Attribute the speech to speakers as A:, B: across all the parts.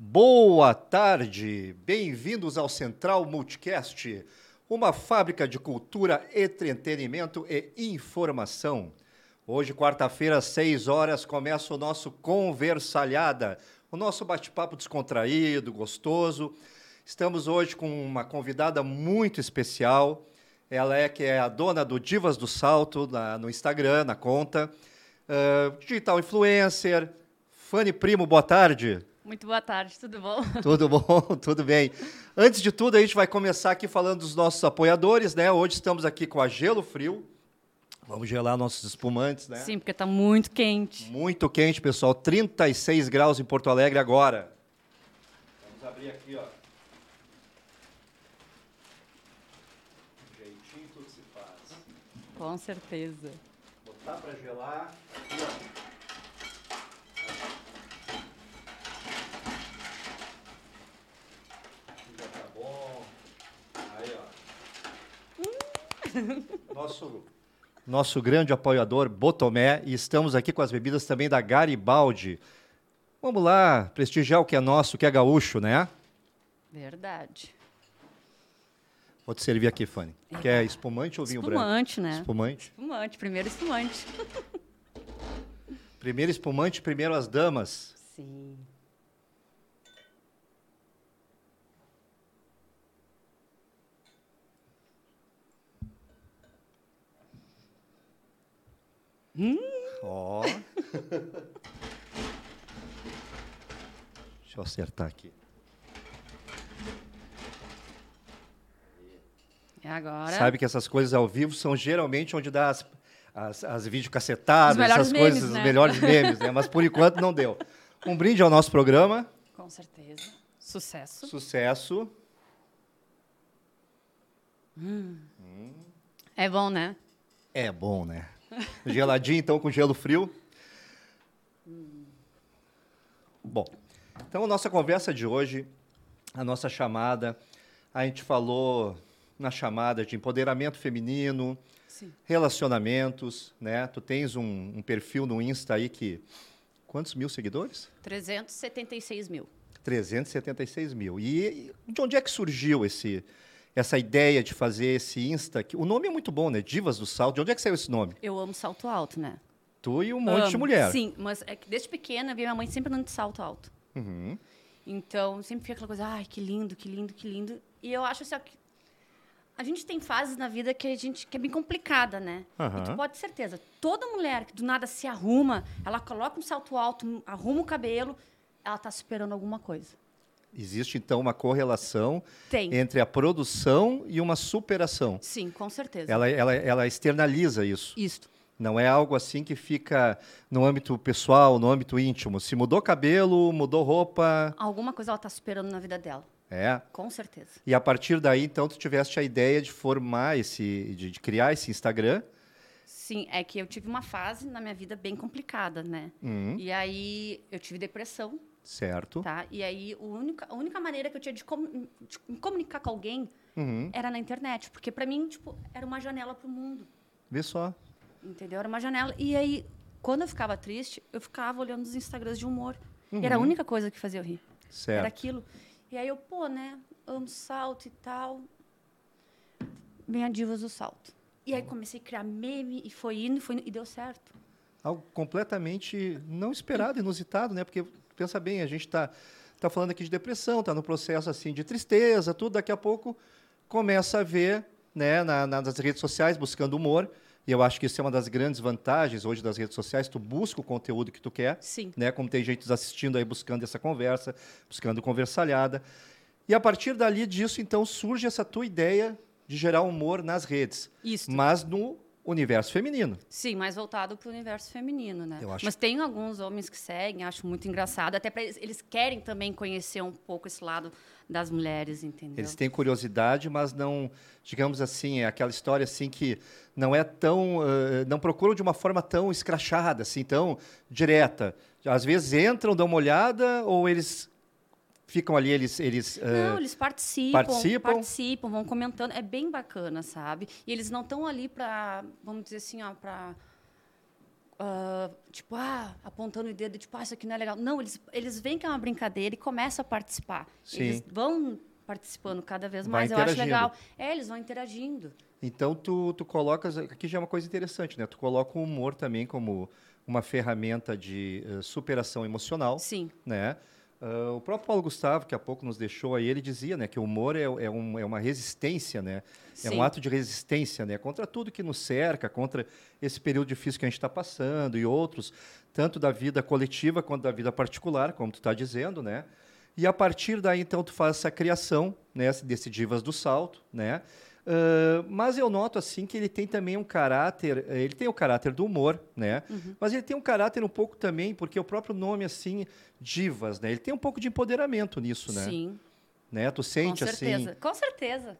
A: Boa tarde, bem-vindos ao Central Multicast, uma fábrica de cultura, entretenimento e informação. Hoje, quarta-feira, às 6 horas, começa o nosso Conversalhada, o nosso bate-papo descontraído, gostoso. Estamos hoje com uma convidada muito especial. Ela é que é a dona do Divas do Salto na- no Instagram, na conta. Ah, digital influencer. Fanny Primo, boa tarde.
B: Muito boa tarde, tudo bom?
A: Tudo bom? Tudo bem. Antes de tudo, a gente vai começar aqui falando dos nossos apoiadores, né? Hoje estamos aqui com a Gelo Frio. Vamos gelar nossos espumantes, né?
B: Sim, porque tá muito quente.
A: Muito quente, pessoal. 36 graus em Porto Alegre agora. Vamos abrir aqui, ó. Jeitinho tudo se faz.
B: Com certeza.
A: Botar pra gelar. Aqui, ó. Aqui já tá bom. Aí, ó. Nosso, nosso grande apoiador Botomé e estamos aqui com as bebidas também da Garibaldi. Vamos lá, prestigiar o que é nosso, o que é gaúcho, né?
B: Verdade.
A: Vou te servir aqui, Fanny. Quer espumante ou vinho branco?
B: É. espumante, né?
A: Espumante.
B: Espumante, primeiro espumante.
A: Primeiro espumante, primeiro as damas.
B: Sim.
A: Ó. Deixa eu acertar aqui.
B: E agora?
A: Sabe que essas coisas ao vivo são geralmente onde dá as, as, as
B: Os
A: videocassetadas,
B: melhores
A: essas
B: memes,
A: coisas, os
B: né?
A: melhores memes, né? Mas por enquanto não deu. Um brinde ao nosso programa.
B: Com certeza. Sucesso.
A: Sucesso.
B: É bom, né?
A: É bom, né? Geladinho, então, com gelo frio. Bom, então a nossa conversa de hoje, a nossa chamada, a gente falou na chamada de empoderamento feminino,
B: Sim.
A: relacionamentos, né? Tu tens um, um perfil no Insta aí que... Quantos mil seguidores?
B: 376 mil.
A: 376 mil. E e de onde é que surgiu esse, essa ideia de fazer esse Insta? que- O nome é muito bom, né? Divas do Salto. De onde é que saiu esse nome?
B: Eu amo salto alto, né?
A: Tu e um monte de
B: Amo.
A: mulher.
B: Sim, mas é que desde pequena, eu via minha mãe sempre andando de salto alto.
A: Uhum.
B: Então, sempre fica aquela coisa, ai, que lindo, que lindo, que lindo. E eu acho assim, ó, que a gente tem fases na vida que a gente que é bem complicada, né?
A: Aham.
B: E tu pode ter certeza, toda mulher que do nada se arruma, ela coloca um salto alto, um- arruma o cabelo, ela tá superando alguma coisa.
A: Existe, então, uma correlação
B: Tem.
A: entre a produção e uma superação.
B: Sim, com certeza.
A: Ela, ela, ela externaliza isso.
B: Isso.
A: Não é algo assim que fica no âmbito pessoal, no âmbito íntimo. Se mudou cabelo, mudou roupa.
B: Alguma coisa ela tá superando na vida dela,
A: É.
B: com certeza.
A: E a partir daí, então, tu tiveste a ideia de formar esse. de, de criar esse Instagram.
B: Sim, é que eu tive uma fase na minha vida bem complicada, né?
A: Hum,
B: E aí eu tive depressão,
A: certo.
B: tá? E aí o única, a única maneira que eu tinha de, com- de me comunicar com alguém
A: Uhum.
B: era na internet, porque pra mim, tipo, era uma janela pro mundo,
A: Vê só.
B: entendeu? Era uma janela. E aí, quando eu ficava triste, eu ficava olhando os Instagrams de humor. E
A: Uhum.
B: era a única coisa que fazia eu rir. Era
A: Certo.
B: aquilo. E aí eu, pô, né, amo salto e tal. Vem a divas do salto. E aí comecei a criar meme e foi indo, e foi indo, e deu certo.
A: Algo completamente não esperado, inusitado, né? Porque, pensa bem, a gente está tá falando aqui de depressão, está no processo assim de tristeza, tudo. Daqui a pouco começa a ver né, na- na- nas redes sociais, buscando humor. E eu acho que isso é uma das grandes vantagens hoje das redes sociais. Tu busca o conteúdo que tu quer,
B: Sim.
A: né? Como tem gente nos assistindo aí buscando essa conversa, buscando conversalhada. E a partir dali disso, então, surge essa tua ideia de gerar humor nas redes,
B: Isso.
A: mas no universo feminino.
B: Sim, mais voltado pro universo feminino, né?
A: Eu acho-
B: Mas tem alguns homens que seguem, acho muito engraçado. Até pra eles, eles querem também conhecer um pouco esse lado das mulheres, entendeu?
A: Eles têm curiosidade, mas não, digamos assim, é aquela história assim que não é tão, eh, não procuram de uma forma tão escrachada, assim, tão direta. Às vezes entram, dão uma olhada, ou eles ficam ali, eles, eles eh,
B: Não, eles participam,
A: participam?
B: participam, vão comentando. É bem bacana, sabe? E eles não estão ali para, vamos dizer assim, ó, para ah, tipo, ah, apontando o dedo, tipo, ah, isso aqui não é legal. Não, eles, eles veem que é uma brincadeira e começam a participar.
A: Sim.
B: Eles vão participando cada vez
A: Vai
B: mais, eu acho
A: interagindo.
B: legal. É, eles vão interagindo.
A: Então, tu, tu colocas. Aqui já é uma coisa interessante, né? Tu coloca o humor também como uma ferramenta de eh, superação emocional,
B: Sim.
A: né? Ah, o próprio Paulo Gustavo, que há pouco nos deixou aí, ele dizia né, que o humor é, é um- é uma resistência, né? É
B: sim.
A: um ato de resistência né, contra tudo que nos cerca, contra esse período difícil que a gente está passando e outros, tanto da vida coletiva quanto da vida particular, como tu está dizendo, né? E a partir daí, então, tu faz essa criação né, desse Divas do Salto, né? Ah, mas eu noto, assim, que ele tem também um caráter, eh, ele tem o caráter do humor, né?
B: Uhum.
A: Mas ele tem um caráter um pouco também, porque o próprio nome, assim, divas, né? Ele tem um pouco de empoderamento nisso, né?
B: Sim,
A: né? Tu
B: com
A: sente, assim...
B: certeza. Com certeza.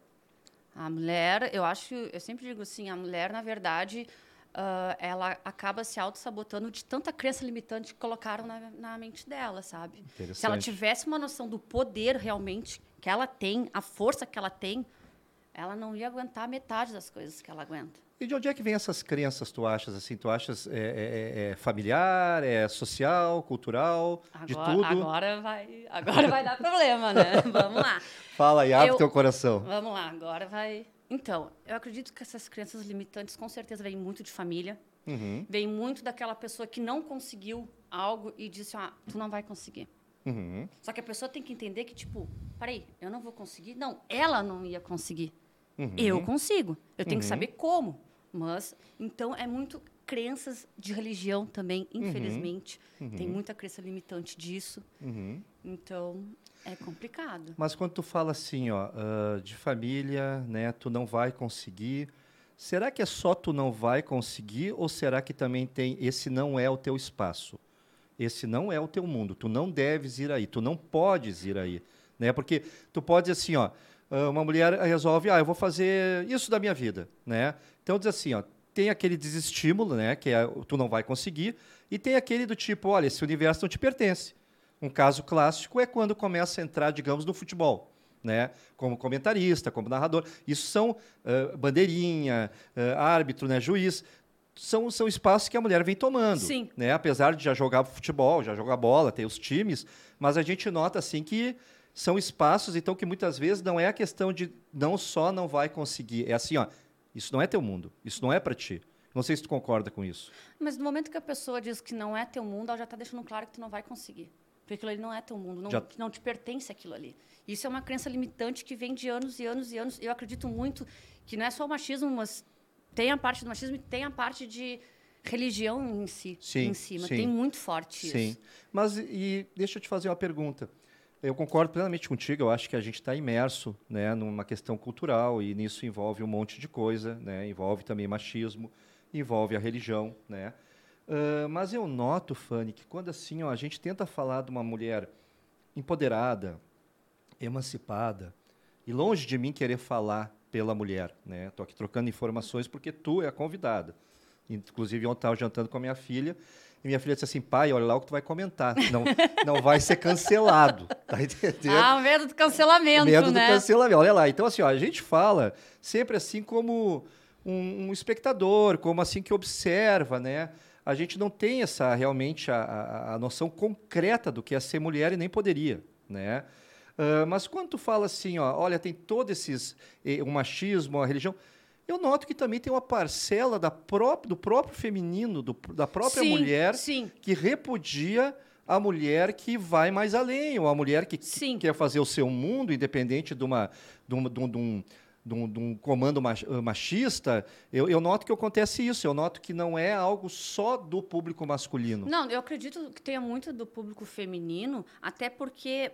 B: A mulher, eu acho, eu sempre digo assim, a mulher, na verdade, ah, ela acaba se auto-sabotando de tanta crença limitante que colocaram na, na mente dela, sabe? Se ela
A: Interessante.
B: tivesse uma noção do poder realmente que ela tem, a força que ela tem, ela não ia aguentar metade das coisas que ela aguenta.
A: E de onde é que vem essas crenças, tu achas? Assim, tu achas é, é- é- é familiar, é social, cultural, de
B: Agora,
A: tudo?
B: agora vai, agora vai dar problema, né? Vamos lá.
A: Fala aí, abre
B: Eu-
A: teu coração.
B: Vamos lá, agora vai. Então, eu acredito que essas crenças limitantes com certeza vêm muito de família,
A: Uhum,
B: vêm muito daquela pessoa que não conseguiu algo e disse, ah, tu não vai conseguir.
A: uhum.
B: Só que a pessoa tem que entender que, tipo, peraí, eu não vou conseguir. Não, ela não ia conseguir.
A: Uhum.
B: Eu consigo. Eu tenho que
A: Uhum.
B: saber como. Mas, então, é muito crenças de religião também, infelizmente. Tem muita crença limitante disso.
A: Uhum.
B: Então, é complicado.
A: Mas quando tu fala assim, ó, ah, de família, né, tu não vai conseguir. Será que é só tu não vai conseguir ou será que também tem esse não é o teu espaço? Esse não é o teu mundo. Tu não deves ir aí, tu não podes ir aí, né? Porque tu pode assim, ó, ah, uma mulher resolve, ah, eu vou fazer isso da minha vida, né? Então diz assim, ó, tem aquele desestímulo, né, que é o tu não vai conseguir, e tem aquele do tipo, olha, esse universo não te pertence. Um caso clássico é quando começa a entrar, digamos, no futebol, né? Como comentarista, como narrador. Isso são ah, bandeirinha, ah, árbitro, né, juiz. São, são espaços que a mulher vem tomando.
B: Sim.
A: Né? Apesar de já jogar futebol, já jogar bola, tem os times, mas a gente nota assim que são espaços, então, que muitas vezes não é a questão de não só não vai conseguir. É assim, ó, isso não é teu mundo, isso não é para ti. Não sei se tu concorda com isso.
B: Mas no momento que a pessoa diz que não é teu mundo, ela já está deixando claro que tu não vai conseguir. Porque aquilo ali não é teu mundo, não,
A: Já-
B: que não te pertence aquilo ali. Isso é uma crença limitante que vem de anos e anos e anos. Eu acredito muito que não é só o machismo, mas tem a parte do machismo e tem a parte de religião em si.
A: Sim,
B: em cima.
A: sim.
B: Tem muito forte isso.
A: Sim. Mas e- e deixa eu te fazer uma pergunta. Eu concordo plenamente contigo, eu acho que a gente está imerso né, numa questão cultural e nisso envolve um monte de coisa, né, envolve também machismo, envolve a religião. Né? Ah, mas eu noto, Fanny, que quando assim ó, a gente tenta falar de uma mulher empoderada, emancipada, e longe de mim querer falar pela mulher, né? Tô aqui trocando informações porque tu é a convidada. Inclusive, ontem estava jantando com a minha filha, e minha filha disse assim, pai, olha lá o que tu vai comentar, não, não vai ser cancelado, tá entendendo?
B: Ah, o medo do cancelamento,
A: Medo
B: né?
A: do cancelamento. Olha lá. Então, assim, ó, a gente fala sempre assim como um, um espectador, como assim que observa, né? A gente não tem essa realmente a, a- a noção concreta do que é ser mulher e nem poderia, né? Ah, mas quando tu fala assim, ó, olha, tem todo esses eh, o machismo, a religião, eu noto que também tem uma parcela da própria, do próprio feminino, do, da própria
B: sim,
A: mulher
B: Sim,
A: que repudia a mulher que vai mais além, ou a mulher que, que
B: Sim.
A: quer fazer o seu mundo, independente de, uma, de, um, de, um, de um- de um- de um comando mach- eh, machista. Eu, eu noto que acontece isso, eu noto que não é algo só do público masculino.
B: Não, eu acredito que tenha muito do público feminino, até porque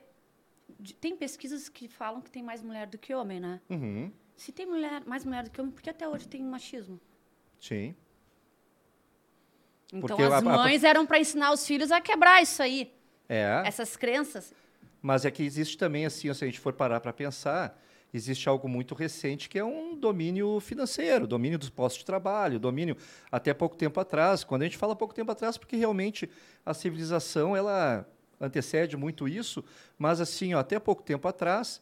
B: de- tem pesquisas que falam que tem mais mulher do que homem, né?
A: Uhum,
B: Se tem mulher, mais mulher do que homem, por que até hoje tem machismo?
A: sim.
B: Então
A: Porque
B: as
A: a- a-
B: mães eram para ensinar os filhos a quebrar isso aí,
A: É.
B: essas crenças.
A: Mas é que existe também, assim, se a gente for parar para pensar, existe algo muito recente que é um domínio financeiro, domínio dos postos de trabalho, domínio até pouco tempo atrás. Quando a gente fala pouco tempo atrás, porque realmente a civilização ela antecede muito isso, mas assim, ó, até pouco tempo atrás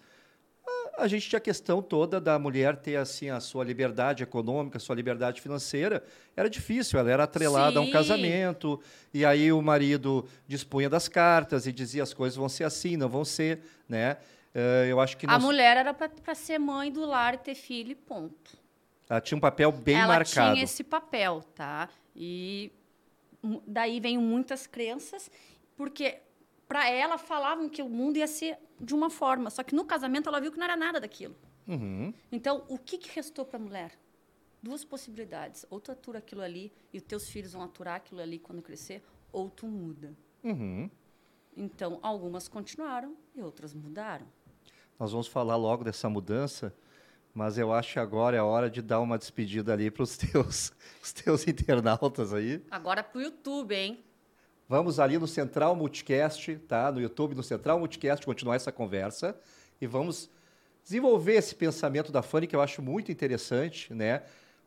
A: a- a gente tinha a questão toda da mulher ter assim a sua liberdade econômica, a sua liberdade financeira. Era difícil, ela era atrelada a um
B: Sim.
A: casamento, e aí o marido dispunha das cartas e dizia as coisas vão ser assim, não vão ser, né? Eh, eu acho que
B: A
A: nós-
B: mulher era para ser mãe do lar e ter filho, e ponto.
A: ela tinha um papel bem
B: Ela
A: marcado.
B: tinha esse papel, tá? E mu- daí vêm muitas crenças, porque para ela falavam que o mundo ia ser de uma forma, só que no casamento ela viu que não era nada daquilo.
A: Uhum.
B: Então, o que, que restou para a mulher? Duas possibilidades. Ou tu atura aquilo ali e os teus filhos vão aturar aquilo ali quando crescer, ou tu muda.
A: Uhum.
B: Então, algumas continuaram e outras mudaram.
A: Nós vamos falar logo dessa mudança, mas eu acho que agora é a hora de dar uma despedida ali para os teus, os teus internautas aí.
B: Agora pro YouTube, hein?
A: Vamos ali no Central Multicast, tá? No YouTube, no Central Multicast, continuar essa conversa e vamos desenvolver esse pensamento da Fanny que eu acho muito interessante, né?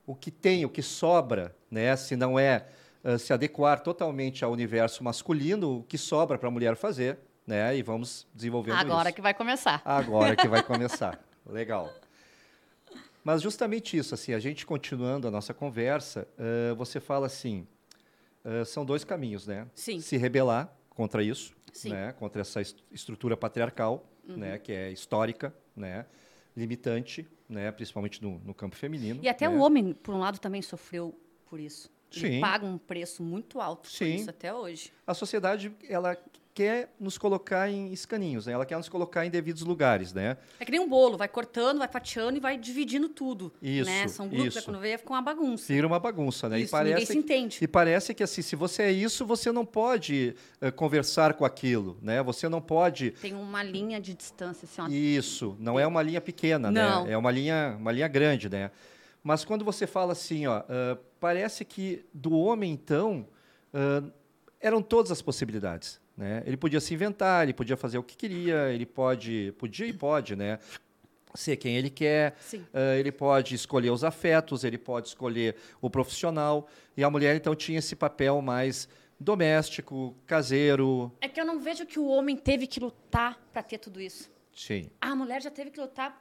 A: O que tem, o que sobra, né? Se não é ah, se adequar totalmente ao universo masculino, o que sobra para a mulher fazer, né? E vamos desenvolvendo
B: Agora
A: isso.
B: que vai começar.
A: Agora que vai começar. Legal. Mas justamente isso, assim, a gente continuando a nossa conversa, ãh, você fala assim, ãh, são dois caminhos, né?
B: Sim.
A: Se rebelar contra isso,
B: Sim. Uhum.
A: né? Contra essa est- estrutura patriarcal, né? Que é histórica, né? Limitante, né? Principalmente no, no campo feminino.
B: E até
A: né?
B: o homem, por um lado, também sofreu por isso.
A: Sim.
B: Ele paga um preço muito alto
A: Sim.
B: por isso até hoje.
A: A sociedade, ela quer nos colocar em escaninhos, né? Ela quer nos colocar em devidos lugares, né?
B: É que nem um bolo, vai cortando, vai fatiando e vai dividindo tudo.
A: Isso,
B: né? São grupos,
A: isso.
B: aí quando vê, fica uma bagunça.
A: Vira uma bagunça, né?
B: Isso,
A: e parece
B: ninguém se entende.
A: E parece que assim, se você é isso, você não pode eh, conversar com aquilo, né? Você não pode
B: Tem uma linha de distância, assim, ó.
A: isso. Não é uma linha pequena,
B: Não.
A: né? É uma linha, uma linha grande, né? Mas quando você fala assim, ó, ah, parece que do homem então ah, eram todas as possibilidades, né? Ele podia se inventar, ele podia fazer o que queria, ele pode, podia e pode, né? Ser quem ele quer,
B: Sim.
A: ah, ele pode escolher os afetos, ele pode escolher o profissional. E a mulher, então, tinha esse papel mais doméstico, caseiro.
B: É que eu não vejo que o homem teve que lutar para ter tudo isso.
A: Sim.
B: A mulher já teve que lutar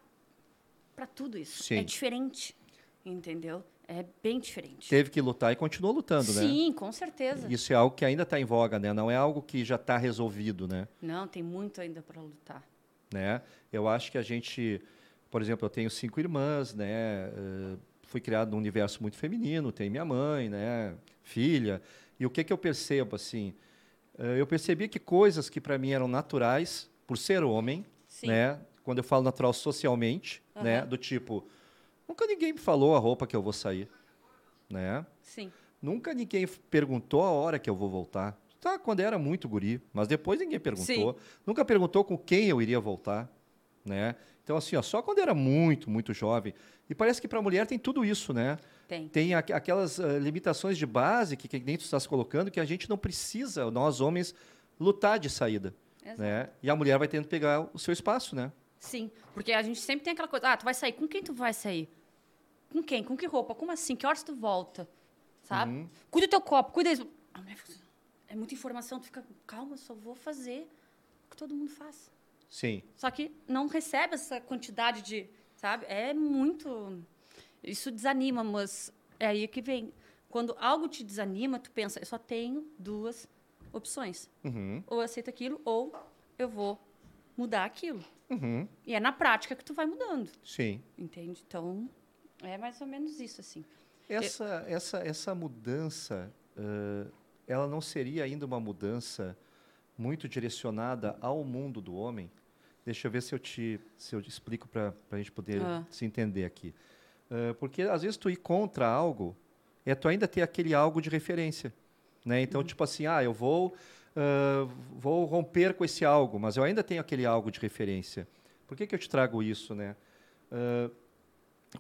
B: para tudo isso.
A: Sim.
B: É diferente, entendeu? É bem diferente.
A: Teve que lutar e continuou lutando, né?
B: Sim, com certeza.
A: Isso é algo que ainda está em voga, né? Não é algo que já está resolvido, né?
B: Não, tem muito ainda para lutar.
A: né? Eu acho que a gente, por exemplo, eu tenho cinco irmãs, né? Eh, fui criado num universo muito feminino, tem minha mãe, né? Filha. E o que que eu percebo assim? Eh, eu percebi que coisas que para mim eram naturais, por ser homem,
B: Sim.
A: né? Quando eu falo natural socialmente, né?
B: Aham.
A: Do tipo, nunca ninguém me falou a roupa que eu vou sair, né?
B: Sim.
A: Nunca ninguém f- perguntou a hora que eu vou voltar. Tá, quando era muito guri, mas depois ninguém perguntou. Nunca perguntou com quem eu iria voltar, né? Então assim, ó, só quando era muito, muito jovem. E parece que para a mulher tem tudo isso, né?
B: Tem.
A: Tem aqu- aquelas ah, limitações de base que, que nem tu estás colocando que a gente não precisa, nós homens, lutar de saída,
B: Exato.
A: né? E a mulher vai tendo que pegar o seu espaço, né?
B: Sim, porque a gente sempre tem aquela coisa, ah, tu vai sair, com quem tu vai sair? Com quem? Com que roupa? Como assim? Que horas tu volta? Sabe?
A: Uhum.
B: Cuida do teu copo, cuida isso. A mulher fica assim, É muita informação, tu fica, calma, só vou fazer o que todo mundo faz.
A: Sim.
B: Só que não recebe essa quantidade de, sabe? É muito. Isso desanima, mas é aí que vem. Quando algo te desanima, tu pensa, eu só tenho duas opções.
A: Uhum,
B: Ou eu aceito aquilo, ou eu vou mudar aquilo.
A: uhum,
B: E é na prática que tu vai mudando,
A: sim.
B: entende? Então, é mais ou menos isso, assim.
A: Essa, essa, essa mudança, ãh, ela não seria ainda uma mudança muito direcionada ao mundo do homem? Deixa eu ver se eu te, se eu te explico para a gente poder
B: Ah.
A: se entender aqui. Ãh, porque às vezes tu ir contra algo, é tu ainda ter aquele algo de referência. Né? Então, tipo assim, ah, eu vou, ãh, vou romper com esse algo, mas eu ainda tenho aquele algo de referência. Por que, que eu te trago isso? Né? Ãh,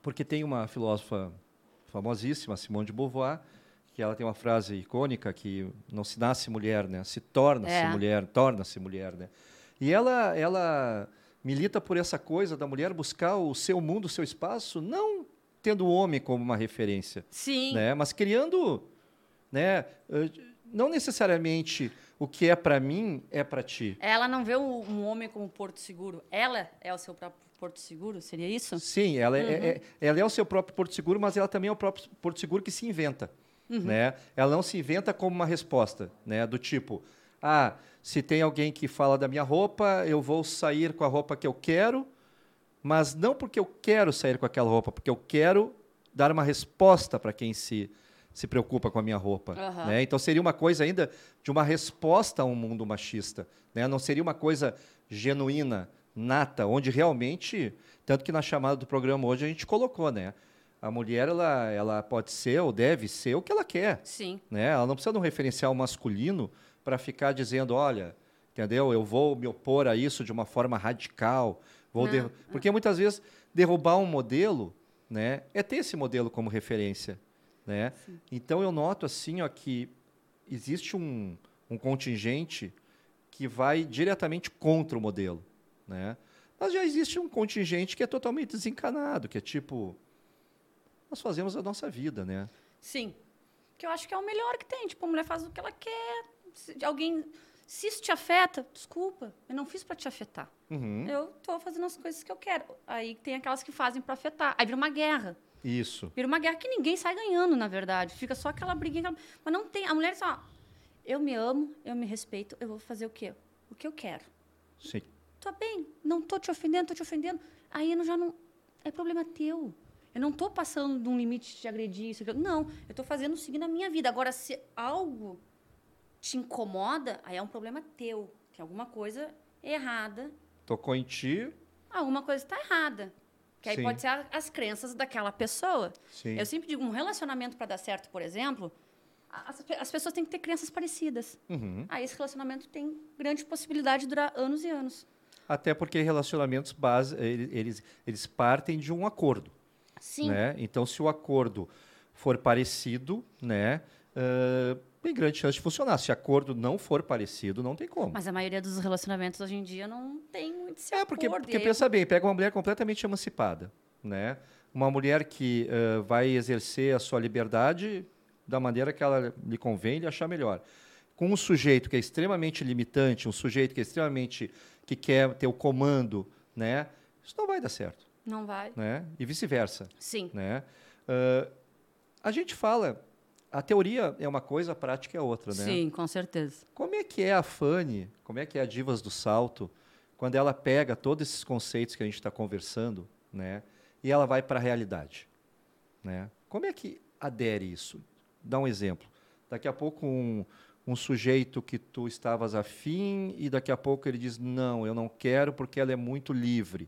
A: porque tem uma filósofa famosíssima, Simone de Beauvoir, que ela tem uma frase icônica que não se nasce mulher, né? Se torna-se
B: É.
A: mulher, torna-se mulher, né? E ela, ela milita por essa coisa da mulher buscar o seu mundo, o seu espaço, não tendo o homem como uma referência,
B: Sim,
A: né? Mas criando, né? eh, Não né? Ah, necessariamente o que é pra mim é pra ti.
B: Ela não vê o- um homem como porto seguro. Ela é o seu próprio porto seguro? Seria isso?
A: Sim, ela é, é- ela é o seu próprio porto seguro, mas ela também é o próprio porto seguro que se inventa, né? Ela não se inventa como uma resposta, né? Do tipo, ah, se tem alguém que fala da minha roupa, eu vou sair com a roupa que eu quero, mas não porque eu quero sair com aquela roupa, porque eu quero dar uma resposta para quem se se preocupa com a minha roupa,
B: Aham.
A: né? Então seria uma coisa ainda de uma resposta a um mundo machista, né? Não seria uma coisa genuína, nata, onde realmente, tanto que na chamada do programa hoje a gente colocou, né? A mulher ela ela pode ser ou deve ser o que ela quer,
B: Sim.
A: né? Ela não precisa de um referencial masculino para ficar dizendo, olha, entendeu? Eu vou me opor a isso de uma forma radical. Vou
B: Não,
A: derru- Porque muitas vezes derrubar um modelo, né, é ter esse modelo como referência, né? Então eu noto assim, ó, que existe um, um contingente que vai diretamente contra o modelo, né? Mas já existe um contingente que é totalmente desencanado, que é tipo nós fazemos a nossa vida, né?
B: Sim. Que eu acho que é o melhor que tem. Tipo, a mulher faz o que ela quer. Se alguém. Se isso te afeta, desculpa. Eu não fiz pra te afetar.
A: Uhum.
B: Eu tô fazendo as coisas que eu quero. Aí tem aquelas que fazem pra afetar. Aí vira uma guerra.
A: Isso.
B: Vira uma guerra que ninguém sai ganhando, na verdade. Fica só aquela briguinha. aquela- Mas não tem. A mulher só. "Ah, Eu me amo, eu me respeito, eu vou fazer o quê? O que eu quero.
A: Sim.
B: Tô bem, não tô te ofendendo, tô te ofendendo. Aí eu não- já não. É problema teu. Eu não tô passando de um limite de te agredir, isso, aquilo. Não, eu tô fazendo seguir na minha vida. Agora, se algo te incomoda, aí é um problema teu. Tem alguma coisa é errada,
A: Tocou em ti,
B: alguma coisa está errada. Que aí
A: Sim.
B: pode ser a- as crenças daquela pessoa.
A: Sim.
B: Eu sempre digo, um relacionamento para dar certo, por exemplo, a- as, pe- as pessoas têm que ter crenças parecidas.
A: Uhum.
B: Aí esse relacionamento tem grande possibilidade de durar anos e anos.
A: Até porque relacionamentos base, ele- eles, eles partem de um acordo,
B: Sim.
A: né? Então, se o acordo for parecido, né, ah, tem grande chance de funcionar. Se acordo não for parecido, não tem como.
B: Mas a maioria dos relacionamentos hoje em dia não tem muito esse
A: É, porque,
B: acordo.
A: porque
B: E aí-
A: pensa bem, pega uma mulher completamente emancipada, né? Uma mulher que eh, vai exercer a sua liberdade da maneira que ela lhe convém e achar melhor. Com um sujeito que é extremamente limitante, um sujeito que é extremamente que quer ter o comando, né? Isso não vai dar certo,
B: Não vai.
A: né? E vice-versa,
B: Sim.
A: né? Ah, a gente fala, a teoria é uma coisa, a prática é outra, né?
B: Sim, com certeza.
A: Como é que é a Fanny, como é que é a Divas do Salto, quando ela pega todos esses conceitos que a gente está conversando, né, e ela vai para a realidade, né? Como é que adere isso? Dá um exemplo. Daqui a pouco um, um sujeito que tu estavas afim e daqui a pouco ele diz não, eu não quero porque ela é muito livre.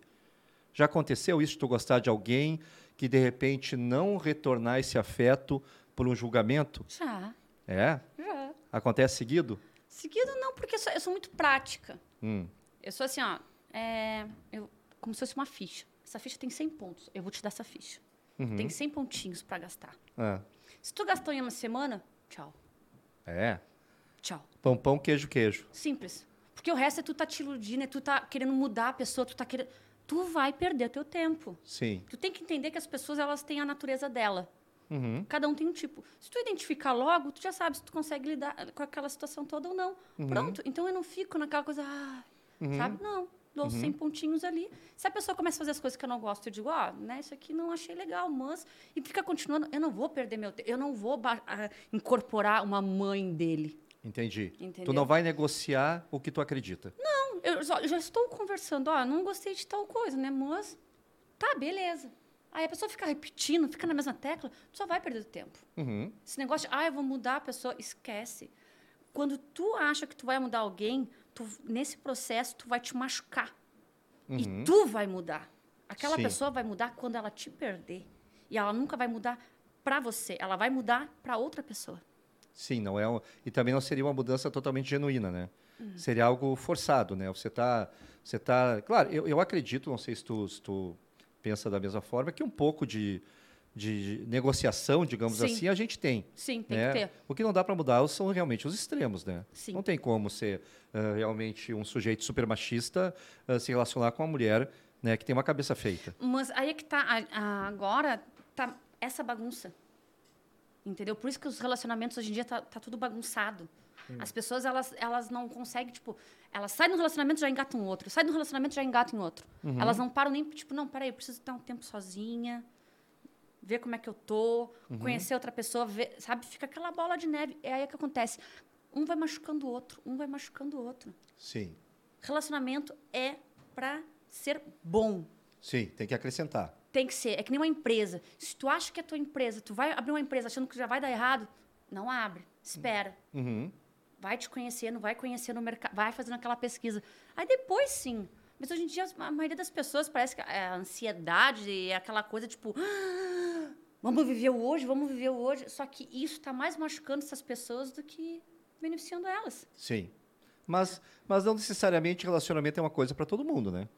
A: Já aconteceu isso? de Tu gostar de alguém que de repente não retornar esse afeto por um julgamento?
B: Já,
A: É?
B: já.
A: Acontece seguido?
B: Seguido não, porque eu sou, eu sou muito prática.
A: Hum.
B: Eu sou assim, ó. é, eu, como se fosse uma ficha. Essa ficha tem 100 pontos. Eu vou te dar essa ficha.
A: Uhum.
B: Tem 100 pontinhos pra gastar.
A: Ah,
B: Se tu gastou em uma semana, tchau.
A: é.
B: Tchau.
A: Pão, pão, queijo, queijo.
B: Simples. Porque o resto é tu tá te iludindo, é tu tá querendo mudar a pessoa, tu tá querendo. Tu vai perder o teu tempo.
A: Sim.
B: Tu tem que entender que as pessoas elas têm a natureza dela.
A: Uhum.
B: Cada um tem um tipo. Se tu identificar logo, tu já sabe se tu consegue lidar com aquela situação toda ou não. Pronto. Então eu não fico naquela coisa, ah, sabe? Não. Dou os 100 pontinhos ali. Se a pessoa começa a fazer as coisas que eu não gosto, eu digo, ó, né, isso aqui não achei legal, mas. E fica continuando, eu não vou perder meu tempo, eu não vou ba- ah, incorporar uma mãe dele.
A: Entendi. Tu
B: Entendeu?
A: não vai negociar o que tu acredita.
B: eu só- já estou conversando, ó, não gostei de tal coisa, né, mas tá, beleza. Aí a pessoa fica repetindo, fica na mesma tecla, tu só vai perder tempo.
A: Uhum.
B: Esse negócio de, ah, eu vou mudar a pessoa, esquece. Quando tu acha que tu vai mudar alguém, tu, nesse processo tu vai te machucar. E tu vai mudar. Aquela
A: Sim.
B: pessoa vai mudar quando ela te perder. E ela nunca vai mudar pra você, ela vai mudar pra outra pessoa.
A: Sim, não é um... e também não seria uma mudança totalmente genuína, né?
B: Uhum.
A: Seria algo forçado, né? Você tá, você tá, claro, eu, eu acredito, não sei se tu, se tu pensa da mesma forma, que um pouco de, de negociação, digamos
B: Sim.
A: assim, a gente tem.
B: Sim, tem
A: né?
B: que ter.
A: O que não dá para mudar são realmente os extremos, né?
B: Sim.
A: Não tem como ser ah, realmente um sujeito super machista ah, se relacionar com uma mulher, né, que tem uma cabeça feita.
B: Mas aí é que tá. a- a- agora tá essa bagunça. Entendeu? Por isso que os relacionamentos hoje em dia tá, tá tudo bagunçado. As pessoas, elas, elas não conseguem, tipo, elas saem de um relacionamento já engatam um outro, saem de um relacionamento já engatam um outro. Elas não param nem, tipo, não, peraí, eu preciso estar um tempo sozinha, ver como é que eu tô, conhecer outra pessoa, ver, sabe? Fica aquela bola de neve. É aí que acontece. Um vai machucando o outro, um vai machucando o outro.
A: Sim,
B: Relacionamento é pra ser bom.
A: sim, tem que acrescentar.
B: Tem que ser. É que nem uma empresa. Se tu acha que é tua empresa, tu vai abrir uma empresa achando que já vai dar errado, não abre. Espera.
A: Uhum.
B: Vai te conhecendo, vai conhecendo o mercado, vai fazendo aquela pesquisa. Aí depois sim. Mas hoje em dia, a maioria das pessoas parece que a ansiedade é aquela coisa tipo. "Ah, Vamos viver o hoje, vamos viver o hoje. Só que isso está mais machucando essas pessoas do que beneficiando elas.
A: Sim. Mas, mas não necessariamente relacionamento é uma coisa para todo mundo, né?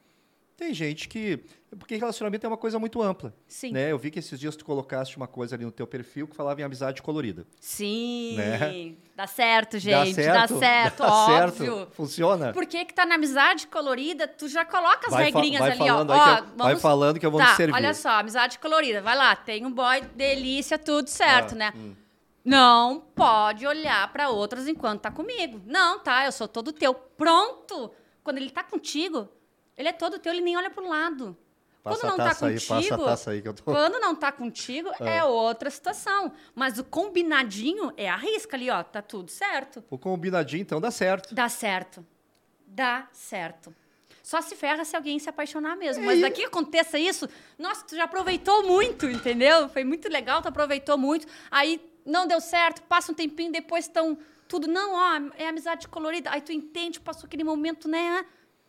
A: Tem gente que. Porque relacionamento é uma coisa muito ampla.
B: Sim.
A: Né? Eu vi que esses dias tu colocaste uma coisa ali no teu perfil que falava em amizade colorida.
B: Sim.
A: Né?
B: Dá certo, gente. Dá certo,
A: Dá certo?
B: óbvio.
A: Funciona?
B: Por que que tá na amizade colorida? Tu já coloca as
A: Vai fa-
B: regrinhas
A: vai
B: ali,
A: falando
B: ó.
A: aí que
B: Ó,
A: eu- vai falando que eu vou
B: tá,
A: me servir.
B: olha só, amizade colorida. Vai lá, tem um boy, delícia, tudo certo,
A: Ah,
B: né?
A: hum.
B: Não pode olhar pra outras enquanto tá comigo. Não, tá, eu sou todo teu. Pronto! Quando ele tá contigo, ele é todo teu, ele nem olha pro lado.
A: Passa
B: Quando
A: a
B: não tá
A: taça aí,
B: contigo,
A: passa a taça aí que eu tô.
B: quando não tá contigo, é outra situação. Mas o combinadinho é a risca ali, ó. Tá tudo certo.
A: O combinadinho, então, dá certo.
B: Dá certo. Dá certo. Só se ferra se alguém se apaixonar
A: É
B: mesmo. Mas daqui que aconteça isso, nossa, tu já aproveitou muito, entendeu? Foi muito legal, tu aproveitou muito. Aí não deu certo, passa um tempinho, depois estão tudo. Não, ó, é amizade colorida. Aí tu entende, passou aquele momento, né?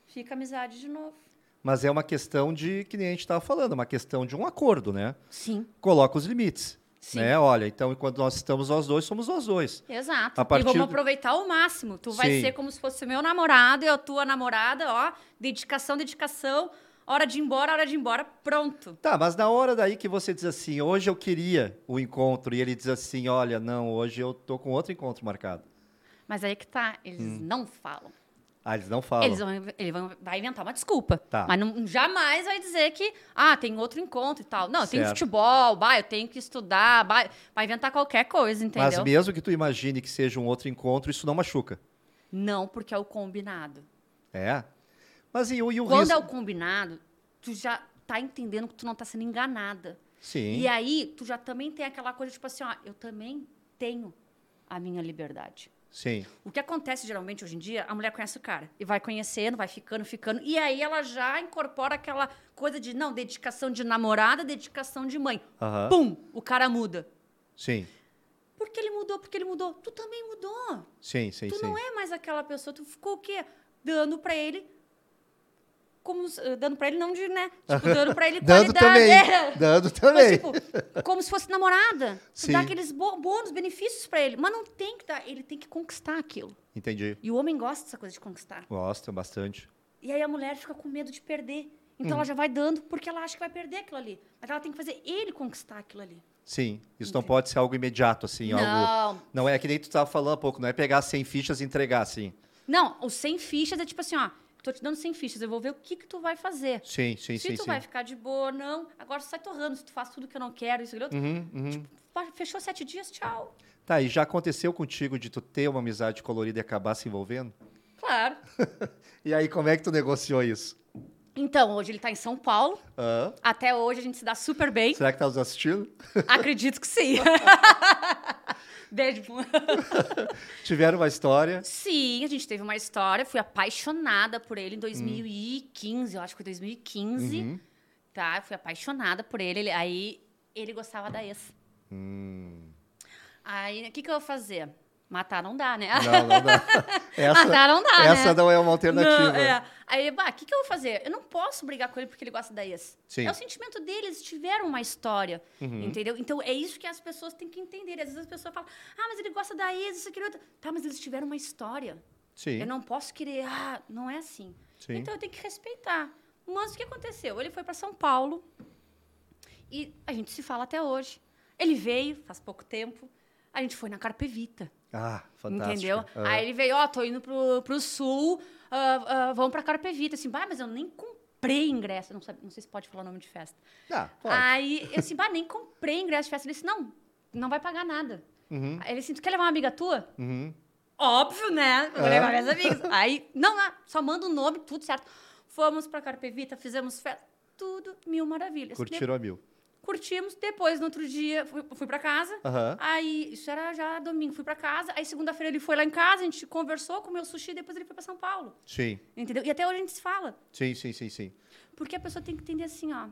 B: Fica amizade de novo.
A: Mas é uma questão de, que nem a gente estava falando, uma questão de um acordo, né?
B: Sim,
A: Coloca os limites.
B: Sim.
A: Né? Olha, então, enquanto nós estamos nós dois, somos nós dois.
B: exato.
A: A partir
B: E vamos
A: do-
B: aproveitar ao máximo. Tu vai
A: Sim.
B: ser como se fosse o meu namorado e a tua namorada, ó. Dedicação, dedicação. Hora de ir embora, hora de ir embora. Pronto.
A: Tá, mas na hora daí que você diz assim, hoje eu queria o encontro, e ele diz assim, olha, não, hoje eu tô com outro encontro marcado.
B: Mas aí que tá, eles não falam.
A: Ah, eles não Hum. falam.
B: Eles vão, ele vão- vai inventar uma desculpa.
A: Tá.
B: Mas não, jamais vai dizer que, ah, tem outro encontro e tal. Não, tem
A: Certo.
B: futebol, bah, eu tenho que estudar, bah, vai inventar qualquer coisa,
A: Mas
B: entendeu?
A: mesmo que tu imagine que seja um outro encontro, isso não machuca.
B: Não, porque é o combinado.
A: É. Mas e, o- e o
B: Quando
A: Um risco?
B: é o combinado, tu já tá entendendo que tu não tá sendo enganada.
A: Sim.
B: E aí, tu já também tem aquela coisa, tipo assim, ó, eu também tenho a minha liberdade.
A: Sim.
B: O que acontece geralmente hoje em dia, a mulher conhece o cara e vai conhecendo, vai ficando, ficando. E aí ela já incorpora aquela coisa de, não, dedicação de namorada, dedicação de mãe.
A: Aham.
B: Pum! O cara muda.
A: Sim.
B: Por que ele mudou? Porque ele mudou. Tu também mudou.
A: Sim, sim,
B: tu
A: sim.
B: não é mais aquela pessoa. Tu ficou o quê? Dando pra ele. Como, se- eh, dando pra ele, não de, né? Tipo, dando pra ele
A: Dando também.
B: qualidade. É.
A: Dando
B: Mas,
A: também.
B: tipo, como se fosse namorada. Tu
A: Sim.
B: dá aqueles bo- bônus, benefícios pra ele. Mas não tem que dar. Ele tem que conquistar aquilo.
A: Entendi.
B: E o homem gosta dessa coisa de conquistar.
A: Gosto bastante.
B: E aí a mulher fica com medo de perder.
A: Uhum.
B: Então ela já vai dando porque ela acha que vai perder aquilo ali. Mas ela tem que fazer ele conquistar aquilo ali.
A: Sim. Isso não pode ser algo imediato, assim. Algo...
B: Não.
A: Não é que nem tu estava falando há pouco, não é pegar 100 fichas e entregar, assim.
B: Não, os 100 fichas é tipo assim, ó, tô te dando 100 fichas, eu vou ver o que que tu vai fazer.
A: Sim, sim,
B: Se
A: sim,
B: tu
A: sim.
B: vai ficar de boa ou não, agora sai torrando, se tu faz tudo que eu não quero, isso, aquilo, outro.
A: Uhum, uhum.
B: Pá, fechou sete dias, tchau.
A: Tá, e já aconteceu contigo de tu ter uma amizade colorida e acabar se envolvendo?
B: Claro.
A: E aí, como é que tu negociou isso?
B: Então, hoje ele tá em São Paulo,
A: Hã?
B: até hoje a gente se dá super bem,
A: Será que tá nos assistindo?
B: acredito que sim. Beijo.
A: Tiveram uma história.
B: Sim, a gente teve uma história. Fui apaixonada por ele em 2015, eu acho que foi 2015.
A: Hum. Uhum.
B: Tá, eu fui apaixonada por ele. ele- Aí ele gostava da ex.
A: Hum.
B: Aí o que, que eu ia fazer? Matar não dá, né?
A: Não, não dá. Essa,
B: Matar não dá,
A: essa
B: Ah, né?
A: não é uma alternativa.
B: Não, é. Aí, bah, o que, que eu vou fazer? Eu não posso brigar com ele porque ele gosta da ex.
A: Sim. Uhum.
B: É o sentimento deles, eles tiveram uma história, entendeu? Então, é isso que as pessoas têm que entender. Às vezes as pessoas falam, ah, mas ele gosta da ex, isso, aquilo, outro. Tá, mas eles tiveram uma história.
A: Sim.
B: Eu não posso querer, ah, não é assim.
A: Sim.
B: Então eu tenho que respeitar. Mas o que aconteceu? Ele foi para São Paulo e a gente se fala até hoje. Ele veio faz pouco tempo. A gente foi na Carpevita,
A: Ah, fantástico.
B: entendeu?
A: Ah.
B: Aí ele veio, ó, tô indo pro, pro sul, ah, ah, vamos pra Carpevita. Assim, bah, mas eu nem comprei ingresso. Não, sabe, não sei se pode falar o nome de festa.
A: Ah, pode.
B: Aí eu assim, bah, nem comprei ingresso de festa. Ele disse, não, não vai pagar nada.
A: Uhum,
B: Aí ele assim, tu quer levar uma amiga tua?
A: uhum.
B: Óbvio, né? Eu falei com minhas amigas. Aí, não, não, só manda o nome, tudo certo. Fomos pra Carpevita, fizemos festa, tudo mil maravilhas.
A: Curtiram a mil.
B: Curtimos. Depois, no outro dia, fui, fui para casa.
A: Aham.
B: Aí, isso era já domingo, fui para casa. Aí, segunda-feira, ele foi lá em casa, a gente conversou, comeu sushi, depois ele foi para São Paulo.
A: Sim,
B: Entendeu? E até hoje a gente se fala.
A: sim, sim, sim, sim.
B: Porque a pessoa tem que entender assim, ó.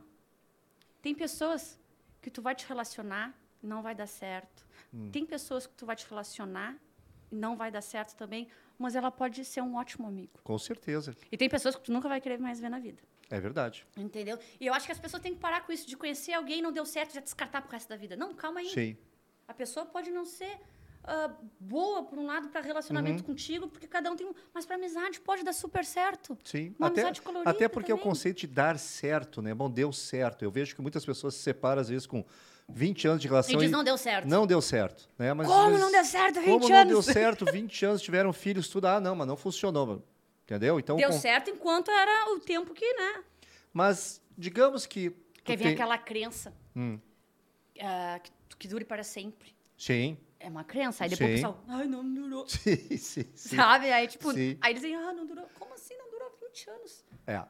B: Tem pessoas que tu vai te relacionar, não vai dar certo.
A: Hum.
B: Tem pessoas que tu vai te relacionar, não vai dar certo também, mas ela pode ser um ótimo amigo.
A: Com certeza.
B: E tem pessoas que tu nunca vai querer mais ver na vida.
A: É verdade.
B: Entendeu? E eu acho que as pessoas têm que parar com isso de conhecer alguém, não deu certo, já descartar pro resto da vida. Não, calma aí.
A: Sim.
B: A pessoa pode não ser ah, boa, por um lado, para
A: Uhum.
B: relacionamento contigo, porque cada um tem um. Mas para amizade pode dar super certo.
A: Sim,
B: Uma
A: até,
B: amizade colorida
A: até porque o
B: também.
A: conceito de dar certo, né? Bom, deu certo. Eu vejo que muitas pessoas se separam, às vezes, com 20 anos de relação
B: E diz, não deu certo.
A: não deu certo, né? Mas,
B: Como
A: às
B: não deu certo? 20
A: Como não deu
B: anos.
A: certo? 20 anos tiveram filhos, tudo. Ah, não, mas não funcionou, mano. entendeu? Então,
B: Deu
A: com-
B: certo enquanto era o tempo que, né?
A: Mas digamos que... tu
B: Que vem
A: tem-
B: aquela crença
A: Hum.
B: ah, que, que dure para sempre.
A: Sim,
B: É uma crença. Aí depois
A: Sim.
B: o pessoal, ai, não durou.
A: sim, sim, sim.
B: Sabe? Aí, tipo,
A: Sim.
B: aí eles dizem, ah, não durou. Como assim não durou 20 anos?
A: É.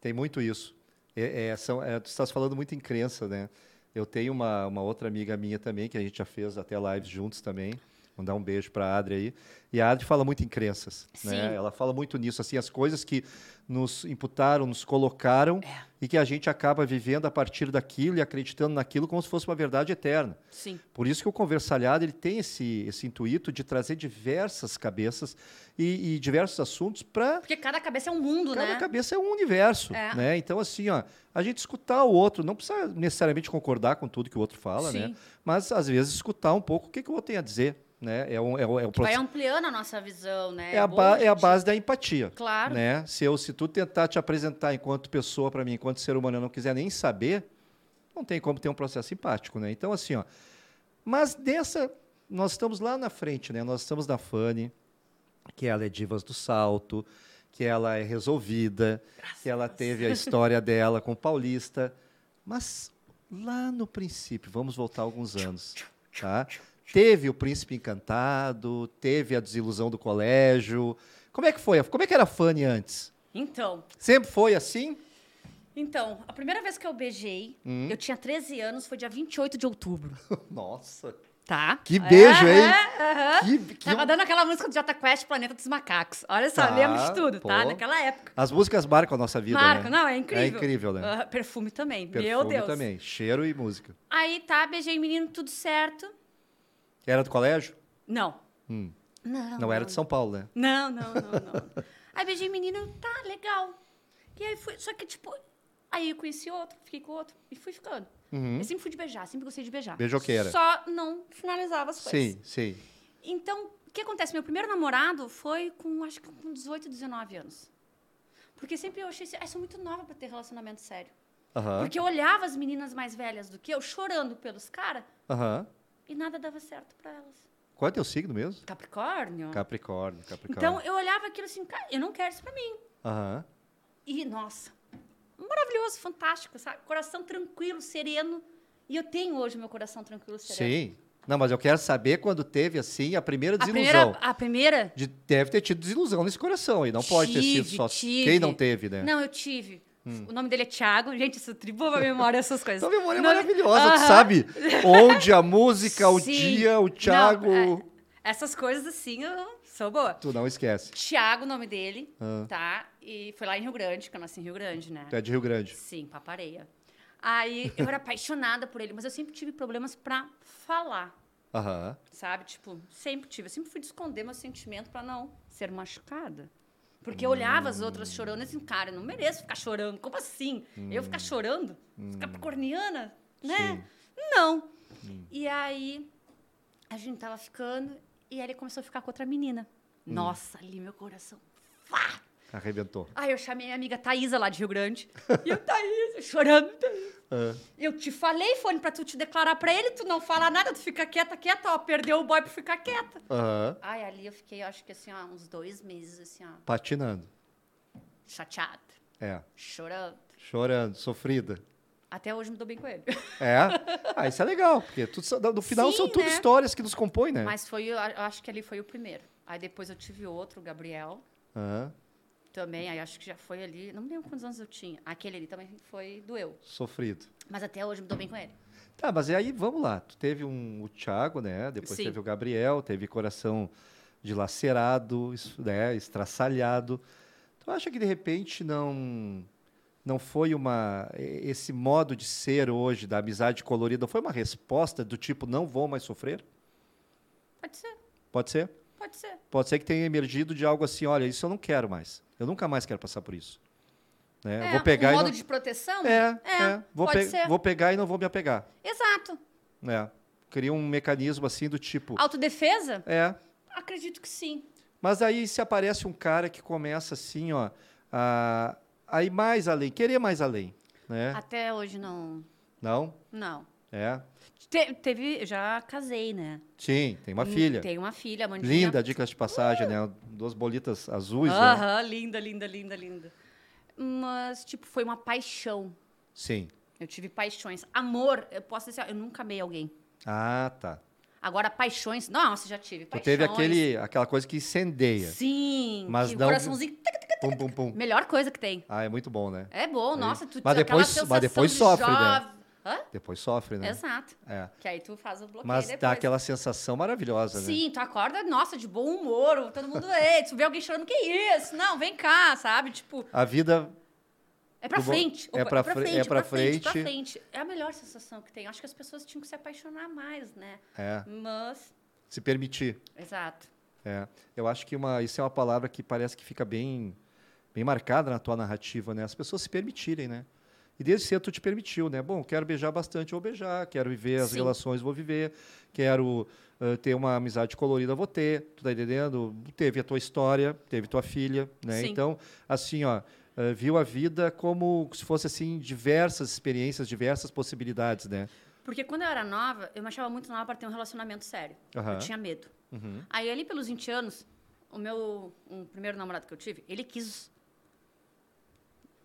A: Tem muito isso. É, é, são, é, tu estás falando muito em crença, né? Eu tenho uma, uma outra amiga minha também, que a gente já fez até lives juntos também. Mandar um beijo para a Adri aí. E a Adri fala muito em crenças.
B: Sim.
A: Né? Ela fala muito nisso, assim, as coisas que nos imputaram, nos colocaram e que a gente acaba vivendo a partir daquilo e acreditando naquilo como se fosse uma verdade eterna.
B: Sim.
A: Por isso que o conversalhado ele tem esse, esse intuito de trazer diversas cabeças e, e diversos assuntos para
B: Porque cada cabeça é um mundo,
A: Cada
B: né?
A: cabeça é um universo,
B: É.
A: né? Então, assim, ó, a gente escutar o outro, não precisa necessariamente concordar com tudo que o outro fala, né?
B: Sim.
A: Mas, às vezes, escutar um pouco o que, que o outro tem a dizer, né? É, um, é, um, é, um
B: Tipo, Vai
A: processo-
B: ampliando a nossa visão, né?
A: é, a,
B: Bom,
A: ba- é a
B: gente,
A: base da empatia,
B: Claro.
A: né? Se, eu, se tu tentar te apresentar enquanto pessoa para mim, enquanto ser humano, eu não quiser nem saber, não tem como ter um processo empático, né? Então, assim, ó, mas dessa... Nós estamos lá na frente, né? Nós estamos na Fanny, que ela é divas do salto, que ela é resolvida, que ela teve a história dela com o Paulista. Mas lá no princípio, vamos voltar alguns anos, tá? Teve o Príncipe Encantado, teve a desilusão do colégio. Como é que foi? Como é que era a Fanny antes?
B: Então,
A: Sempre foi assim?
B: então, a primeira vez que eu beijei,
A: Hum.
B: eu tinha 13 anos, foi dia 28 de outubro,
A: Nossa.
B: tá?
A: Que beijo, hein?
B: aham.
A: Que- um que-
B: Tava dando aquela música do Jota Quest, Planeta dos Macacos. Olha só,
A: Tá,
B: lembro de tudo, tá?
A: pô.
B: Naquela época.
A: As músicas marcam a nossa vida,
B: Marco,
A: né?
B: não, é incrível.
A: É incrível, né?
B: Ah, perfume também, meu
A: Perfume
B: Deus.
A: também, cheiro e música.
B: Aí tá, beijei o menino, tudo certo.
A: Era do colégio?
B: Não.
A: Hum.
B: Não.
A: Não era de São Paulo, né?
B: Não, não, não, não. aí beijei o menino, tá, legal. E aí fui, só que tipo, aí eu conheci outro, fiquei com outro e fui ficando.
A: Uhum.
B: Eu sempre fui de beijar, sempre gostei de beijar.
A: Beijoqueira.
B: Só não finalizava as coisas.
A: Sim, sim.
B: Então, o que acontece? Meu primeiro namorado foi com, acho que com 18, 19 anos. Porque sempre eu achei assim, ah, sou muito nova pra ter relacionamento sério.
A: Aham.
B: Porque eu olhava as meninas mais velhas do que eu, chorando pelos caras,
A: Aham.
B: e nada dava certo pra elas.
A: Qual é teu signo mesmo?
B: Capricórnio.
A: Capricórnio,
B: Então,
A: Capricórnio.
B: eu olhava aquilo assim, cara, eu não quero isso pra mim.
A: Aham.
B: E, nossa, maravilhoso, fantástico, sabe? Coração tranquilo, sereno. E eu tenho hoje meu coração tranquilo, sereno.
A: Sim. Não, mas eu quero saber quando teve, assim, a primeira
B: A
A: desilusão.
B: primeira, a primeira
A: De- deve ter tido desilusão nesse coração aí. Não pode ter sido
B: Tive,
A: só
B: tive.
A: quem não teve, né?
B: Não, eu tive. O nome dele é Thiago. Gente, isso tribua pra memória essas coisas.
A: Tua memória é
B: Nome-
A: maravilhosa, tu
B: Aham.
A: sabe? Onde a música, o
B: Sim.
A: dia, o Thiago.
B: Não, é- essas coisas assim, eu sou boa.
A: Tu não esquece.
B: Thiago, o nome dele,
A: Ah.
B: tá? E foi lá em Rio Grande, que eu nasci em Rio Grande, né?
A: Tu é de Rio Grande.
B: Sim, papareia. Aí eu era apaixonada por ele, mas eu sempre tive problemas pra falar,
A: Aham.
B: sabe? Tipo, sempre tive. Eu sempre fui de esconder meu sentimento pra não ser machucada. Porque eu olhava as outras chorando e assim, cara, eu não mereço ficar chorando. Como assim? Eu ficar chorando? Ficar capricorniana, né? Não. E aí a gente tava ficando e aí ele começou a ficar com outra menina. Nossa, ali meu coração. Fá!
A: Arrebentou.
B: Aí eu chamei a amiga Thaísa lá de Rio Grande. E eu, Thaísa, chorando, Thaísa.
A: Ah.
B: Eu te falei, Fone, pra tu te declarar pra ele, tu não fala nada, tu fica quieta, quieta, ó, perdeu o boy pra ficar quieta.
A: Aham.
B: Ai, ali eu fiquei, acho que assim, ó, uns dois meses, assim, ó,
A: Patinando.
B: chateada,
A: É.
B: chorando.
A: Chorando, sofrida.
B: Até hoje me dou bem com ele.
A: É? Ah, isso é legal, porque tudo, são- no final
B: Sim,
A: são tudo
B: né?
A: histórias que nos compõem, né?
B: Mas foi, eu acho que ali foi o primeiro. Aí depois eu tive outro, o Gabriel,
A: Aham.
B: também. Aí acho que já foi ali. Não me lembro quantos anos eu tinha. Aquele ali também foi, doeu.
A: Sofrido.
B: Mas até hoje me dou bem com ele.
A: Tá, mas e aí vamos lá. Tu teve um, o Thiago, né? Depois
B: Sim.
A: teve o Gabriel, teve coração dilacerado, es- né? estraçalhado. Tu acha que de repente não não foi uma e- esse modo de ser hoje da amizade colorida foi uma resposta do tipo não vou mais sofrer?
B: Pode ser,
A: Pode ser?
B: pode ser.
A: Pode ser que tenha emergido de algo assim, olha, isso eu não quero mais. Eu nunca mais quero passar por isso. Né? eu vou pegar
B: um
A: e
B: modo
A: não...
B: de proteção?
A: É,
B: É,
A: é. Vou,
B: pode
A: pe-
B: ser.
A: vou pegar e não vou me apegar.
B: Exato.
A: É. Cria um mecanismo assim do tipo.
B: Autodefesa?
A: É.
B: Acredito que sim.
A: Mas aí se aparece um cara que começa assim, ó, a, a ir mais além, querer mais além, né?
B: Até hoje não.
A: Não?
B: Não.
A: É.
B: Te- teve, eu já casei, né?
A: Sim, tem uma filha.
B: Tem uma filha, Mandinha.
A: Linda, dicas de passagem, né? Duas bolitas azuis, né?
B: Aham, linda, linda, linda, linda. Mas, tipo, foi uma paixão.
A: Sim.
B: Eu tive paixões. Amor, eu posso dizer, assim, eu nunca amei alguém.
A: Ah, tá.
B: Agora, paixões, nossa, já tive.
A: Tu
B: Paixões.
A: teve aquele, aquela coisa que incendeia.
B: Sim,
A: Mas
B: que
A: não-
B: o coraçãozinho. tac, tac,
A: Pum, pum, pum.
B: Melhor coisa que tem.
A: Ah, é muito bom, né?
B: É bom, nossa, tu
A: Mas
B: aquela
A: depois- mas
B: sensação
A: depois
B: de
A: sofre, né?
B: jovem. Hã?
A: Depois sofre, né?
B: Exato.
A: É.
B: Que aí tu faz o bloqueio
A: Mas
B: depois.
A: dá aquela sensação maravilhosa, né?
B: Sim, tu acorda, nossa, de bom humor, todo mundo, ei, tu vê alguém chorando, que isso? Não, vem cá, sabe? Tipo,
A: A vida
B: é pra
A: Do bom-
B: frente.
A: é
B: opa,
A: pra fre- é pra
B: pra
A: frente.
B: frente. É a melhor sensação que tem. Acho que as pessoas tinham que se apaixonar mais, né?
A: é
B: Mas,
A: se permitir.
B: exato.
A: É, eu acho que uma, isso é uma palavra que parece que fica bem, bem marcada na tua narrativa, né? As pessoas se permitirem, né? E desde cedo tu te permitiu, né? Bom, quero beijar bastante, vou beijar. Quero viver as
B: Sim.
A: relações, vou viver. Quero eh, ter uma amizade colorida, vou ter. Tu tá entendendo? Teve a tua história, teve tua filha, né?
B: Sim.
A: Então, assim, ó, eh, viu a vida como se fosse, assim, diversas experiências, diversas possibilidades, né?
B: Porque quando eu era nova, eu me achava muito nova para ter um relacionamento sério.
A: Aham.
B: Eu tinha medo.
A: Uhum.
B: Aí, ali pelos 20 anos, o meu um primeiro namorado que eu tive, ele quis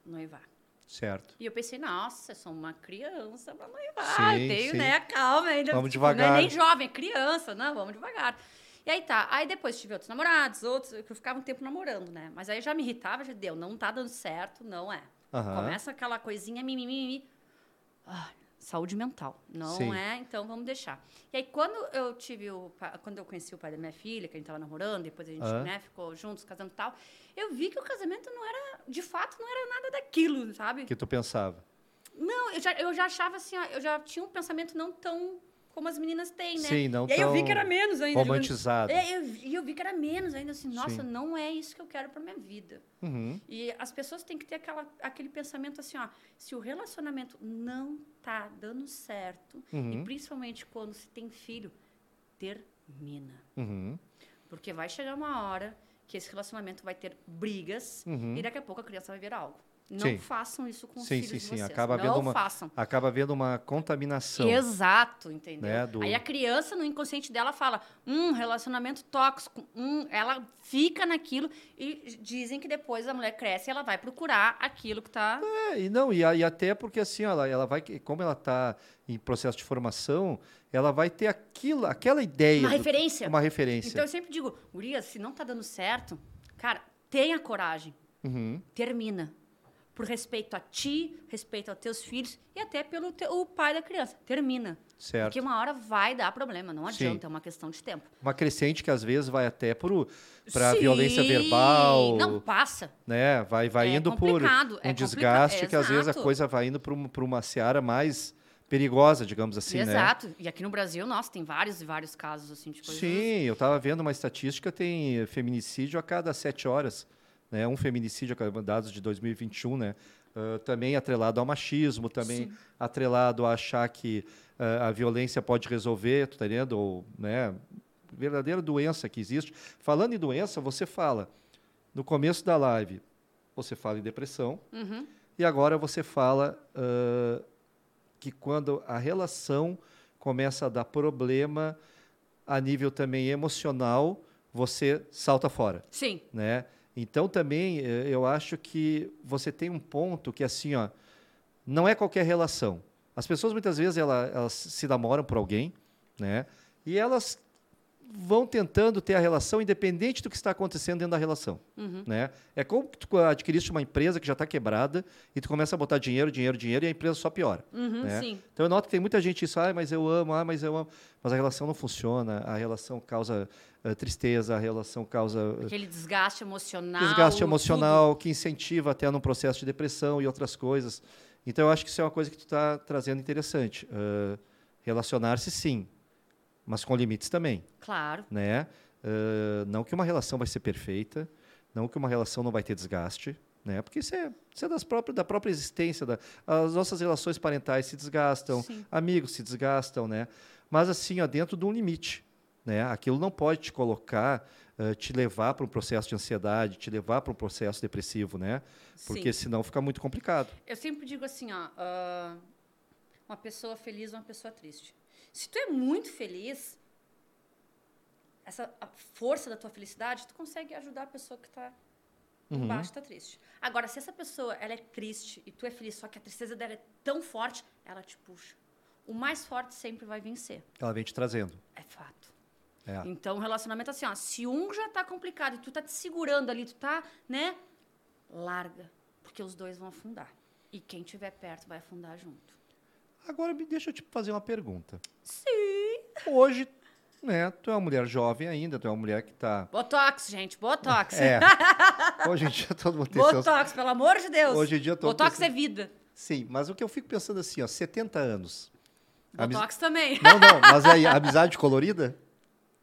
B: noivar.
A: Certo.
B: E eu pensei, nossa, eu sou uma criança pra noivar.
A: Sim,
B: eu tenho,
A: sim.
B: né, calma ainda.
A: Vamos
B: Não
A: devagar.
B: é nem jovem, é criança, não, vamos devagar. E aí tá, aí depois tive outros namorados, outros, que eu ficava um tempo namorando, né? Mas aí já me irritava, já deu, não tá dando certo, não é.
A: Aham.
B: Começa aquela coisinha, mimimi, ah, saúde mental, não
A: Sim.
B: é? Então vamos deixar. E aí quando eu tive o, pa- quando eu conheci o pai da minha filha, que a gente tava namorando, depois a gente,
A: Aham.
B: né, ficou juntos, casando e tal, eu vi que o casamento não era, de fato, não era nada daquilo, sabe?
A: Que tu pensava.
B: Não, eu já, eu já achava assim, ó, eu já tinha um pensamento não tão como as meninas têm, né?
A: Sim, não
B: e aí eu vi
A: tão
B: que era né? menos ainda. digamos.
A: Romantizado.
B: É, eu, vi- e eu vi que era menos ainda, assim, nossa,
A: Sim.
B: não é isso que eu quero pra minha vida.
A: Uhum.
B: E as pessoas têm que ter aquela, aquele pensamento assim, ó, se o relacionamento não tá dando certo,
A: Uhum.
B: e principalmente quando se tem filho, termina.
A: Uhum.
B: Porque vai chegar uma hora que esse relacionamento vai ter brigas
A: Uhum.
B: e daqui a pouco a criança vai virar algo. Não
A: Sim.
B: façam isso com os
A: Sim,
B: filhos
A: sim,
B: de
A: sim,
B: vocês.
A: acaba
B: não
A: havendo uma-
B: façam.
A: Acaba havendo uma contaminação.
B: Exato, entendeu?
A: Né, do-
B: Aí a criança, no inconsciente dela, fala, hum, relacionamento tóxico, hum, ela fica naquilo e dizem que depois a mulher cresce e ela vai procurar aquilo que tá...
A: É, e não, e, a- e até porque assim, ela, ela vai, como ela está em processo de formação, ela vai ter aquilo, aquela ideia.
B: Uma
A: do-
B: referência.
A: É Uma referência.
B: Então eu sempre digo, Urias, se não tá dando certo, cara, tenha coragem,
A: Uhum,
B: termina. Por respeito a ti, respeito aos teus filhos e até pelo te- o pai da criança. Termina.
A: certo.
B: Porque uma hora vai dar problema, não
A: Sim.
B: adianta, é uma questão de tempo.
A: Uma crescente que às vezes vai até para
B: Sim.
A: violência verbal,
B: Não, passa.
A: né? Vai, vai
B: É
A: indo por
B: complicado,
A: um
B: é complica-
A: desgaste
B: é,
A: que às vezes a
B: exato.
A: coisa vai indo para uma, pra uma seara mais perigosa, digamos assim, né?
B: Exato. E aqui no Brasil, nossa, tem vários e vários casos assim de coisas.
A: Sim, eu estava vendo uma estatística, tem eh, feminicídio a cada sete horas, né? Um feminicídio, a cada- dados de 2021, né? Ah, também atrelado ao machismo, também atrelado a achar que ah, a violência pode resolver, tu tá entendendo? Ou, né? Verdadeira doença que existe. Falando em doença, você fala, no começo da live, você fala em depressão,
B: Uhum.
A: e agora você fala ah, que quando a relação começa a dar problema a nível também emocional, você salta fora,
B: Sim.
A: né? Então também eh, eu acho que você tem um ponto que assim, ó, não é qualquer relação. As pessoas muitas vezes ela- elas, se namoram por alguém, né? E elas vão tentando ter a relação independente do que está acontecendo dentro da relação, né? É como que tu adquiriste uma empresa que já está quebrada e tu começa a botar dinheiro, dinheiro, dinheiro e a empresa só piora.
B: Uhum,
A: né?
B: Sim.
A: Então eu noto que tem muita gente isso, ah, mas eu amo, ah, mas eu amo, mas a relação não funciona, a relação causa eh, tristeza, a relação causa eh,
B: Aquele desgaste emocional.
A: desgaste
B: tudo.
A: emocional que incentiva até num processo de depressão e outras coisas. Então, eu acho que isso é uma coisa que tu está trazendo interessante. Ah, Relacionar-se, sim, mas com limites também,
B: Claro.
A: né? Ah, não que uma relação vai ser perfeita, não que uma relação não vai ter desgaste, né? Porque isso é, isso é das próprias, da própria existência. Da, as nossas relações parentais se desgastam,
B: Sim.
A: amigos se desgastam, né? Mas assim, ó, dentro de um limite, né? Aquilo não pode te colocar, eh, te levar para um processo de ansiedade, te levar para um processo depressivo, né? Porque
B: Sim.
A: senão fica muito complicado.
B: Eu sempre digo assim, ó, ah, uma pessoa feliz, é uma pessoa triste. Se tu é muito feliz, essa a força da tua felicidade, tu consegue ajudar a pessoa que tá
A: Uhum.
B: embaixo, tá triste. Agora, se essa pessoa, ela é triste e tu é feliz, só que a tristeza dela é tão forte, ela te puxa. O mais forte sempre vai vencer.
A: Ela vem te trazendo.
B: É fato.
A: É.
B: Então, o relacionamento é assim, ó, se um já tá complicado e tu tá te segurando ali, tu tá, né? Larga, porque os dois vão afundar. E quem tiver perto vai afundar junto.
A: Agora, me deixa eu te fazer uma pergunta.
B: Sim.
A: Hoje, né? Tu é uma mulher jovem ainda, tu é uma mulher que está
B: Botox, gente, botox.
A: É. Hoje em dia todo mundo tem seus...
B: botox, pelo amor de Deus.
A: Hoje em dia todo mundo
B: botox
A: tem
B: é vida.
A: Sim, mas o que eu fico pensando assim, ó, 70 anos. Amiz-
B: Botox também.
A: Não, não, mas aí, amizade colorida?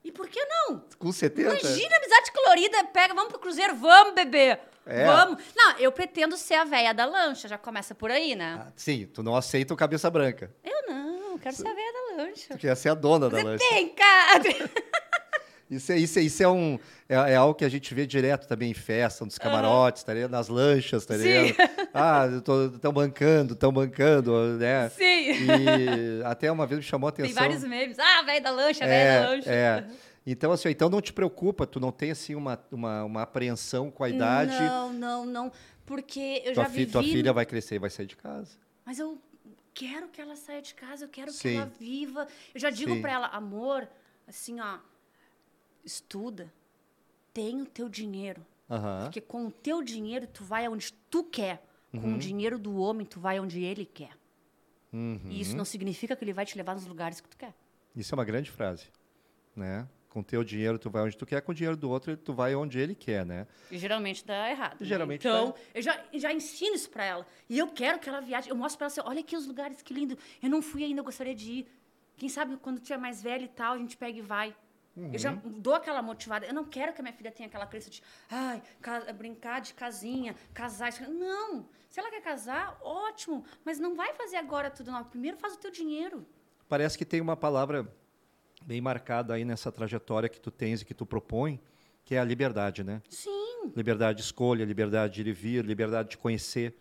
B: E por que não?
A: Com 70?
B: Imagina amizade colorida, pega, vamos pro cruzeiro, vamos, bebê.
A: É.
B: Vamos. Não, eu pretendo ser a véia da lancha, já começa por aí, né?
A: Ah, sim, tu não aceita o cabeça branca.
B: Eu não, eu quero ser a véia da lancha.
A: Tu quer ser a dona da
B: Você
A: lancha.
B: tem, cara.
A: Isso, é- isso, é- isso é, um, é, é algo que a gente vê direto também em festa, nos camarotes, tá ligado? nas lanchas, tá
B: Sim.
A: ligado? Ah, estão bancando, estão bancando, né?
B: Sim.
A: E até uma vez me chamou a atenção.
B: Tem vários memes. Ah, velho da lancha, velho da
A: É,
B: lancha.
A: é. Então, assim, ó, então não te preocupa, tu não tem assim uma, uma, uma apreensão com a idade.
B: Não, não, não. Porque eu
A: tua,
B: já
A: fi-
B: vivi...
A: tua filha vai crescer e vai sair de casa.
B: Mas eu quero que ela saia de casa, eu quero
A: Sim.
B: que ela viva. Eu já digo
A: Sim.
B: pra ela, amor, assim, ó, estuda, tem o teu dinheiro.
A: Aham.
B: Porque com o teu dinheiro, tu vai aonde tu quer. Com o dinheiro do homem, tu vai onde ele quer.
A: Uhum.
B: E isso não significa que ele vai te levar nos lugares que tu quer.
A: Isso é uma grande frase, né? Com teu dinheiro tu vai onde tu quer, com o dinheiro do outro tu vai onde ele quer, né?
B: E geralmente dá errado. né?
A: Geralmente
B: Então,
A: dá.
B: eu já, eu já ensino isso pra ela. E eu quero que ela viaje. Eu mostro pra ela assim: olha aqui os lugares, que lindo. Eu não fui ainda, eu gostaria de ir. Quem sabe quando tu é mais velha e tal, a gente pega e vai. Eu já
A: Uhum.
B: dou aquela motivada. Eu não quero que a minha filha tenha aquela crença de ai, ca- brincar de casinha, casar. isso- Não! Se ela quer casar, ótimo. Mas não vai fazer agora tudo, não. Primeiro faz o teu dinheiro.
A: Parece que tem uma palavra bem marcada aí nessa trajetória que tu tens e que tu propõe, que é a liberdade, né?
B: Sim.
A: Liberdade de escolha, liberdade de ir e vir, liberdade de conhecer,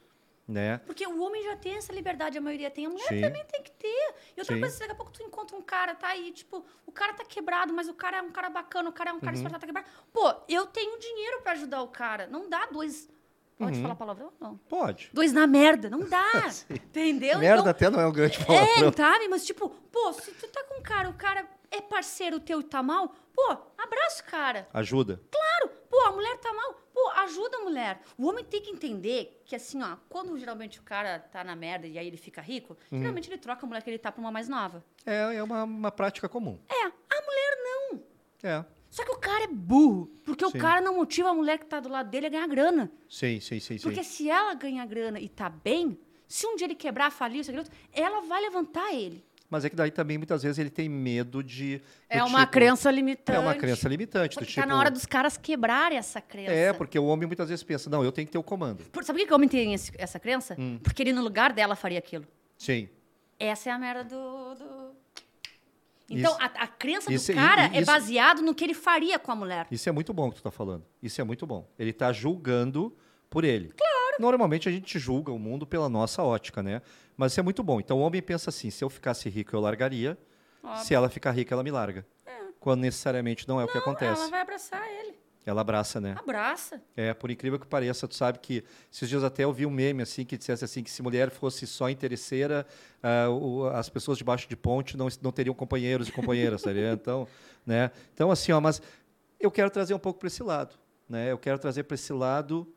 A: né?
B: Porque o homem já tem essa liberdade, a maioria tem, a mulher
A: Sim.
B: também tem que ter. E outra
A: Sim.
B: coisa, daqui a pouco tu encontra um cara, tá aí, tipo, o cara tá quebrado, mas o cara é um cara bacana, o cara é um cara
A: Uhum.
B: esperto, tá quebrado. Pô, eu tenho dinheiro pra ajudar o cara. Não dá dois. Pode
A: Uhum.
B: falar palavrão? Não.
A: Pode.
B: Dois na merda, não dá. entendeu?
A: Merda
B: Então,
A: até não é um grande
B: é,
A: palavrão.
B: sabe? Mas tipo, pô, se tu tá com um cara, o cara é parceiro teu e tá mal, pô, abraça o cara.
A: Ajuda.
B: Claro, pô, a mulher tá mal, pô, ajuda a mulher. O homem tem que entender que, assim, ó, quando geralmente o cara tá na merda e aí ele fica rico,
A: Uhum.
B: geralmente ele troca a mulher que ele tá pra uma mais nova.
A: É, é uma, uma prática comum.
B: É, a mulher não.
A: É.
B: Só que o cara é burro, porque
A: Sim.
B: o cara não motiva a mulher que tá do lado dele a ganhar grana.
A: Sim, sim, sim, sim.
B: Porque se ela ganha grana e tá bem, se um dia ele quebrar, falir, isso, aquilo, outro, ela vai levantar ele.
A: Mas é que daí também muitas vezes ele tem medo de. do
B: É uma
A: tipo-
B: crença limitante.
A: É uma crença limitante.
B: Só
A: Do
B: que
A: tipo,
B: tá na hora dos caras quebrarem essa crença.
A: É, porque o homem muitas vezes pensa, não, eu tenho que ter o comando.
B: Por- sabe por que que o homem tem esse- essa crença?
A: Hum.
B: Porque ele, no lugar dela, faria aquilo.
A: Sim.
B: Essa é a merda do. do- Então,
A: Isso.
B: a, a crença
A: Isso-
B: do cara
A: e- e
B: é
A: isso-
B: baseado no que ele faria com a mulher.
A: Isso é muito bom que tu tá falando. Isso é muito bom. Ele tá julgando por ele. Claro. Normalmente a gente julga o mundo pela nossa ótica, né? Mas isso é muito bom. Então o homem pensa assim, se eu ficasse rico, eu largaria. Se ela ficar rica, ela me larga. Quando necessariamente não é o que acontece.
B: vai abraçar ele.
A: Ela abraça, né?
B: Abraça.
A: É, por incrível que pareça, tu sabe que esses dias até eu vi um meme assim que dissesse assim que se mulher fosse só interesseira, ah, o- as pessoas debaixo de ponte não, não teriam companheiros e companheiras, tá ligado? Então, né? Então assim, ó, mas eu quero trazer um pouco para esse lado, né? Eu quero trazer para esse lado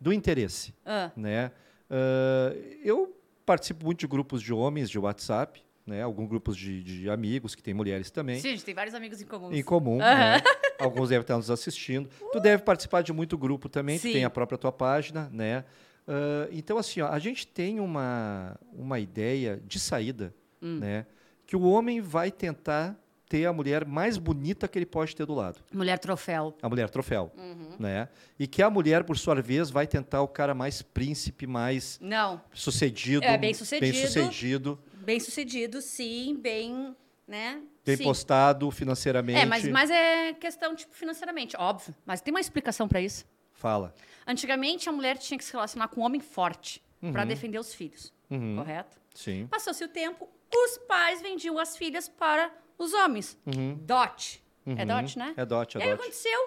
A: do interesse
B: Ah,
A: né? Ah, eu participo muito de grupos de homens de WhatsApp, né? Alguns grupos de, de amigos que têm mulheres também.
B: sim, a gente tem vários amigos em comum.
A: Em comum, né? Alguns devem estar nos assistindo. Tu deve participar de muito grupo também, tu
B: Sim.
A: tem a própria tua página, né? Ah, então, assim, ó, a gente tem uma, uma ideia de saída,
B: Hum.
A: né? Que o homem vai tentar ter a mulher mais bonita que ele pode ter do lado.
B: Mulher troféu.
A: A mulher troféu,
B: Uhum.
A: né? E que a mulher, por sua vez, vai tentar o cara mais príncipe, mais
B: Não,
A: sucedido.
B: É, bem-sucedido.
A: bem-sucedido,
B: bem sucedido, sim, bem, né?
A: bem
B: sim.
A: postado financeiramente.
B: É, mas, mas é questão, tipo, financeiramente, óbvio. Mas tem uma explicação pra isso.
A: Fala.
B: Antigamente, a mulher tinha que se relacionar com um homem forte pra defender os filhos,
A: Uhum.
B: correto?
A: Sim.
B: Passou-se o tempo, os pais vendiam as filhas para os homens.
A: Uhum.
B: Dote. É
A: Uhum.
B: dote, né?
A: É dote,
B: e
A: é
B: aí
A: dote.
B: aconteceu,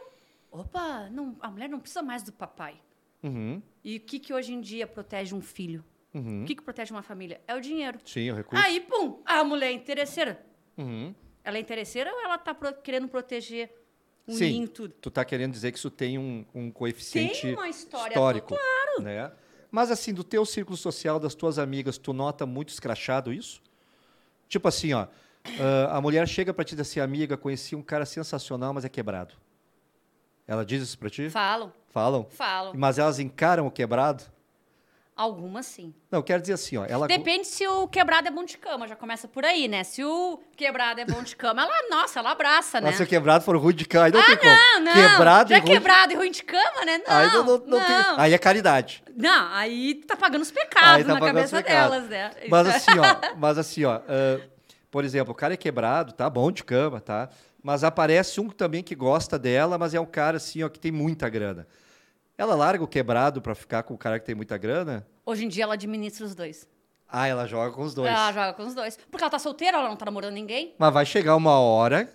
B: opa, não, a mulher não precisa mais do papai.
A: Uhum.
B: E o que, que hoje em dia protege um filho?
A: Uhum.
B: O que, que protege uma família? É o dinheiro.
A: Sim, o recurso.
B: Aí, pum, a mulher é interesseira.
A: Uhum.
B: Ela é interesseira ou ela tá pro- querendo proteger o
A: Sim.
B: ninho e tudo?
A: Tu tá querendo dizer que isso tem um, um coeficiente
B: Tem uma história,
A: histórico. Claro. Né? Mas assim, do teu círculo social, das tuas amigas, tu nota muito escrachado isso? Tipo assim, ó, ah, a mulher chega pra ti e diz assim, amiga, conheci um cara sensacional, mas é quebrado. Ela diz isso pra ti?
B: Falam,
A: Falam?
B: falam.
A: Mas elas encaram o quebrado?
B: Algumas sim.
A: Não, eu quero dizer assim, ó. Ela
B: Depende se o quebrado é bom de cama, já começa por aí, né? Se o quebrado é bom de cama, ela, nossa, ela abraça, né? Ah,
A: Mas se o quebrado for ruim de cama, aí não tem como.
B: Não, não.
A: Quebrado
B: já é
A: e ruim. de-
B: quebrado e ruim de cama, né? Não,
A: Aí não,
B: não,
A: não- não tem- Aí é caridade.
B: Não, aí tu tá pagando os pecados
A: Aí tá
B: na
A: pagando os
B: cabeça
A: pecados.
B: delas, né?
A: Mas
B: Isso é-
A: assim, ó, mas assim, ó. ah, por exemplo, o cara é quebrado, tá bom de cama, tá? Mas aparece um também que gosta dela, mas é um cara assim, ó, que tem muita grana. Ela larga o quebrado pra ficar com o cara que tem muita grana?
B: Hoje em dia ela administra os dois.
A: Ah, ela joga com os dois.
B: Ela joga com os dois. Porque ela tá solteira, ela não tá namorando ninguém.
A: Mas vai chegar uma hora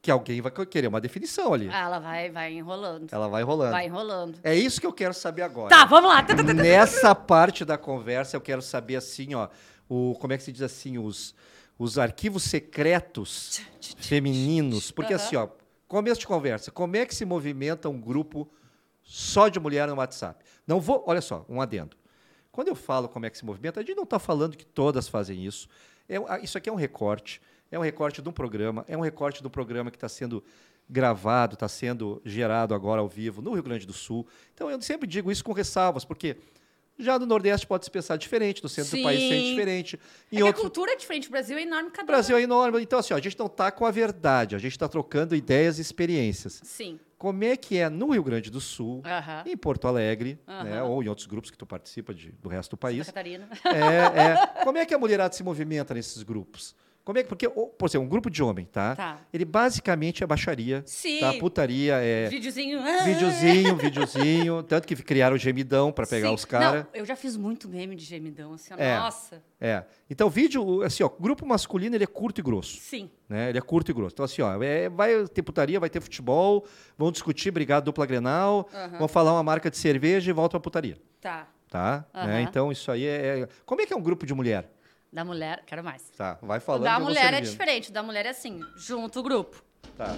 A: que alguém vai querer uma definição ali.
B: Ah, Ela vai, vai enrolando.
A: Ela Ah. vai Tá enrolando.
B: Vai enrolando.
A: É isso que eu quero saber agora.
B: Tá, vamos lá. Tá, tá, tá, tá.
A: Nessa parte da conversa, eu quero saber assim, ó, o, como é que se diz assim, os, os arquivos secretos
B: É
A: femininos. Porque
B: Aham.
A: assim, ó, começo de conversa, como é que se movimenta um grupo só de mulher no WhatsApp? Não vou, olha só, um adendo. Quando eu falo como é que se movimenta, a gente não está falando que todas fazem isso. É, um- ah, isso aqui é um recorte, é um recorte de um programa, é um recorte de um programa que está sendo gravado, está sendo gerado agora ao vivo no Rio Grande do Sul. Então eu sempre digo isso com ressalvas, porque já no Nordeste pode se pensar diferente, no centro do país ser
B: Sim.
A: diferente,
B: É
A: em
B: que a
A: outros
B: cultura é diferente. O Brasil é enorme cada
A: o Brasil é enorme. Então, assim, ó, a gente não está com a verdade, a gente está trocando ideias e experiências.
B: um. Sim.
A: Como é que é no Rio Grande do Sul,
B: Aham.
A: em Porto Alegre,
B: Aham.
A: né, ou em outros grupos que tu participa de- do resto do
B: Santa
A: país?
B: Catarina.
A: É, é. Como é que a mulherada se movimenta nesses grupos? Como é que, porque, ô, por exemplo, um grupo de homem, tá?
B: Tá.
A: Ele basicamente é baixaria,
B: Sim.
A: tá? Putaria, é
B: Videozinho. ah.
A: videozinho, videozinho. Tanto que criaram o gemidão para pegar
B: Sim.
A: os caras.
B: Não, eu já fiz muito meme de gemidão, assim, ó,
A: É.
B: nossa.
A: É. Então, vídeo, assim, ó, grupo masculino, ele é curto e grosso.
B: Sim.
A: né? Ele é curto e grosso. Então, assim, ó, é- vai ter putaria, vai ter futebol, vão discutir, brigar dupla grenal,
B: Aham.
A: vão falar uma marca de cerveja e volta pra putaria.
B: Tá.
A: Tá?
B: Aham.
A: Né? Então, isso aí é. é- Como é que é um grupo de mulher?
B: Da mulher, quero mais.
A: Tá, vai falando.
B: o da
A: eu vou
B: mulher é
A: servindo.
B: diferente. O da mulher é assim, junto o grupo.
A: Tá.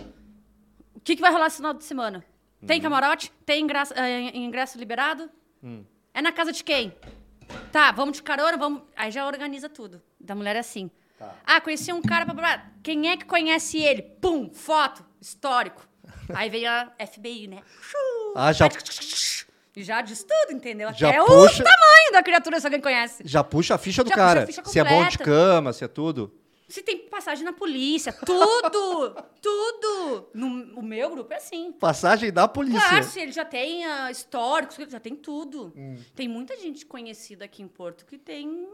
B: O que, que vai rolar esse final de semana?
A: Uhum.
B: Tem camarote? Tem ingresso, eh, ingresso liberado?
A: Hum.
B: É na casa de quem? Tá, vamos de carona, vamos. Aí já organiza tudo. Da mulher é assim.
A: Tá.
B: Ah, conheci um cara. Blá, blá, blá. Quem é que conhece ele? Pum, foto, histórico. Aí vem a FBI, né? Chu!
A: Ah, já,
B: E já diz tudo, entendeu?
A: Já
B: Até
A: puxa-
B: o tamanho da criatura, se alguém conhece.
A: já puxa a ficha do
B: Já puxa a
A: cara.
B: ficha
A: se é bom de
B: completa.
A: cama, se é tudo.
B: Se tem passagem na polícia, tudo! tudo! No, o meu grupo é assim.
A: Passagem da polícia.
B: Claro, se ele já tem ah, históricos, já tem tudo. Tem muita gente conhecida aqui em Porto que tem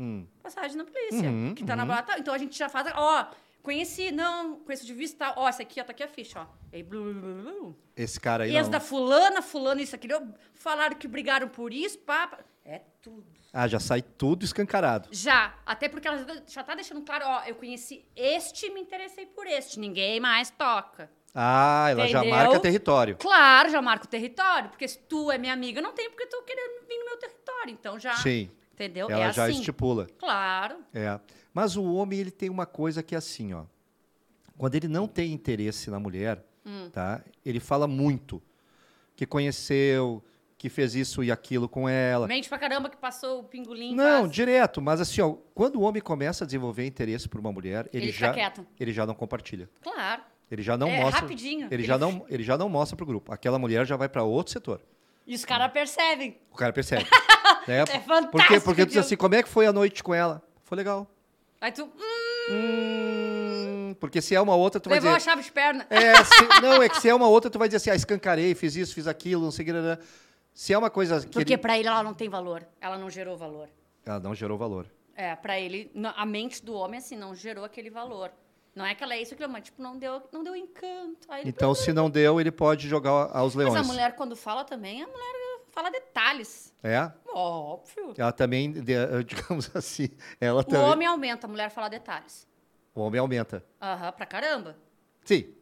A: Hum.
B: passagem na polícia,
A: Uhum,
B: que tá na bala. Então a gente já faz, ó, conheci, não, conheço de vista, tal. ó, essa aqui, ó, tá aqui a ficha, ó. E aí, blu, blu, blu, blu, blu.
A: Esse cara aí.
B: Ex
A: Não.
B: da fulana, fulana, isso, aquilo, falaram que brigaram por isso, papa. É tudo.
A: Ah, já sai tudo escancarado.
B: Já, até porque ela já tá deixando claro, ó, eu conheci este e me interessei por este, ninguém mais toca.
A: Ah, ela já
B: Entendeu?
A: marca território.
B: Claro, já marca o território, porque se tu é minha amiga, não tem porque tu querendo vir no meu território. Então já.
A: Sim,
B: Entendeu?
A: ela
B: é
A: já
B: assim.
A: estipula.
B: Claro.
A: É. Mas o homem, ele tem uma coisa que é assim, ó. Quando ele não tem interesse na mulher,
B: Hum.
A: tá? Ele fala muito. Que conheceu, que fez isso e aquilo com ela.
B: Mente pra caramba que passou o pingolim.
A: Não,
B: faz.
A: direto, mas assim, ó, quando o homem começa a desenvolver interesse por uma mulher, ele,
B: Ele fica
A: já
B: quieto.
A: ele já não compartilha.
B: Claro.
A: Ele já não
B: é
A: mostra.
B: rapidinho.
A: Ele, já não, ele já não mostra pro grupo. Aquela mulher já vai para outro setor.
B: E os caras percebem.
A: O cara percebe. né?
B: É fantástico.
A: Porque, porque tu diz
B: Diogo.
A: assim, como é que foi a noite com ela? Foi legal.
B: Aí tu hum,
A: Hum, porque se é uma outra, tu vai
B: levou
A: dizer.
B: a chave de perna.
A: É, se- não, é que se é uma outra, tu vai dizer assim, ah, escancarei, fiz isso, fiz aquilo, não sei o que. né, né. Se é uma coisa que
B: Porque
A: ele-
B: pra ele ela não tem valor. Ela não gerou valor.
A: Ela não gerou valor.
B: É, pra ele, na- a mente do homem, assim, não gerou aquele valor. Não é que ela é isso, aquilo, mas, tipo, não deu, não deu encanto. Aí ele,
A: Então, se não deu, ele pode jogar aos
B: mas
A: leões.
B: a mulher, quando fala também, a mulher fala detalhes.
A: É?
B: Óbvio.
A: Ela também, de- eh, digamos assim, ela
B: O
A: também.
B: homem aumenta, a mulher fala detalhes.
A: o homem aumenta.
B: Aham, pra caramba.
A: Sim.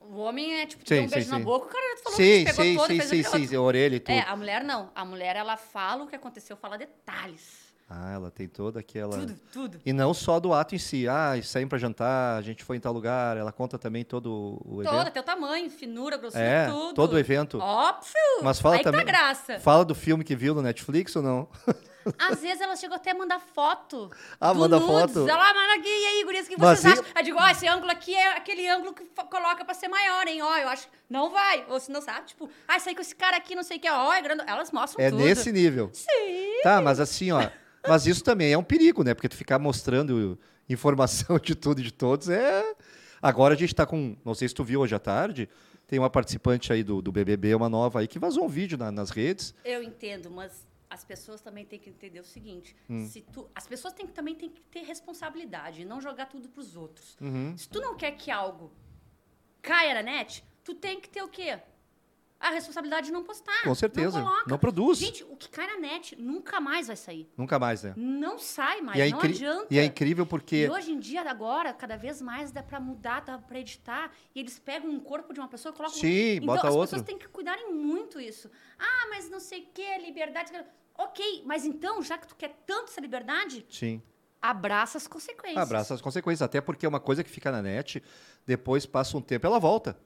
B: O homem é, tipo,
A: Sim,
B: deu um beijo
A: sim,
B: na
A: sim.
B: boca, o cara já falou
A: Sim,
B: que pegou
A: sim,
B: todo,
A: sim,
B: fez
A: sim,
B: aquilo,
A: sim, sim, orelha e tudo.
B: É, a mulher não. A mulher, ela fala o que aconteceu, fala detalhes.
A: Ah, ela tem toda aquela.
B: Tudo, tudo.
A: E não só do ato em si. Ah, saímos pra jantar, a gente foi em tal lugar. Ela conta também todo o evento.
B: Todo, até o tamanho, finura, grossura,
A: é,
B: tudo.
A: todo o evento.
B: Óbvio.
A: Mas fala
B: Aí que
A: também.
B: tá graça.
A: Fala do filme que viu no Netflix ou não?
B: Às vezes ela chegou até a mandar foto.
A: Ah,
B: do
A: manda
B: nudes.
A: foto?
B: Ela manda aqui, e aí, gurias, o que
A: Mas
B: vocês
A: e-
B: acham? Eu digo, ó, esse ângulo aqui é aquele ângulo que fo- coloca pra ser maior, hein? Ó, eu acho. Não vai. Ou se não sabe, tipo, ah, isso aí com esse cara aqui, não sei o que, ó, é grande. Elas mostram
A: É
B: tudo.
A: nesse nível.
B: Sim.
A: Tá, mas assim, ó. Mas isso também é um perigo, né? Porque tu ficar mostrando informação de tudo e de todos é. Agora a gente tá com. Não sei se tu viu hoje à tarde. Tem uma participante aí do, do BBB, uma nova aí, que vazou um vídeo na- nas redes.
B: Eu entendo, mas as pessoas também têm que entender o seguinte:
A: Hum.
B: se tu, as pessoas têm que- também têm que ter responsabilidade, e não jogar tudo pros outros. Se tu não quer que algo caia na net, tu tem que ter o quê? A responsabilidade de não postar.
A: Com certeza.
B: Não coloca.
A: Não produz.
B: Gente, o que cai na net nunca mais vai sair.
A: Nunca mais, né?
B: Não sai mais,
A: e, é
B: não
A: incri-
B: adianta.
A: e é incrível porque.
B: E hoje em dia, agora, cada vez mais dá pra mudar, dá pra editar. E eles pegam um corpo de uma pessoa e colocam...
A: Sim,
B: então,
A: bota
B: as
A: outro.
B: pessoas têm que cuidarem muito isso. Ah, mas não sei o que, liberdade... Ok, mas então, já que tu quer tanto essa liberdade,
A: Sim.
B: abraça as consequências.
A: Abraça as consequências. Até porque é uma coisa que fica na net, depois passa um tempo, ela volta.
B: Tá.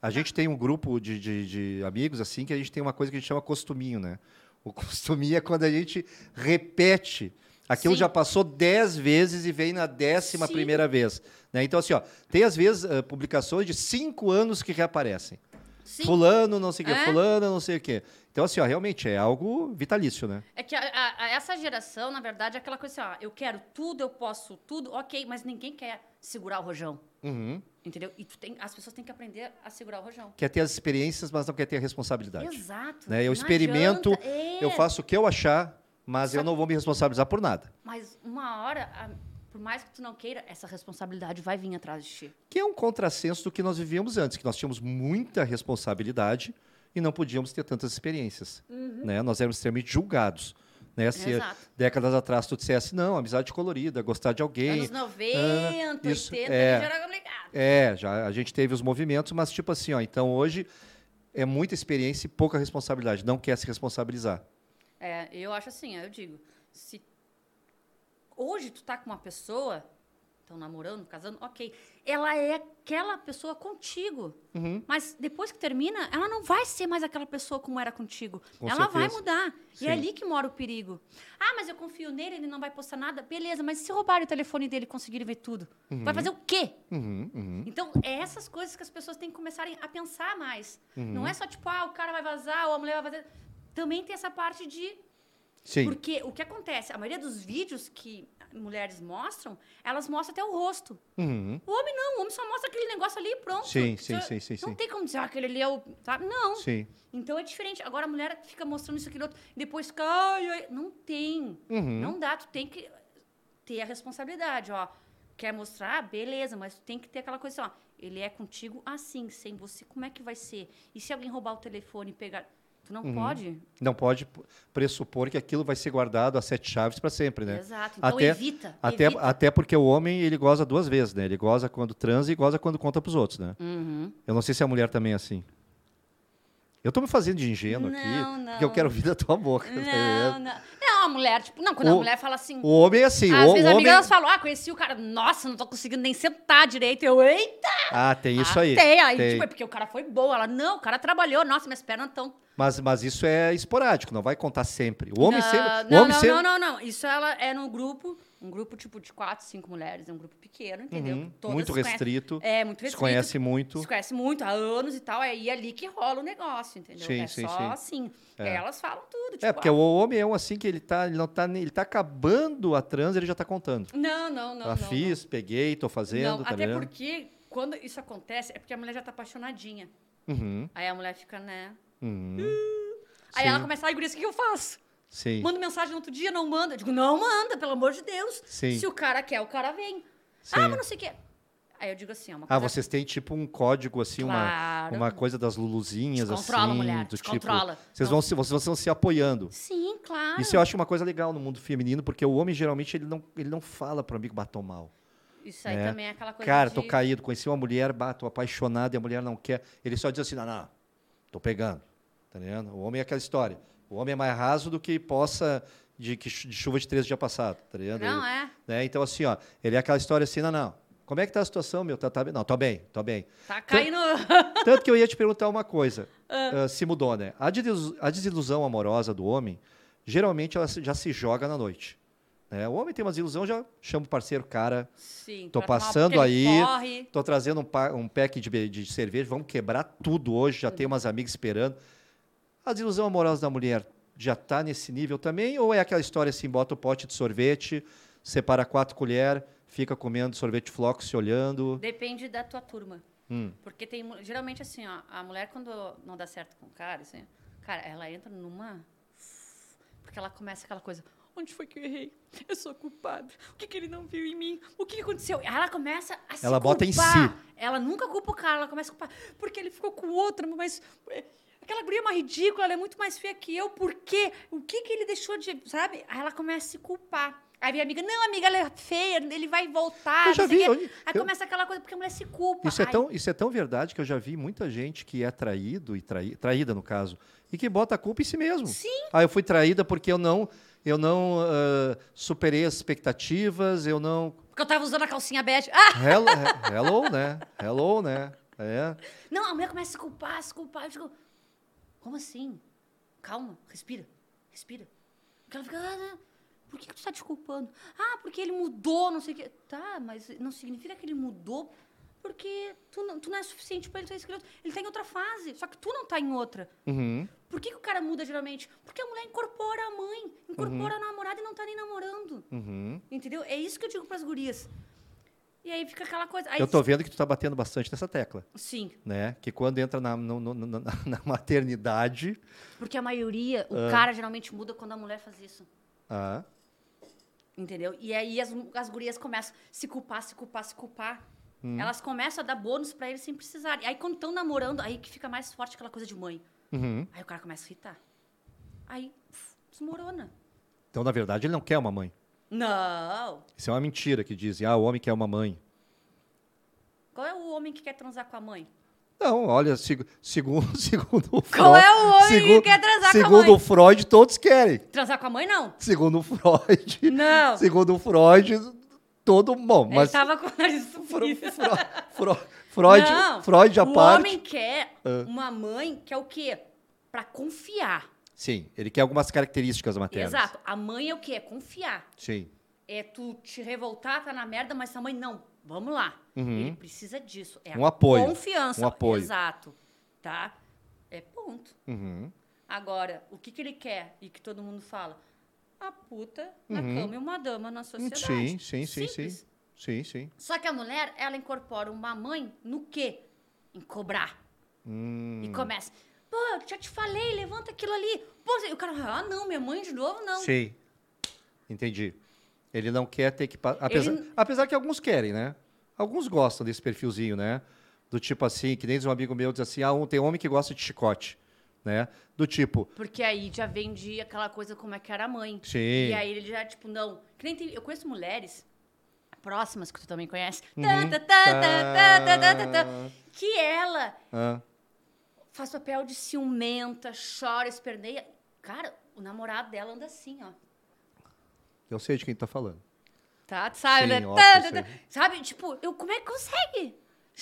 A: A gente tem um grupo de, de- de amigos, assim, que a gente tem uma coisa que a gente chama costuminho, né? O costuminho é quando a gente repete. Aquilo
B: Sim.
A: já passou dez vezes e vem na décima
B: Sim.
A: primeira vez. né? Então, assim, ó, tem às vezes eh, publicações de cinco anos que reaparecem.
B: Sim,
A: Fulano, não sei o quê,
B: É?
A: fulano, não sei o quê. Então, assim, ó, realmente é algo vitalício, né?
B: é que a- a- a essa geração, na verdade, é aquela coisa assim, ó, eu quero tudo, eu posso tudo, ok, mas ninguém quer segurar o rojão,
A: Uhum.
B: entendeu? E tu tem, as pessoas têm que aprender a segurar o rojão.
A: Quer ter as experiências, mas não quer ter a responsabilidade.
B: Exato.
A: né? Eu
B: não
A: experimento,
B: adianta, é.
A: eu faço o que eu achar, mas eu não vou me responsabilizar por nada.
B: Mas uma hora, a- por mais que tu não queira, essa responsabilidade vai vir atrás de ti.
A: Que é um contrassenso do que nós vivíamos antes, que nós tínhamos muita responsabilidade e não podíamos ter tantas experiências. Né? Nós éramos extremamente julgados. Né? Se
B: Uhum. Exato.
A: décadas atrás tu dissesse, não, amizade colorida, gostar de alguém.
B: Anos 90,
A: isso,
B: 80,
A: é.
B: já era complicado.
A: É, já a gente teve os movimentos, mas tipo assim, ó, então hoje é muita experiência e pouca responsabilidade. Não quer se responsabilizar.
B: É, eu acho assim, eu digo, se hoje tu tá com uma pessoa, estão namorando, casando, ok, ela é aquela pessoa contigo,
A: Uhum.
B: mas depois que termina, ela não vai ser mais aquela pessoa como era contigo.
A: Com
B: ela vai
A: certeza.
B: mudar. E é
A: Sim.
B: ali que mora o perigo. Ah, mas eu confio nele, ele não vai postar nada. Beleza, mas e se roubarem o telefone dele e conseguirem ver tudo? Vai fazer o quê?
A: Uhum, uhum.
B: Então, é essas coisas que as pessoas têm que começarem a pensar mais.
A: Uhum.
B: Não é só tipo, ah, o cara vai vazar ou a mulher vai vazar. Também tem essa parte de.
A: Sim.
B: Porque o que acontece? A maioria dos vídeos que mulheres mostram, elas mostram até o rosto.
A: Uhum.
B: O homem não, o homem só mostra aquele negócio ali e pronto.
A: Sim, sim,
B: Então,
A: sim, sim,
B: Não
A: sim.
B: tem como dizer, ah, aquele ali é o. Sabe? Não.
A: Sim.
B: Então é diferente. Agora a mulher fica mostrando isso, aquilo outro, e depois fica. Ai, ai. Não tem.
A: Uhum.
B: Não dá, tu tem que ter a responsabilidade, ó. Quer mostrar? Beleza, mas tu tem que ter aquela coisa assim, ó. Ele é contigo assim, sem você, como é que vai ser? E se alguém roubar o telefone e pegar. Tu
A: Uhum.
B: não pode.
A: Não pode p- pressupor que aquilo vai ser guardado a sete chaves para sempre, né?
B: Exato. Então
A: Até-
B: evita.
A: Até,
B: evita.
A: até porque o homem, ele goza duas vezes, né? Ele goza quando transa e goza quando conta pros outros, né?
B: Uhum.
A: Eu não sei se a mulher também é assim. Eu tô me fazendo de ingênuo aqui,
B: Não, não.
A: porque eu quero ouvir da tua boca. tá
B: Não,
A: ligado?
B: não. Não, a mulher, tipo, não, quando
A: O-
B: a mulher fala assim.
A: O homem é assim.
B: Às
A: o homem...
B: vezes as amigas elas falam, ah, conheci o cara, nossa, não tô conseguindo nem sentar direito. Eu, eita!
A: Ah, tem isso aí.
B: Tem, aí,
A: tem.
B: tipo, é porque o cara foi bom. Ela, não, o cara trabalhou, nossa, minhas pernas estão.
A: Mas, mas isso é esporádico, não vai contar sempre. O homem
B: não,
A: sempre. o
B: Ah, Não,
A: homem
B: não,
A: sempre...
B: não, não, não. Isso ela é num grupo, um grupo tipo de quatro, cinco mulheres, é um grupo pequeno, entendeu?
A: Uhum,
B: Todas
A: muito
B: se conhecem.
A: restrito.
B: É, muito
A: Se
B: restrito.
A: conhece muito.
B: se conhece muito há anos e tal, é aí ali que rola o negócio, entendeu?
A: Sim,
B: é
A: sim,
B: só
A: sim.
B: assim. E aí elas falam tudo, tipo,
A: É, porque
B: ah,
A: o homem é um assim que ele tá, ele não tá, nem- ele tá acabando a trans, ele já tá contando.
B: Não, não, não.
A: ah,
B: não, não.
A: fiz, peguei, tô fazendo,
B: Não,
A: tá
B: até
A: ligado?
B: porque quando isso acontece é porque a mulher já tá apaixonadinha.
A: Uhum,
B: Aí a mulher fica, né?
A: uhum.
B: Hum. Aí
A: Sim.
B: ela começa, ai, guria, o que que eu faço?
A: Sim.
B: Manda mensagem no outro dia, não manda. Eu digo, não manda, pelo amor de Deus.
A: Sim.
B: Se o cara quer, o cara vem.
A: Sim.
B: Ah, mas não sei o quê. Aí eu digo assim, é uma
A: Ah,
B: coisa...
A: vocês têm tipo um código assim,
B: Claro.
A: uma, uma coisa das luluzinhas
B: Descontrola,
A: assim,
B: mulher,
A: do tipo.
B: descontrola.
A: Vocês
B: Não.
A: vão, se, vocês vão se apoiando.
B: Sim, claro.
A: Isso é eu acho uma coisa legal no mundo feminino, porque o homem geralmente ele não, ele não fala pro amigo batom mal.
B: Isso aí
A: É.
B: também é aquela coisa
A: Cara,
B: de...
A: tô caído, conheci uma mulher, bah, tô apaixonado e a mulher não quer. Ele só diz assim, não, não, tô pegando. Tá ligado? O homem é aquela história. O homem é mais raso do que possa de, que chu- de chuva de três dias passado, tá ligado?
B: Não,
A: Ele-
B: é.
A: né? Então, assim, ó, ele é aquela história assim, não, não. Como é que tá a situação, meu? Tá, tá bem? Não, tô bem, tô bem.
B: Tá caindo...
A: Tanto que eu ia te perguntar uma coisa. Ah, se mudou, né? A, desilus- a desilusão amorosa do homem, geralmente ela se- já se joga na noite. né? O homem tem uma desilusão, já chama o parceiro, cara,
B: Sim.
A: Tô
B: pra tomar- um
A: passando
B: porque ele
A: aí.
B: Corre.
A: tô trazendo um, pa- um pack de, be- de cerveja, vamos quebrar tudo hoje, já tem umas amigas esperando. A desilusão amorosa da mulher já tá nesse nível também? Ou é aquela história assim, bota o pote de sorvete, separa quatro colheres, fica comendo sorvete floco, se olhando?
B: Depende da tua turma.
A: Hum.
B: Porque tem... mu- Geralmente, assim, ó, a mulher quando não dá certo com o cara, assim... Cara, ela entra numa... Porque ela começa aquela coisa... Onde foi que eu errei? Eu sou culpada. O que, que ele não viu em mim? O que que aconteceu? Aí Ela começa a se
A: Ela bota em
B: culpar.
A: si.
B: Ela nunca culpa o cara, ela começa a culpar. Porque ele ficou com outra, mas... é, Aquela guria é uma ridícula, ela é muito mais feia que eu. Por quê? O que que ele deixou de... Sabe? Aí ela começa a se culpar. Aí vem a amiga, não, amiga, ela é feia, ele vai voltar.
A: Eu já
B: não sei
A: vi,
B: o quê.
A: eu-
B: Aí
A: eu-
B: começa aquela coisa, porque a mulher se culpa.
A: Isso é,
B: Ai,
A: tão, isso é tão verdade que eu já vi muita gente que é traído e trai- traída no caso e que bota a culpa em si mesmo.
B: Sim.
A: Ah, eu fui traída porque eu não eu não ah, superei as expectativas, eu não
B: Porque eu tava usando a calcinha bege. Ah!
A: hello, hello né? Hello, né? É.
B: Não, a mulher começa a se culpar, se culpar. Eu digo, como assim? Calma, respira, respira. Porque ela fica, ah, né? por que, que tu tá te culpando? Ah, porque ele mudou, não sei o quê. Tá, mas não significa que ele mudou porque tu não, tu não é suficiente pra ele, tu é escroto. Ele tá em outra fase, só que tu não tá em outra.
A: Uhum.
B: Por que, que o cara muda geralmente? Porque a mulher incorpora a mãe, incorpora a namorada e não tá nem namorando.
A: Uhum.
B: Entendeu? É isso que eu digo pras gurias. E aí fica aquela coisa. Aí
A: Eu tô vendo que tu tá batendo bastante nessa tecla,
B: Sim,
A: né? Que quando entra na, no- no- na- na- na maternidade,
B: Porque a maioria, o cara geralmente muda quando a mulher faz isso.
A: ah,
B: Entendeu? E aí as, as gurias começam a se culpar, se culpar, se culpar.
A: Hum.
B: Elas começam a dar bônus pra ele sem precisar. E aí quando estão namorando, aí que fica mais forte aquela coisa de mãe.
A: uhum.
B: Aí o cara começa a irritar. Aí pf, desmorona.
A: então na verdade ele não quer uma mãe.
B: Não!
A: Isso é uma mentira que dizem, ah, o homem quer uma mãe.
B: Qual é o homem que quer transar com a mãe?
A: Não, olha, seg segundo, segundo o Freud.
B: Qual é o homem que
A: segu-
B: quer transar com a
A: Segundo
B: mãe?
A: o Freud, todos querem.
B: Transar com a mãe, não.
A: Segundo o Freud.
B: Não.
A: Segundo o Freud, todo. Bom, mas.
B: Ele tá tava com o nariz subido.
A: Fro- Fro- Freud,
B: Não,
A: Freud já
B: o
A: parte. Ah.
B: homem quer uma mãe que é o quê? Pra confiar.
A: Sim, ele quer algumas características maternas.
B: Exato. A mãe é o quê? É confiar.
A: Sim.
B: é tu te revoltar, tá na merda, mas sua mãe, não, vamos lá.
A: Uhum.
B: Ele precisa disso. É a
A: Um apoio,
B: Confiança.
A: um apoio.
B: Exato. Tá? É ponto.
A: Uhum.
B: Agora, o que, que ele quer e que todo mundo fala? A puta na
A: Uhum.
B: cama e uma dama na sociedade.
A: Sim, sim, sim,
B: Simples.
A: sim. Sim, sim.
B: Só que a mulher, ela incorpora uma mãe no quê? Em cobrar.
A: Hum,
B: E começa. Pô, eu já te falei, levanta aquilo ali. Pô, e o cara, ah, não, minha mãe de novo, não.
A: Sim. Entendi. Ele não quer ter que. pa- Apesar,
B: Ele-
A: apesar que alguns querem, né? Alguns gostam desse perfilzinho, né? Do tipo assim, que nem diz um amigo meu diz assim: ah, um, tem homem que gosta de chicote. né? Do tipo,
B: Porque aí já vendia aquela coisa como é que era a mãe.
A: sim,
B: E aí ele já, tipo, não. Que nem tem- eu conheço mulheres próximas que tu também conhece.
A: Uhum.
B: Tá, tá, tá, tá, tá, tá, tá, tá, que ela
A: ah,
B: faz papel de ciumenta, chora, esperneia. Cara, o namorado dela anda assim, ó.
A: eu sei de quem tu tá falando.
B: Tá, tu sabe,
A: Sim,
B: né?
A: óbvio,
B: Tá, tá,
A: sei.
B: tá. Sabe, tipo, eu, como é que consegue?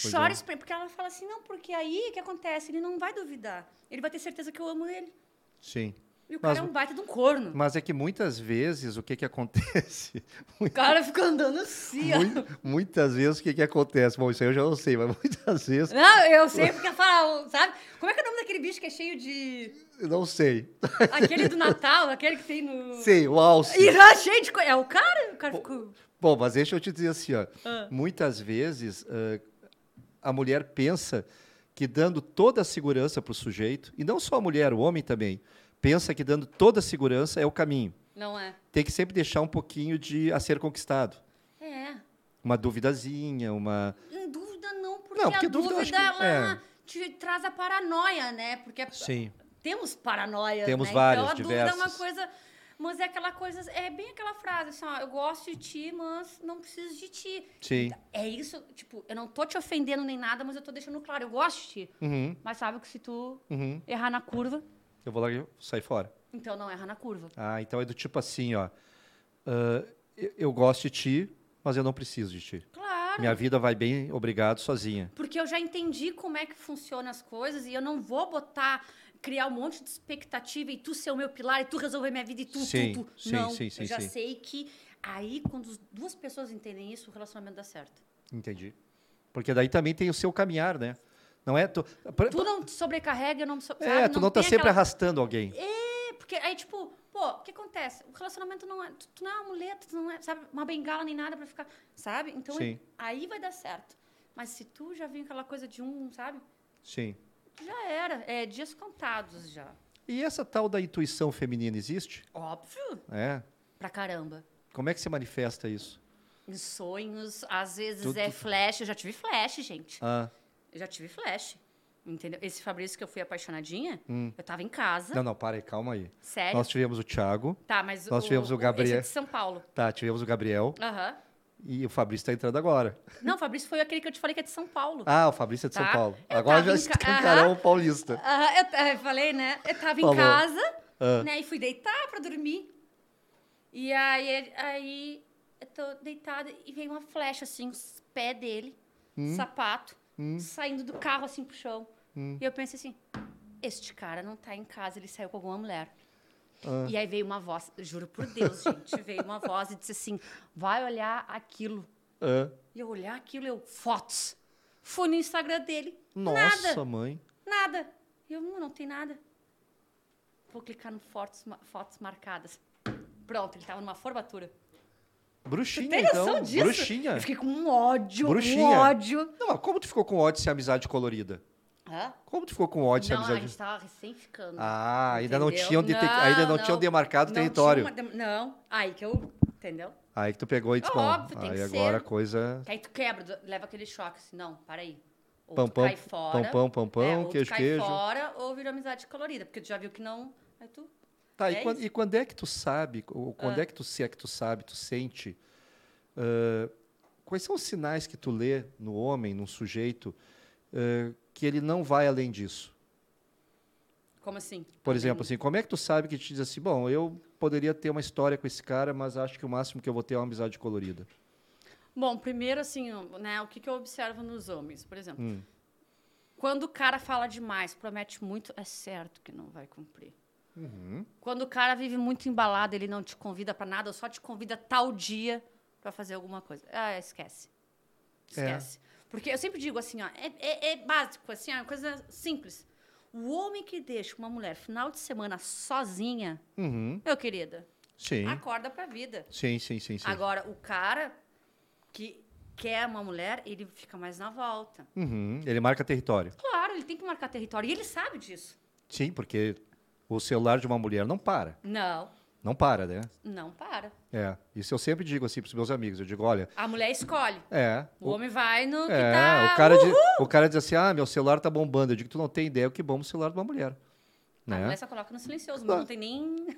A: Pois
B: Chora,
A: é.
B: espreme, porque ela fala assim, não, porque aí o que acontece? Ele não vai duvidar. Ele vai ter certeza que eu amo ele.
A: Sim.
B: E o
A: Mas-
B: cara é um baita de um corno.
A: Mas é que muitas vezes o que que acontece?
B: O cara fica andando assim, ó.
A: Mui- muitas vezes o que que acontece? Bom, isso aí eu já não sei, mas muitas vezes
B: Não, eu sei porque fala, sabe? Como é que é o nome daquele bicho que é cheio de.
A: eu não sei.
B: Aquele do Natal, aquele que tem no.
A: Sei, o alce.
B: Irã cheio de. co- É o cara? O cara ficou.
A: Bom, mas deixa eu te dizer assim, ó.
B: Ah.
A: Muitas vezes ah, a mulher pensa que dando toda a segurança para o sujeito, e não só a mulher, o homem também, pensa que dando toda a segurança é o caminho.
B: Não é.
A: Tem que sempre deixar um pouquinho de a ser conquistado.
B: É.
A: Uma duvidazinha, uma.
B: Em dúvida não, porque,
A: Não, porque
B: a
A: dúvida
B: dúvida,
A: eu acho que- é.
B: ela te traz a paranoia, né? Porque a-
A: Sim.
B: temos paranoia.
A: Temos
B: né?
A: várias,
B: Então a dúvida é
A: diversas.
B: uma coisa. Mas é aquela coisa. É bem aquela frase assim, ó, eu gosto de ti, mas não preciso de ti.
A: Sim.
B: É isso, tipo, eu não tô te ofendendo nem nada, mas eu tô deixando claro, eu gosto de ti.
A: Uhum,
B: Mas sabe que se tu
A: uhum.
B: errar na curva,
A: Eu vou lá e sair fora.
B: então não erra na curva.
A: Ah, então é do tipo assim, ó. ah, eu, eu gosto de ti, mas eu não preciso de ti.
B: Claro.
A: Minha vida vai bem, obrigado, sozinha.
B: Porque eu já entendi como é que funcionam as coisas e eu não vou botar, criar um monte de expectativa e tu ser o meu pilar e tu resolver minha vida e tu,
A: Sim,
B: tu, tu.
A: sim,
B: não,
A: sim, sim,
B: eu já
A: sim.
B: sei que aí quando as duas pessoas entendem isso, o relacionamento dá certo.
A: Entendi. Porque daí também tem o seu caminhar, né? Não é. Tu, pra-
B: Tu não te sobrecarrega, eu não me so- sabe?
A: é, tu não tá
B: tem
A: sempre
B: aquela-
A: arrastando alguém.
B: É, Porque aí, tipo, pô, o que acontece? O relacionamento não é. Tu, tu não é uma muleta, tu não é, sabe, uma bengala nem nada pra ficar. Sabe? Então
A: Sim.
B: aí vai dar certo. Mas se tu já vem aquela coisa de um, sabe?
A: Sim.
B: Já era. É dias contados já.
A: E essa tal da intuição feminina existe?
B: Óbvio.
A: É.
B: Pra caramba.
A: Como é que se manifesta isso?
B: Em sonhos, às vezes
A: Tudo-
B: é flash. Eu já tive flash, gente.
A: Ah,
B: Eu já tive flash. Entendeu? Esse Fabrício que eu fui apaixonadinha,
A: Hum.
B: eu tava em casa.
A: não, não, para aí, calma aí.
B: Sério?
A: Nós tivemos o Thiago,
B: tá, mas
A: nós
B: o,
A: tivemos o Gabriel.
B: Esse é de São Paulo.
A: tá, tivemos o Gabriel
B: Aham.
A: e o Fabrício está entrando agora.
B: Não, o Fabrício foi aquele que eu te falei que é de São Paulo.
A: Ah, o Fabrício é de São
B: Tá.
A: Paulo.
B: Eu
A: agora já
B: tava em ca-
A: escancarou
B: Aham.
A: o paulista.
B: Aham, eu, t- eu falei, né? Eu tava
A: Falou.
B: em casa,
A: Ah.
B: né? E fui deitar pra dormir. E aí, ele- aí eu tô deitada e vem uma flecha, assim, os pé dele,
A: Hum.
B: sapato, saindo do carro, assim, pro chão.
A: Hum.
B: E eu pensei assim, este cara não tá em casa, ele saiu com alguma mulher.
A: Ah.
B: E aí veio uma voz, juro por Deus, gente, veio uma voz e disse assim, vai olhar aquilo.
A: Ah.
B: E eu olhar aquilo, eu, fotos. Fui no Instagram dele,
A: Nossa,
B: nada.
A: mãe.
B: Nada. Eu não, não tem nada. Vou clicar no fotos, ma- fotos marcadas. Pronto, ele tava numa formatura.
A: Bruxinha,
B: Tem
A: então.
B: noção disso?
A: Bruxinha.
B: Eu fiquei com um ódio, um
A: Bruxinha.
B: ódio.
A: Não, mas como tu ficou com ódio sem amizade colorida?
B: Hã?
A: Como tu ficou com ódio sem
B: Não, a
A: amizade?
B: gente tava recém ficando.
A: Ah, ainda não
B: entendeu?
A: tinham dete- ainda não tinham demarcado o
B: Não
A: território.
B: tinha uma dem- não, aí que eu... Entendeu?
A: Aí que tu pegou e disse, bom,
B: Óbvio, tem
A: aí
B: que
A: agora
B: ser.
A: a coisa...
B: Que aí tu quebra, do- leva aquele choque. Assim, não, para aí. Ou
A: Pão,
B: tu
A: pão,
B: cai fora.
A: pão, pão, pão, pão,
B: é, ou tu
A: queijo,
B: cai
A: queijo.
B: fora ou vira amizade colorida. Porque tu já viu que não... Aí tu...
A: Tá, e,
B: É
A: quando,
B: isso. Ah.
A: e quando é que tu sabe, ou quando é que tu, se é que tu sabe, tu sente, ah, quais são os sinais que tu lê no homem, num sujeito, ah, que ele não vai além disso?
B: Como assim?
A: Por exemplo, assim, como é que tu sabe que te diz assim, bom, eu poderia ter uma história com esse cara, mas acho que o máximo que eu vou ter é uma amizade colorida.
B: Bom, primeiro, assim, o- né, o que, que eu observo nos homens, por exemplo.
A: Hum.
B: Quando o cara fala demais, promete muito, é certo que não vai cumprir.
A: Uhum.
B: Quando o cara vive muito embalado, ele não te convida pra nada, ou só te convida tal dia pra fazer alguma coisa. Ah, esquece.
A: É.
B: Esquece. Porque eu sempre digo assim, ó, é, é- é básico, assim, ó, é uma coisa simples. O homem que deixa uma mulher final de semana sozinha,
A: Uhum,
B: meu querida,
A: Sim,
B: acorda pra vida.
A: sim, sim, sim, sim.
B: Agora, o cara que quer uma mulher, ele fica mais na volta.
A: Uhum, Ele marca território.
B: Claro, ele tem que marcar território. E ele sabe disso.
A: Sim, porque o celular de uma mulher não para.
B: Não,
A: Não para, né?
B: não para.
A: É. Isso eu sempre digo assim para os meus amigos. Eu digo, olha,
B: A mulher escolhe.
A: é.
B: O, homem vai no que
A: é,
B: tá...
A: o, cara
B: Uh!
A: di- o cara diz assim, ah, meu celular tá bombando. Eu digo, tu não tem ideia o que bomba o celular de uma mulher.
B: A
A: né?
B: mulher só coloca no silencioso,
A: Tá.
B: mas não tem nem.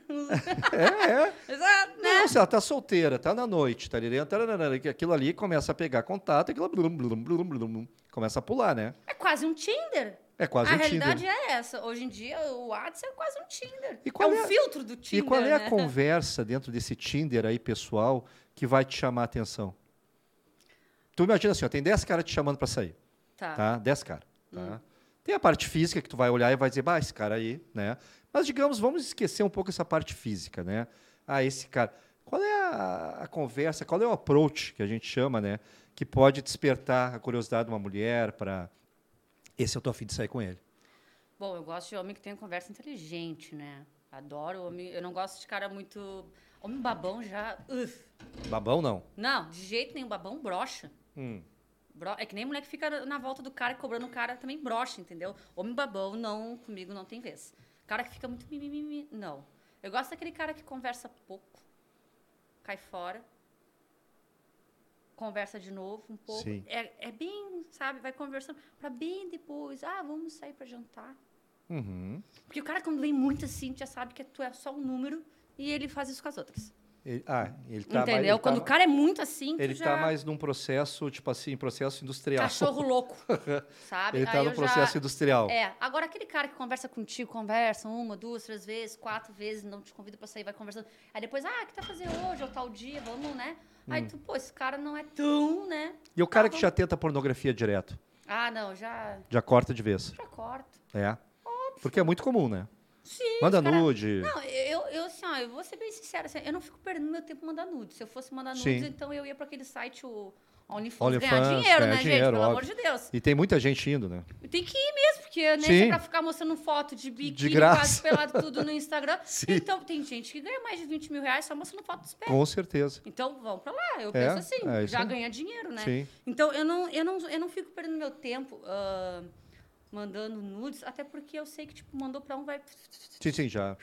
A: É, é.
B: Exato, né?
A: Não, se ela tá solteira, tá na noite, tá ali, tararara, que aquilo ali começa a pegar contato, aquilo blum, blum, blum, blum, começa a pular, né?
B: É quase um Tinder.
A: É quase
B: a
A: um Tinder.
B: realidade é essa. Hoje em dia, o WhatsApp é quase um Tinder.
A: E qual
B: é um
A: é a-
B: filtro do Tinder.
A: e qual é a
B: né?
A: conversa dentro desse Tinder aí, pessoal, que vai te chamar a atenção? Tu imagina assim, ó, tem 10 caras te chamando pra sair,
B: Tá.
A: tá? 10 caras, tá? Tem a parte física que tu vai olhar e vai dizer, bah, esse cara aí, né? Mas, digamos, vamos esquecer um pouco essa parte física, né? Ah, esse cara... Qual é a, a conversa, qual é o approach que a gente chama, né? Que pode despertar a curiosidade de uma mulher para... Esse eu tô afim de sair com ele.
B: Bom, eu gosto de homem que tem conversa inteligente, né? Adoro homem. Eu não gosto de cara muito. Homem babão já. uf.
A: Babão, não.
B: Não, de jeito nenhum. Babão brocha.
A: Hum.
B: Bro- É que nem mulher que fica na- na volta do cara cobrando o cara também brocha, entendeu? Homem babão, não, comigo não tem vez. Cara que fica muito mimimi, não. Eu gosto daquele cara que conversa pouco, cai fora, conversa de novo um pouco.
A: Sim.
B: É, é bem, sabe, vai conversando pra bem depois. Ah, vamos sair pra jantar.
A: Uhum.
B: Porque o cara, quando lê muito assim, já sabe que tu é só um número e ele faz isso com as outras.
A: Ele, ah, ele tá mais-
B: entendeu?
A: ele tá
B: quando o
A: ma-
B: cara é muito assim, tu
A: Ele tá
B: já...
A: está mais num processo, tipo assim, processo industrial.
B: Cachorro louco, sabe?
A: Ele
B: Aí
A: está no
B: eu
A: processo
B: já...
A: industrial.
B: É, agora aquele cara que conversa contigo, conversa uma, duas, três vezes, quatro vezes, não te convida pra sair, vai conversando. Aí depois, ah, o que tá fazendo hoje, ou tal dia, vamos, né?
A: Hum.
B: Aí tu, pô, esse cara não é tão, né?
A: E o cara
B: Ah,
A: que já tenta pornografia direto,
B: Ah, não, já,
A: já corta de vez.
B: já corto.
A: É. Porque é muito comum, né?
B: Sim,
A: Manda
B: os cara-
A: nude.
B: Não, eu, eu assim, ó, eu vou ser bem sincera, assim, eu não fico perdendo meu tempo mandando nude. Se eu fosse mandar nude,
A: Sim.
B: então eu ia pra aquele site, o OnlyFans, ganhar
A: OnlyFans,
B: dinheiro,
A: ganhar
B: né,
A: dinheiro,
B: gente? Pelo amor
A: óbvio.
B: de Deus.
A: E tem muita gente indo, né?
B: Tem que ir mesmo, porque né,
A: Sim.
B: se é pra ficar mostrando foto de biquíni,
A: graça.
B: quase pelado, tudo no Instagram.
A: Sim.
B: Então, tem gente que ganha mais de 20 mil reais só mostrando foto dos pés.
A: Com certeza.
B: Então, vão pra lá. Eu
A: É,
B: penso assim,
A: é isso
B: já
A: aí.
B: ganha dinheiro, né?
A: Sim.
B: Então, eu não, eu, não, eu não fico perdendo meu tempo ah, mandando nudes, até porque eu sei que, tipo, mandou pra um, vai...
A: Sim, sim, já.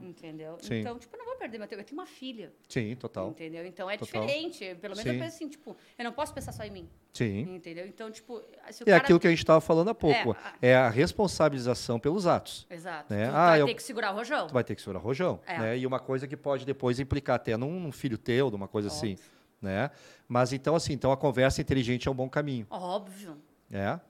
B: Entendeu?
A: Sim.
B: Então, tipo, eu não vou perder meu tempo. Eu tenho uma filha,
A: Sim, total.
B: entendeu? Então, é
A: Total.
B: diferente. Pelo menos
A: Sim.
B: eu penso assim, tipo, eu não posso pensar só em mim,
A: Sim.
B: entendeu? Então, tipo, se o
A: É
B: cara...
A: aquilo que a gente estava falando há pouco.
B: a-
A: É a responsabilização pelos atos.
B: Exato.
A: né?
B: Tu
A: Ah,
B: vai
A: eu-
B: ter que segurar o rojão.
A: Tu vai ter que segurar rojão,
B: É.
A: né? E uma coisa que pode depois implicar até num, num filho teu, numa coisa assim,
B: Óbvio.
A: né? Mas então assim, então a conversa inteligente é um bom caminho,
B: Óbvio.
A: né?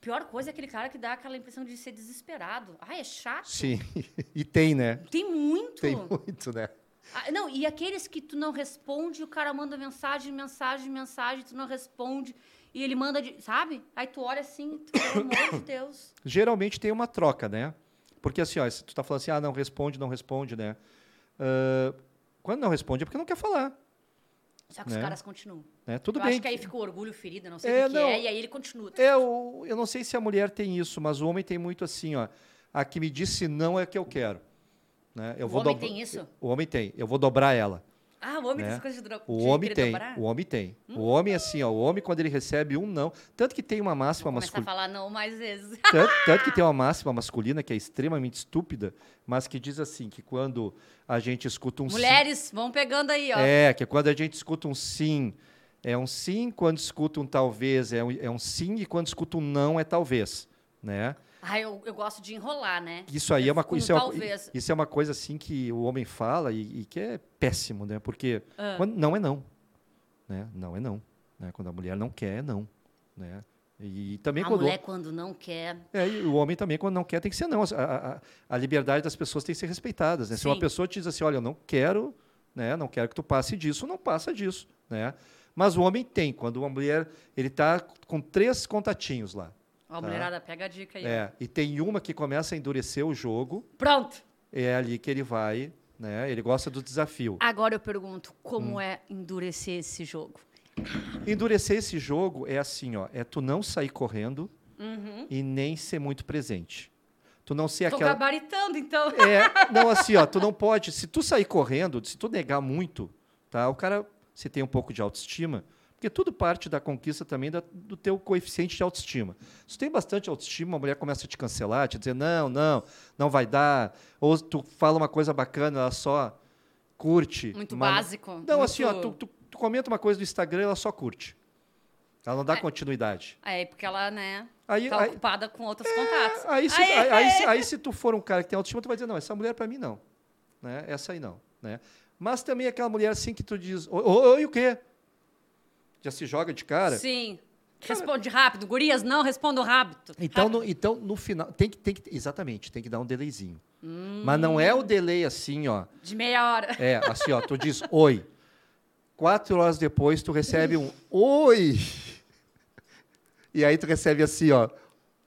B: Pior coisa é aquele cara que dá aquela impressão de ser desesperado. Ah, é chato.
A: Sim. E tem, né?
B: Tem muito.
A: Tem muito, né?
B: Ah, não, e aqueles que tu não responde, o cara manda mensagem, mensagem, mensagem, tu não responde. E ele manda, de, sabe? Aí tu olha assim, tu, pelo amor de Deus.
A: Geralmente tem uma troca, né? Porque assim, ó, se tu tá falando assim, ah, não responde, não responde, né? Ah, quando não responde é porque não quer falar,
B: Só que os
A: Né?
B: caras continuam.
A: né? Tudo
B: eu
A: bem.
B: acho que é aí fica o orgulho ferido, não sei
A: É,
B: o que,
A: não.
B: que é, e aí ele continua.
A: É, o- eu não sei se a mulher tem isso, mas o homem tem muito assim, ó. A que me disse não é a que eu quero. Né? Eu
B: O
A: vou
B: homem
A: dobra-
B: tem isso?
A: O homem tem. Eu vou dobrar ela.
B: Ah, o homem
A: Né?
B: tem essa coisa de droga.
A: O
B: de
A: homem
B: querer
A: tem.
B: dobrar? Hum.
A: O homem tem. O homem, assim, ó. O homem, quando ele recebe um não. Tanto que tem uma máxima
B: Começar a
A: masculina.
B: falar não mais vezes.
A: Tanto, tanto que tem uma máxima masculina que é extremamente estúpida, mas que diz assim: que quando a gente escuta um sim.
B: Mulheres, vão pegando aí, ó.
A: É, que quando a gente escuta um sim, é um sim, quando escuta um talvez, é um, é um sim, e quando escuta um não, é talvez. Né?
B: Ah, eu, eu gosto de enrolar, né?
A: Isso aí é uma, co-
B: Um
A: isso é uma,
B: talvez.
A: isso é uma coisa assim que o homem fala e, e que é péssimo, né? Porque
B: Ah.
A: quando não é não, né? Não é não, né? Quando a mulher não quer é não, né? E, também
B: a
A: quando
B: mulher, quando não quer,
A: é, e o homem também quando não quer tem que ser não. A, a- a- a liberdade das pessoas tem que ser respeitada. Né? Se uma
B: Sim.
A: pessoa te diz assim, olha, eu não quero, né? Não quero que tu passe disso, não passa disso, né? Mas o homem tem quando uma mulher ele tá com três contatinhos lá,
B: Ó, a mulherada, pega a dica aí. ó.
A: Tá. é, e tem uma que começa a endurecer o jogo
B: Pronto!
A: é ali que ele vai, né? Ele gosta do desafio.
B: Agora eu pergunto, como
A: Hum.
B: é endurecer esse jogo?
A: Endurecer esse jogo é assim, ó, é tu não sair correndo e nem ser muito presente. Uhum. Tu não ser
B: Tô
A: aquela
B: gabaritando, então.
A: é, não assim, ó, tu não pode, se tu sair correndo, se tu negar muito, tá? O cara se tem um pouco de autoestima, porque tudo parte da conquista também da- do teu coeficiente de autoestima. Se tu tem bastante autoestima, a mulher começa a te cancelar, te dizer não, não, não vai dar, ou tu fala uma coisa bacana, ela só curte.
B: Muito
A: mas não-
B: básico.
A: Não,
B: muito-
A: assim, ó, tu, tu- tu comenta uma coisa do Instagram, ela só curte. Ela não dá continuidade.
B: É, porque ela, né?
A: Aí,
B: Tá
A: aí, É,
B: ocupada com outros contatos.
A: Aí se,
B: Aí- é.
A: aí- aí se- aí se tu for um cara que tem autoestima, tu vai dizer, não, essa mulher para mim não. Né? Essa aí não. Né? Mas também aquela mulher assim que tu diz, oi, oi, o quê? Já se joga de cara.
B: Sim. Responde rápido. Gurias, não, respondo rápido.
A: Então,
B: Rápido.
A: no, então, no final, tem que, tem que, exatamente, tem que dar um delayzinho.
B: Hum.
A: Mas não é o delay assim, ó.
B: De meia hora.
A: É, assim, ó, tu diz oi. Quatro horas depois, tu recebe um oi. E aí tu recebe assim, ó.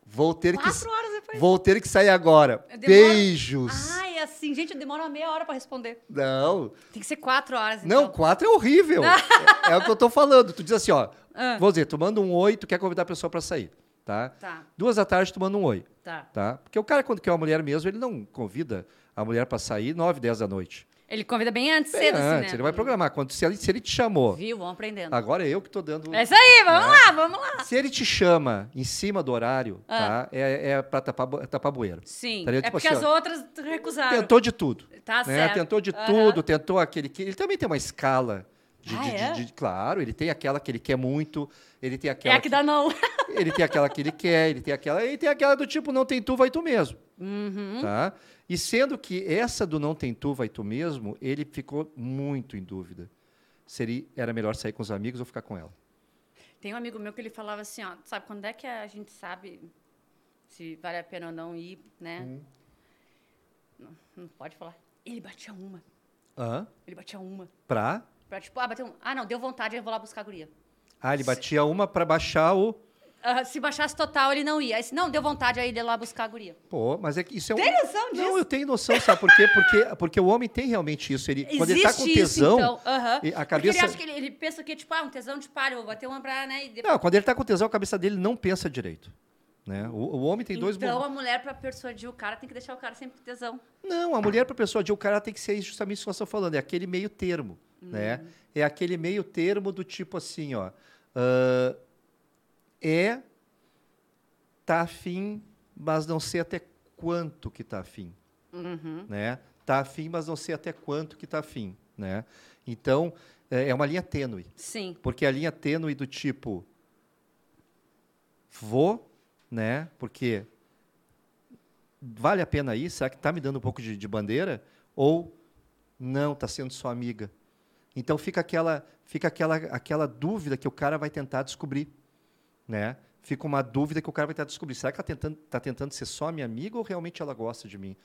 A: Vou ter, que,
B: Quatro horas depois.
A: vou ter que sair agora.
B: Demora-
A: Beijos.
B: Ai, assim, gente, demora uma meia hora pra responder.
A: Não,
B: Tem que ser quatro horas,
A: não,
B: então.
A: quatro é horrível. é, é o que eu tô falando. Tu diz assim, ó.
B: Ah.
A: Vou dizer, tu manda um oi, tu quer convidar a pessoa pra sair, tá?
B: Tá,
A: Duas da tarde, tu manda um oi,
B: tá.
A: tá? Porque o cara, quando quer uma mulher mesmo, ele não convida a mulher pra sair nove, dez da noite.
B: Ele convida bem antes,
A: Bem
B: cedo, assim,
A: antes,
B: né?
A: ele vai programar. Quando, se, ele, se ele te chamou,
B: Viu? Vamos aprendendo.
A: agora é eu que tô dando...
B: É isso aí, vamos
A: Né?
B: lá, vamos lá.
A: Se ele te chama em cima do horário,
B: Ah.
A: tá? É, é pra tapar, bu- tapar bueiro.
B: Sim,
A: Estaria
B: é
A: tipo
B: porque
A: assim,
B: as
A: ó,
B: outras recusaram.
A: Tentou de tudo.
B: Tá
A: né?
B: certo.
A: Tentou de
B: Aham.
A: tudo, tentou aquele que. Ele também tem uma escala. De,
B: Ah,
A: de- de-
B: é?
A: de- claro, ele tem aquela que ele quer muito, ele tem
B: É
A: aquela.
B: a que dá não.
A: que- Ele tem aquela que ele quer, ele tem aquela. E tem aquela do tipo, não tem tu, vai tu mesmo.
B: Uhum.
A: Tá? E sendo que essa do não tem tu, vai tu mesmo, ele ficou muito em dúvida. Seria, era melhor sair com os amigos ou ficar com ela?
B: Tem um amigo meu que ele falava assim, ó, sabe, quando é que a gente sabe se vale a pena ou não ir, né?
A: Uhum.
B: Não, não pode falar. Ele batia uma,
A: Hã?
B: ele batia uma.
A: Pra?
B: Pra, tipo, ah, bateu um. Ah, não, deu vontade, eu vou lá buscar a guria.
A: Ah, ele batia uma pra baixar o.
B: Ah, se baixasse total, ele não ia. Aí, se não, deu vontade, aí ele ia lá buscar a guria.
A: Pô, mas é que isso é um.
B: Tem noção
A: Não,
B: disso?
A: eu tenho noção, sabe por quê? Porque, porque o homem tem realmente isso. Ele, quando ele tá com
B: Existe
A: tesão.
B: isso, então. Aham.
A: e a
B: Porque ele
A: cabeça.
B: acha que ele, ele pensa que é tipo, ah, um tesão de palha, vou bater uma pra, né? E depois...
A: Não, quando ele tá com tesão, a cabeça dele não pensa direito. Né? O, o homem tem dois.
B: então
A: mo-
B: a mulher, pra persuadir o cara, tem que deixar o cara sempre com tesão.
A: Não, a mulher, para pessoa de o cara tem que ser justamente isso que nós estamos falando, é aquele meio termo.
B: Uhum.
A: Né? É aquele meio termo do tipo assim, ó. ah, é. Tá afim, mas não sei até quanto que tá afim.
B: Uhum.
A: né? Tá afim, mas não sei até quanto que tá afim, né? Então, é é uma linha tênue,
B: Sim.
A: porque a linha tênue do tipo vou, né? Porque vale a pena ir, será que tá me dando um pouco de, de bandeira ou não, tá sendo sua amiga. Então fica aquela fica aquela aquela dúvida que o cara vai tentar descobrir, né? Fica uma dúvida que o cara vai tentar descobrir. Será que ela tentando, tá tentando ser só minha amiga ou realmente ela gosta de mim?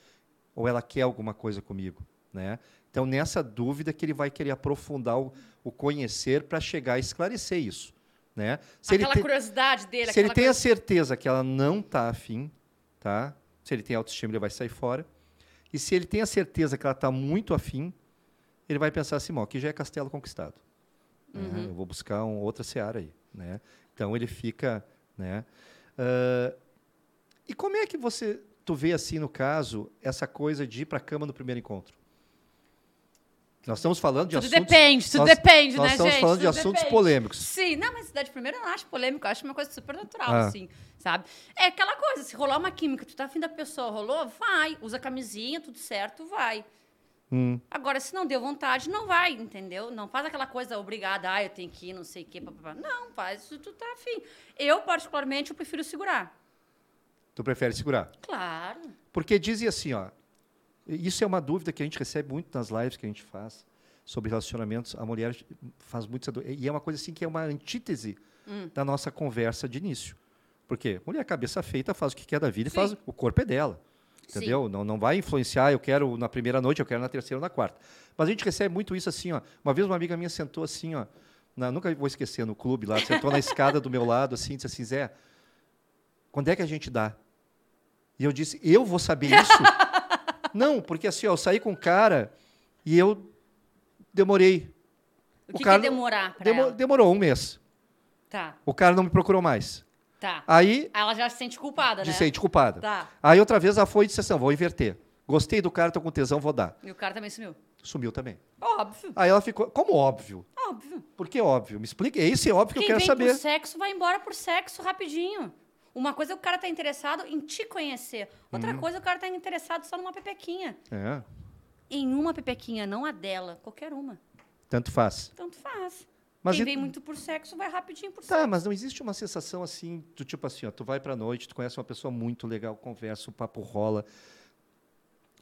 A: Ou ela quer alguma coisa comigo, né? Então, nessa dúvida que ele vai querer aprofundar o, o conhecer para chegar a esclarecer isso, né? Se ele
B: aquela
A: te-
B: curiosidade dele,
A: se ele
B: aquela
A: tem a certeza que ela não tá afim, tá? Se ele tem autoestima, ele vai sair fora. E se ele tem a certeza que ela tá muito afim, ele vai pensar assim, "Bom, aqui já é castelo conquistado. né?
B: Uhum.
A: Eu vou buscar um, outra seara aí, né? Então ele fica, né? Ah, e como é que você, tu vê assim no caso, essa coisa de ir para cama no primeiro encontro? Nós estamos falando de
B: Tudo
A: assuntos...
B: depende, tudo
A: nós-
B: depende,
A: nós
B: né,
A: estamos
B: gente?
A: falando de
B: Tudo
A: assuntos
B: depende.
A: polêmicos.
B: Sim, não, mas cidade primeiro eu não acho polêmico, eu acho uma coisa super natural,
A: Ah.
B: assim, sabe? É aquela coisa, se rolar uma química, tu tá afim da pessoa, rolou, vai, usa camisinha, tudo certo, vai.
A: Hum.
B: Agora, se não deu vontade, não vai, entendeu? Não faz aquela coisa obrigada, ah, eu tenho que ir, não sei o quê, papapá. Não, faz se tu tá afim. Eu, particularmente, eu prefiro segurar.
A: Tu prefere segurar?
B: Claro.
A: Porque dizem assim, ó, isso é uma dúvida que a gente recebe muito nas lives que a gente faz sobre relacionamentos. A mulher faz muito essa dú- e é uma coisa assim que é uma antítese da nossa conversa de início. Porque mulher cabeça feita faz o que quer da vida
B: Sim.
A: e faz o corpo é dela.
B: Sim.
A: Entendeu? Não, não vai influenciar, eu quero na primeira noite, eu quero na terceira ou na quarta. Mas a gente recebe muito isso assim, ó. Uma vez uma amiga minha sentou assim, ó, na- nunca vou esquecer, no clube lá, sentou na escada do meu lado, assim, disse assim, Zé, quando é que a gente dá? E eu disse, eu vou saber isso? não, porque assim, ó, eu saí com o cara e eu demorei.
B: O,
A: O
B: que,
A: cara-
B: que é demorar pra
A: Demo-
B: ela?
A: demorou um mês.
B: Tá,
A: O cara não me procurou mais.
B: tá.
A: Aí,
B: Ela já se sente culpada,
A: disse,
B: né?
A: aí, desculpada.
B: Tá.
A: Aí outra vez ela foi e disse assim, ó, vou inverter. Gostei do cara, tô com tesão, vou dar.
B: E o cara também sumiu.
A: Sumiu também.
B: Óbvio,
A: Aí ela ficou, como óbvio?
B: óbvio.
A: Por que óbvio? Me explica. Esse é óbvio que
B: Quem
A: eu quero
B: vem
A: saber.
B: por sexo vai embora por sexo rapidinho. Uma coisa é o cara tá interessado em te conhecer. Outra
A: Uhum.
B: coisa é o cara tá interessado só numa pepequinha.
A: É,
B: Em uma pepequinha, não a dela. Qualquer uma.
A: tanto faz.
B: Tanto faz.
A: Mas
B: Quem
A: e-
B: vem muito por sexo vai rapidinho por
A: Tá,
B: sexo.
A: mas não existe uma sensação assim, do tipo assim, ó, tu vai pra noite, tu conhece uma pessoa muito legal, conversa, o papo rola.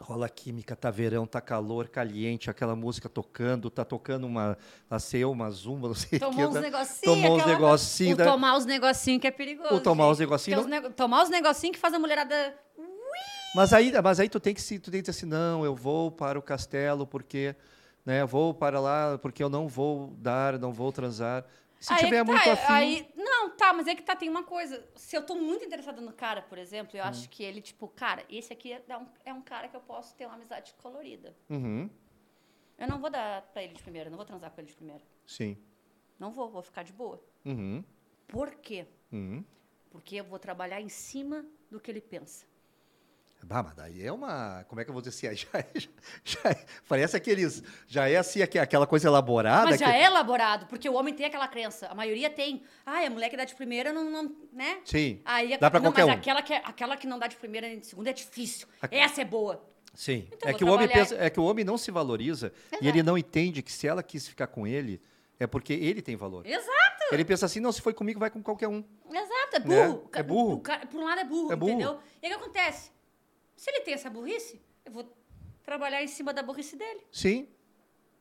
A: Rola química, tá verão, tá calor, caliente, aquela música tocando, tá tocando uma, nasceu uma zumba, não sei o que.
B: Tomou uns
A: né?
B: negocinhos.
A: Tomou uns
B: aquela-
A: negocinhos,
B: O
A: né?
B: tomar os negocinhos que é perigoso.
A: ou tomar
B: gente.
A: uns
B: Porque
A: negocinhos.
B: os nego- Tomar os negocinhos que faz a mulherada.
A: Mas aí, mas aí tu tem que se, tu tem que dizer assim, não, eu vou para o castelo porque, né, vou para lá porque eu não vou dar, não vou transar. Se
B: Aí
A: tiver
B: que tá,
A: muito afim,
B: aí- Não, tá, mas é que tá, tem uma coisa. Se eu tô muito interessada no cara, por exemplo, eu
A: Hum.
B: acho que ele, tipo, cara, esse aqui é um, é um cara que eu posso ter uma amizade colorida.
A: Uhum,
B: Eu não vou dar pra ele de primeira, eu não vou transar com ele de primeira.
A: sim,
B: Não vou, vou ficar de boa.
A: uhum,
B: Por quê?
A: uhum.
B: Porque eu vou trabalhar em cima do que ele pensa.
A: Bah, mas daí é uma, como é que eu vou dizer assim, já, é- já é- parece aqueles, já é assim aque- aquela coisa elaborada.
B: Mas já
A: que-
B: é elaborado, porque o homem tem aquela crença. A maioria tem. Ah, a mulher que dá de primeira não, não né?
A: Sim,
B: Aí,
A: Dá pra
B: não,
A: qualquer
B: mas
A: um.
B: aquela que, é, aquela que não dá de primeira nem de segunda é difícil.
A: A-
B: Essa é boa.
A: sim.
B: Então,
A: é
B: vou
A: que o homem
B: trabalhar.
A: pensa, é que o homem não se valoriza e ele não entende que se ela quis ficar com ele é porque ele tem valor.
B: Exato,
A: Ele pensa assim, não, se foi comigo vai com qualquer um.
B: exato. É
A: Né?
B: burro.
A: É burro.
B: O cara- por um lado é burro,
A: É burro.
B: entendeu? E aí o que acontece? Se ele tem essa burrice, eu vou trabalhar em cima da burrice dele.
A: Sim.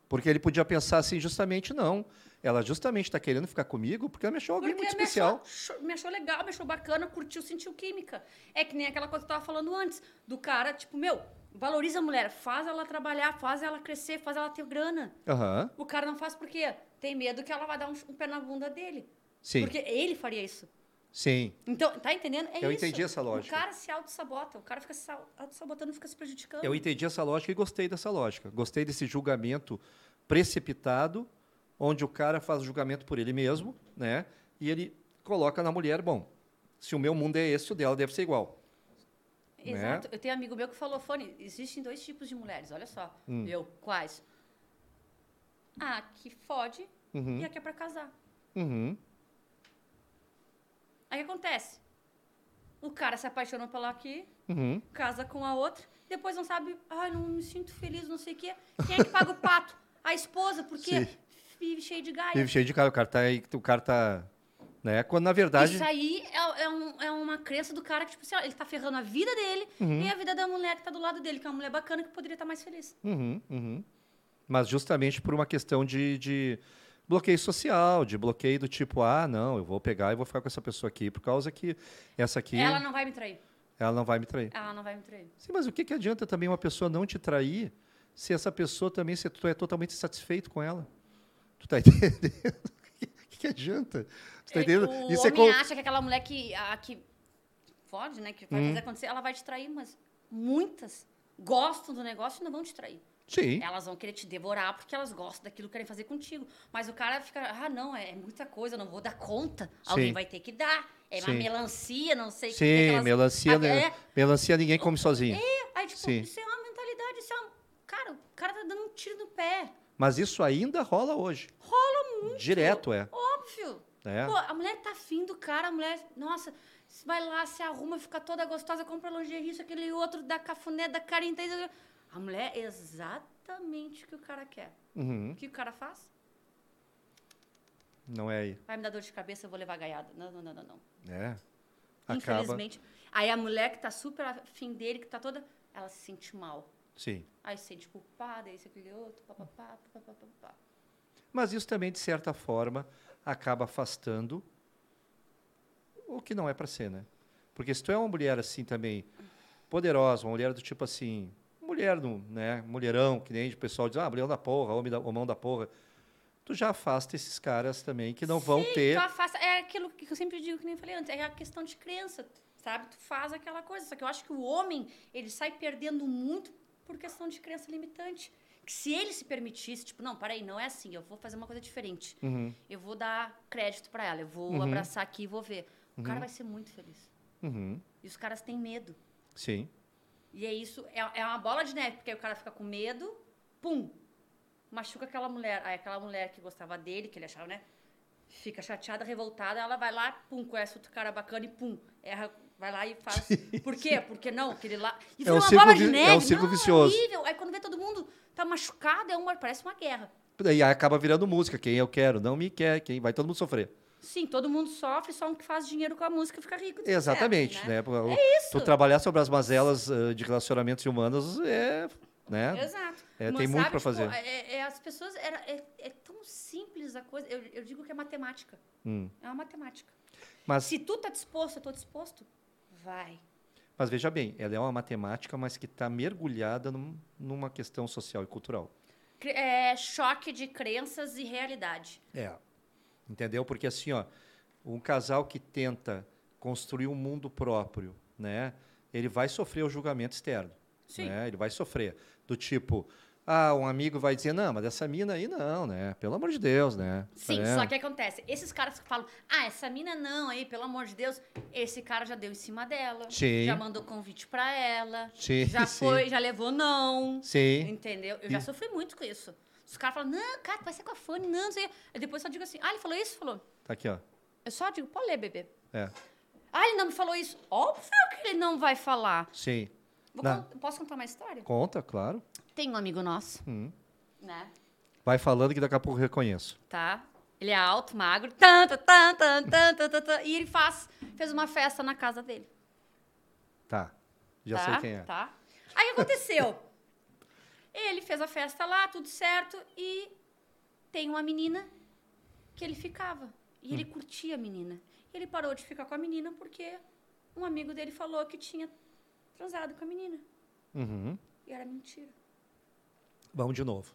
A: Porque ele podia pensar assim, justamente não. Ela justamente está querendo ficar comigo porque ela me achou alguém
B: Porque
A: muito
B: me
A: especial.
B: Achou, me achou legal, me achou bacana, curtiu, sentiu química. É que nem aquela coisa que eu tava falando antes. Do cara, tipo, meu, valoriza a mulher. Faz ela trabalhar, faz ela crescer, faz ela ter grana.
A: Aham.
B: O cara não faz por quê? Tem medo que ela vai dar um, um pé na bunda dele.
A: Sim.
B: Porque ele faria isso.
A: Sim.
B: Então, tá entendendo? É
A: Eu
B: isso.
A: entendi essa lógica.
B: O cara se auto-sabota, o cara fica se au- auto-sabotando, fica se prejudicando.
A: Eu entendi essa lógica e gostei dessa lógica. Gostei desse julgamento precipitado, onde o cara faz o julgamento por ele mesmo, né? E ele coloca na mulher, bom, se o meu mundo é esse, o dela deve ser igual. Né?
B: Exato. Eu tenho amigo meu que falou, Fone, existem dois tipos de mulheres, olha só.
A: Hum.
B: Eu, quais? A que fode
A: Uhum.
B: e a que é pra casar.
A: Uhum.
B: Aí o que acontece? O cara se apaixona pela aqui,
A: Uhum.
B: casa com a outra, depois não sabe, ai, não me sinto feliz, não sei o quê. Quem é que paga o pato? A esposa, porque
A: Sim.
B: vive cheio de gaia.
A: Vive cheio de cara, o cara tá aí, o cara tá, né? Quando na verdade,
B: Isso aí é, é um- é uma crença do cara que, tipo assim, ó, ele tá ferrando a vida dele e a vida da mulher que tá do lado dele, que é uma mulher bacana que poderia estar mais feliz.
A: Uhum, uhum. Mas justamente por uma questão de, de bloqueio social, de bloqueio do tipo, ah, não, eu vou pegar e vou ficar com essa pessoa aqui por causa que essa aqui,
B: Ela
A: ela não,
B: não vai me
A: vai
B: trair.
A: me trair.
B: Ela não vai me trair.
A: Sim, mas o que, que adianta também uma pessoa não te trair se essa pessoa também, se tu é totalmente satisfeito com ela? Tu tá entendendo? O que, que adianta? Tu tá
B: É,
A: entendendo?
B: O
A: Isso é
B: homem
A: como...
B: acha que aquela mulher que, a, que fode, né, que vai
A: Hum.
B: fazer acontecer, ela vai te trair, mas muitas gostam do negócio e não vão te trair.
A: Sim,
B: Elas vão querer te devorar porque elas gostam daquilo que querem fazer contigo. Mas o cara fica, ah, não, é muita coisa, eu não vou dar conta. Alguém
A: Sim.
B: vai ter que dar. É uma
A: Sim.
B: melancia, não sei o que que
A: sim,
B: aquelas-
A: melancia,
B: Ah, é,
A: né? melancia ninguém come sozinho.
B: Aí, tipo,
A: Sim.
B: isso é uma mentalidade, isso é um... Cara, o cara tá dando um tiro no pé.
A: Mas isso ainda rola hoje. Rola muito. Direto, é.
B: Óbvio.
A: é.
B: Pô, a mulher tá afim do cara, a mulher... Nossa, vai lá, se arruma, fica toda gostosa, compra lingerie, isso, aquele outro, da cafuné, da carinha... tá isso- A mulher é exatamente o que o cara quer.
A: Uhum.
B: O que o cara faz?
A: Não é aí.
B: Vai me dar dor de cabeça, eu vou levar gaiada. Não, não, não, não, não.
A: É. Acaba.
B: Infelizmente. Aí a mulher que tá super afim dele, que tá toda... Ela se sente mal.
A: Sim.
B: Aí se sente culpada, isso, aquele outro, papapá, papapá, papapá.
A: Mas isso também, de certa forma, acaba afastando o que não é para ser, né? Porque se tu é uma mulher assim também, poderosa, uma mulher do tipo assim, mulher, no, né? Mulherão, que nem o pessoal diz, ah, mulher da porra, homem da, homão da porra. Tu já afasta esses caras também que não vão ter.
B: Tu afasta, é aquilo que eu sempre digo, que nem falei antes, é a questão de crença, sabe? Tu faz aquela coisa. Só que eu acho que o homem, ele sai perdendo muito por questão de crença limitante. Que se ele se permitisse, tipo, não, peraí, não é assim, eu vou fazer uma coisa diferente.
A: Uhum,
B: Eu vou dar crédito pra ela, eu vou
A: Uhum.
B: abraçar aqui e vou ver. O cara vai ser muito feliz.
A: uhum,
B: E os caras têm medo.
A: sim.
B: E é isso, é, é uma bola de neve, porque aí o cara fica com medo, pum, machuca aquela mulher. Aí aquela mulher que gostava dele, que ele achava, né? Fica chateada, revoltada, ela vai lá, pum, conhece outro cara bacana e pum, erra, vai lá e faz. Por quê? Porque não, aquele lá. E
A: É
B: vira
A: um
B: uma
A: círculo
B: bola de
A: vi- é um
B: neve.
A: círculo
B: não,
A: vicioso.
B: horrível. Aí quando vê todo mundo tá machucado, é uma, um, parece uma guerra.
A: E aí acaba virando música. Quem eu quero não me quer, quem vai todo mundo sofrer.
B: Sim, todo mundo sofre, só um que faz dinheiro com a música fica rico. de
A: Exatamente,
B: certo,
A: né? O-
B: É isso.
A: Tu trabalhar sobre as mazelas ah, de relacionamentos humanos é, né?
B: Exato.
A: É, tem muito pra
B: tipo,
A: fazer.
B: é- é- as pessoas. Era, é, é tão simples a coisa. Eu, eu digo que é matemática.
A: Hum.
B: É uma matemática.
A: Mas
B: Se tu tá disposto, eu tô disposto, vai.
A: Mas veja bem, ela é uma matemática, mas que está mergulhada num- numa questão social e cultural.
B: Cre- É choque de crenças e realidade.
A: É. Entendeu? Porque assim, ó, um casal que tenta construir um mundo próprio, né? Ele vai sofrer o julgamento externo.
B: Sim.
A: né? Ele vai sofrer. Do tipo, ah, um amigo vai dizer, não, mas essa mina aí não, né? Pelo amor de Deus, né?
B: Sim,
A: É.
B: só que acontece. Esses caras que falam, ah, essa mina não, aí, pelo amor de Deus, esse cara já deu em cima dela.
A: Sim.
B: Já mandou convite pra ela.
A: Sim,
B: já
A: sim.
B: foi, já levou não.
A: Sim.
B: Entendeu? Eu já
A: E-
B: sofri muito com isso. Os caras falam, não, cara, tu vai ser com a fone, não, não sei. o quê." Aí depois eu só digo assim, ah, ele falou isso? Falou.
A: Tá aqui, ó.
B: Eu só digo, pode ler, bebê.
A: É.
B: Ah, ele não me falou isso. Óbvio que ele não vai falar.
A: Sim.
B: Vou
A: Não.
B: con- posso contar uma história?
A: Conta, claro.
B: Tem um amigo nosso,
A: Hum.
B: né?
A: Vai falando que daqui a pouco eu reconheço.
B: Tá? Ele é alto, magro, tan, tan, tan, tan, tan, tan, tan, tan, e ele faz, fez uma festa na casa dele.
A: Tá. Já
B: tá?
A: sei quem é.
B: Tá? Aí o que aconteceu? ele fez a festa lá, tudo certo, e tem uma menina que ele ficava. E ele
A: Hum.
B: curtia a menina. Ele parou de ficar com a menina porque um amigo dele falou que tinha transado com a menina.
A: Uhum.
B: E era mentira.
A: Vamos de novo.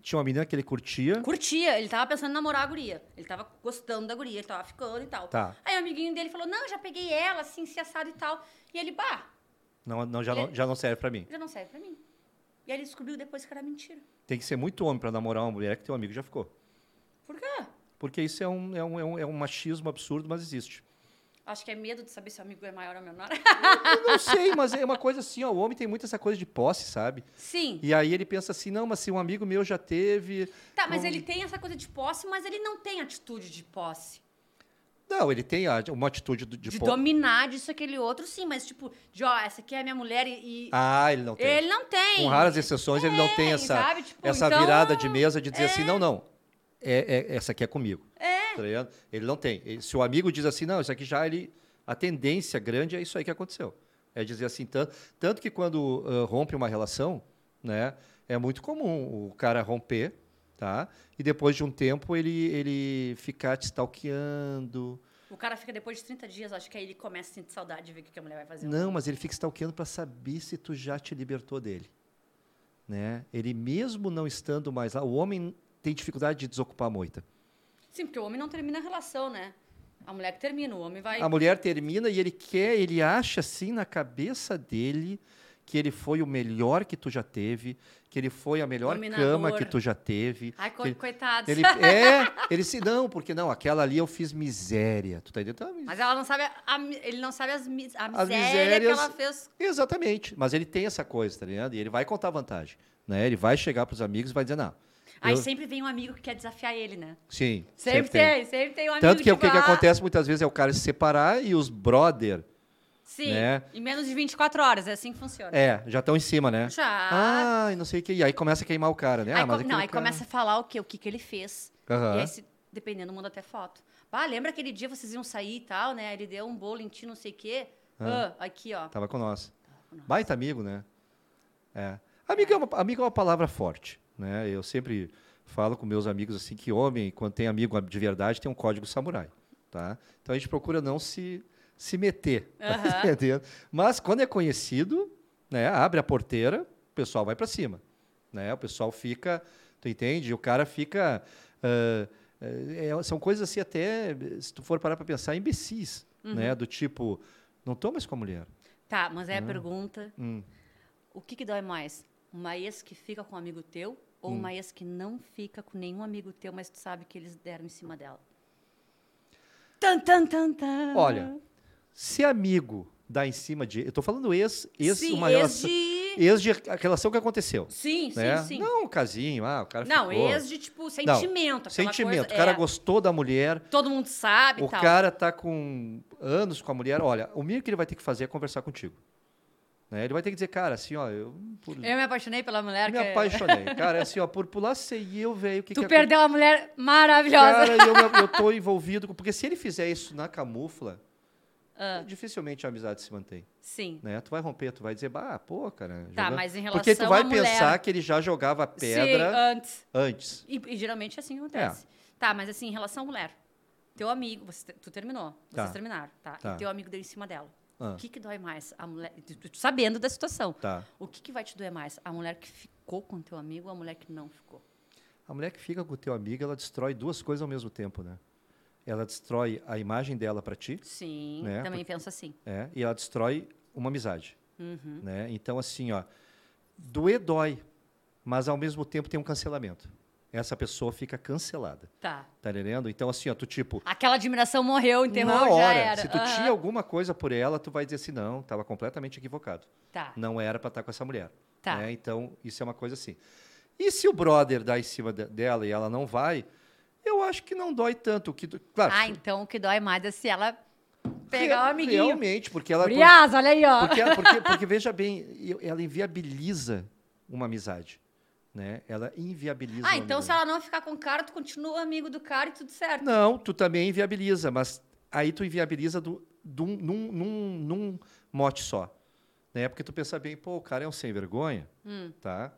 A: Tinha uma menina que ele curtia.
B: Curtia, ele tava pensando em namorar a guria. Ele tava gostando da guria, ele tava ficando e tal.
A: Tá.
B: Aí o amiguinho dele falou: Não, já peguei ela, assim, se assado e tal. E ele, bah,
A: Não, não, já, não, já não serve pra mim.
B: já não serve pra mim. E aí ele descobriu depois que era mentira.
A: Tem que ser muito homem pra namorar uma mulher que teu amigo já ficou.
B: Por quê?
A: Porque isso é um, é um, é um, é um machismo absurdo, mas existe.
B: Acho que é medo de saber se o amigo é maior ou menor.
A: Eu não sei, mas é uma coisa assim, ó, o homem tem muito essa coisa de posse, sabe?
B: Sim.
A: E aí ele pensa assim, não, mas se um amigo meu já teve...
B: Tá, mas
A: Hum.
B: ele tem essa coisa de posse, mas ele não tem atitude de posse.
A: Não, ele tem a- uma atitude do- de,
B: De,
A: po-
B: dominar disso, aquele outro, sim, mas tipo, de ó, essa aqui é a minha mulher e. e-
A: Ah, ele não tem.
B: Ele não tem.
A: Com raras exceções, ele não tem
B: É,
A: essa,
B: sabe? Tipo,
A: essa
B: então-
A: virada de mesa de dizer assim, não, não, é, é- essa aqui é comigo. Tá ligado? ele não tem. Ele- se o amigo diz assim, não, isso aqui já ele... A tendência grande é isso aí que aconteceu. É dizer assim, tanto, tanto que quando ah, rompe uma relação, né, é muito comum o cara romper, tá? E depois de um tempo ele, ele ficar te stalkeando.
B: O cara fica depois de 30 dias, acho que aí ele começa a sentir saudade de ver o que que a mulher vai fazer.
A: Não, mas ele fica stalkeando para saber se tu já te libertou dele. Né? Ele mesmo não estando mais lá, o homem tem dificuldade de desocupar a moita.
B: Sim, porque o homem não termina a relação, né? A mulher que termina, o homem vai.
A: A mulher termina e ele quer, ele acha assim na cabeça dele que ele foi o melhor que tu já teve, que ele foi a melhor
B: Dominador.
A: cama que tu já teve.
B: Ai, co
A: que-
B: coitado.
A: ele é, ele se não, porque não, aquela ali eu fiz miséria. Tu tá entendendo? Então,
B: Mas ela não sabe. a- a mi- ele não sabe as, mis- a miséria que
A: misérias-
B: ela fez.
A: Exatamente. Mas ele tem essa coisa, tá ligado? E ele vai contar vantagem, né? Ele vai chegar pros amigos e vai dizer não.
B: Aí
A: eu-
B: sempre vem um amigo que quer desafiar ele, né?
A: Sim.
B: Sempre, tem. sempre tem um amigo
A: Tanto que o que, que
B: vai-
A: acontece muitas vezes é o cara se separar e os brother,
B: Sim,
A: né?
B: em menos de 24 horas, é assim que funciona.
A: é, já estão em cima, né?
B: Já.
A: Ah, e não sei o que. E aí começa a queimar o cara, né?
B: aí,
A: ah, mas
B: com-
A: aquele
B: não, aí
A: cara-
B: começa a falar o quê? O que, que ele fez.
A: Aham.
B: E aí, se- dependendo, manda até foto. Ah, lembra aquele dia vocês iam sair e tal, né? Ele deu um bolo em ti, não sei o quê. Ah, aqui, ó.
A: Tava com nós. Baita amigo, né? É. Amigo é, uma, amigo é uma palavra forte, né? Eu sempre falo com meus amigos assim que homem, quando tem amigo de verdade, tem um código samurai, tá? Então a gente procura não se, se meter, tá
B: Aham.
A: entendendo? Mas quando é conhecido, né, abre a porteira, o pessoal vai para cima, né? O pessoal fica, tu entende? O cara fica... ah, é, são coisas assim até, se tu for parar para pensar, imbecis, né? Do tipo, não tô mais com a mulher.
B: Tá, mas aí a pergunta:
A: Hum.
B: o que, que dói mais? Uma ex que fica com um amigo teu ou
A: Hum.
B: uma ex que não fica com nenhum amigo teu, mas tu sabe que eles deram em cima dela? Tan, tan, tan, tan.
A: Olha, se amigo dá em cima de. Eu tô falando ex, ex
B: Sim,
A: uma
B: ex
A: relação.
B: de-
A: Ex de a relação que aconteceu.
B: Sim,
A: né?
B: sim, sim.
A: Não um casinho, ah, o cara
B: Não,
A: ficou.
B: ex de tipo sentimento. aquela
A: Sentimento.
B: coisa,
A: o cara
B: é,
A: gostou da mulher,
B: Todo mundo sabe e
A: o
B: tal.
A: cara tá com anos com a mulher. Olha, o mínimo que ele vai ter que fazer é conversar contigo. né? Ele vai ter que dizer, cara, assim, ó, eu por-
B: Eu me apaixonei pela mulher
A: me
B: É que...
A: apaixonei. Cara, assim, ó, por pular ceia, eu veio. O que
B: tu
A: que
B: perdeu uma mulher maravilhosa.
A: Cara, eu, eu tô envolvido. com- Porque se ele fizer isso na camufla,
B: Ah.
A: dificilmente a amizade se mantém.
B: Sim.
A: Né? Tu vai romper, tu vai dizer, bah, pô, cara.
B: Tá,
A: jogando-"
B: mas em relação
A: Porque tu vai
B: à mulher...
A: pensar que ele já jogava
B: Sim, ah.
A: pedra
B: antes.
A: antes.
B: E, e geralmente é assim que acontece. Tá, mas assim, em relação à mulher. Teu amigo, você, te- tu terminou,
A: Tá.
B: vocês terminaram, tá?
A: Tá.
B: E teu amigo deu em cima dela.
A: Ah.
B: O que, que dói mais? A mulher. tu- tu- tu Sabendo da situação.
A: Tá.
B: O que, que vai te doer mais? A mulher que ficou com teu amigo ou a mulher que não ficou?
A: A mulher que fica com o teu amigo, ela destrói duas coisas ao mesmo tempo, né? Ela destrói a imagem dela pra ti,
B: Sim,
A: Né?
B: também penso assim.
A: é, e ela destrói uma amizade,
B: Uhum.
A: né? Então assim, ó, doer dói, mas ao mesmo tempo tem um cancelamento. Essa pessoa fica cancelada,
B: Tá.
A: tá entendendo? Então assim, ó, tu tipo,
B: Aquela admiração morreu, enterrou,
A: na hora,
B: já era.
A: se tu
B: Aham.
A: tinha alguma coisa por ela, tu vai dizer assim, não, tava completamente equivocado.
B: Tá.
A: Não era pra estar com essa mulher.
B: Tá.
A: né? Então, isso é uma coisa assim. E se o brother dá em cima de- dela e ela não vai, eu acho que não dói tanto. o Que, do- claro,
B: Ah,
A: se-
B: então o que dói mais é se ela
A: Real-
B: pegar o amiguinho.
A: Realmente, porque ela.
B: Brias, olha aí, ó.
A: Porque, porque- porque, veja bem, eu- ela inviabiliza uma amizade. Né? Ela inviabiliza.
B: Ah,
A: uma
B: então
A: amizade.
B: se ela não ficar com o cara, tu continua amigo do cara e tudo certo.
A: Não, tu também inviabiliza, mas aí tu inviabiliza do, dum- num, num, num mote só. Né? Porque tu pensa bem, pô, o cara é um sem vergonha. Tá?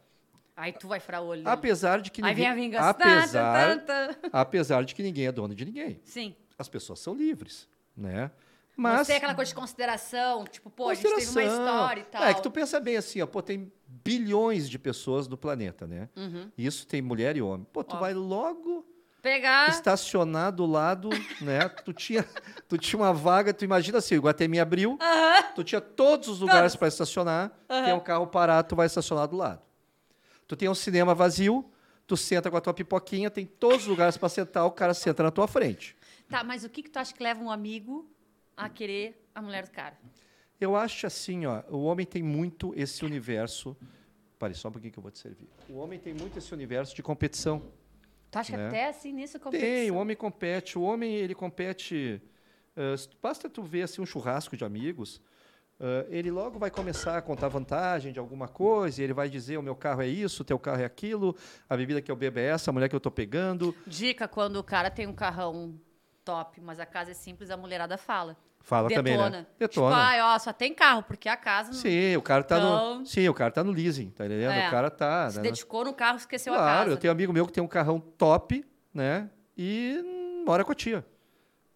B: Aí tu vai furar o olho. dele.
A: Apesar de que
B: Hum. Aí
A: ninguém.
B: vem a vingança. Tá, tá,
A: apesar,
B: tá, tá.
A: apesar de que ninguém é dono de ninguém.
B: Sim.
A: As pessoas são livres. Né?
B: Mas...
A: Mas.
B: tem aquela coisa de consideração, tipo, pô, a gente teve uma
A: Consideração.
B: história e tal.
A: É que tu pensa bem assim, ó, pô, tem bilhões de pessoas no planeta, né?
B: Uhum.
A: Isso tem mulher e homem. Pô, tu
B: Ó. Ah.
A: vai logo
B: Pegar...
A: estacionar do lado, né? Tu tinha, tu tinha uma vaga, tu imagina assim, o Guatemi abriu, tu tinha todos os lugares para estacionar, tem um carro parado, tu vai estacionar do lado. Tu tem um cinema vazio, tu senta com a tua pipoquinha, tem todos os lugares para sentar, o cara senta na tua frente.
B: Tá, mas o que que tu acha que leva um amigo a querer a mulher do cara?
A: Eu acho assim, ó, o homem tem muito esse universo. Pare só um pouquinho que eu vou te servir. O homem tem muito esse universo de competição.
B: Tu acha que
A: Né?
B: até assim nisso competição?
A: Tem, o homem compete. O homem, ele compete. ah, s- basta tu ver assim, um churrasco de amigos, ah, ele logo vai começar a contar vantagem de alguma coisa, e ele vai dizer: o meu carro é isso, o teu carro é aquilo, a bebida que eu bebo é essa, a mulher que eu tô pegando.
B: Dica, quando o cara tem um carrão top, mas a casa é simples, a mulherada fala.
A: Fala
B: Detona.
A: também, né?
B: Tipo, ah, ó, só tem carro, porque a casa não
A: Sim, o cara tá
B: Então-
A: no. Sim, o cara tá no leasing, tá entendendo?
B: É.
A: O cara tá.
B: se
A: né,
B: dedicou no carro, esqueceu a
A: Claro,
B: casa.
A: eu tenho um amigo meu que tem um carrão top, né? E mora com a tia.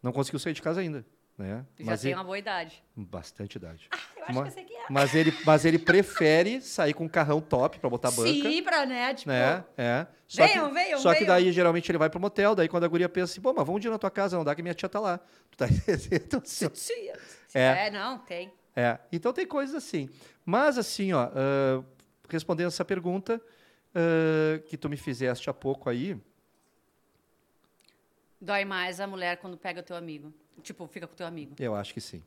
A: Não conseguiu sair de casa ainda, né?
B: Tu Já
A: Mas
B: tem
A: ele...
B: uma boa idade.
A: Bastante idade.
B: Eu acho
A: Ma-
B: que eu sei que é.
A: Mas ele, mas ele prefere sair com um carrão top pra botar banca,
B: Sim, pra, né? Tipo,
A: né? É. Só
B: Venham,
A: que,
B: venham,
A: Só que
B: venham.
A: daí geralmente ele vai pro motel, daí quando a guria pensa assim, pô, mas vamos um dia na tua casa, não dá que minha tia tá lá. Tu tá entendendo? Assim, ó.
B: sim.
A: É.
B: É. não, tem.
A: É, então tem coisas assim. Mas assim, ó, ah, respondendo essa pergunta ah, que tu me fizeste há pouco aí,
B: Dói mais a mulher quando pega o teu amigo. Tipo, fica com o teu amigo.
A: eu acho que sim.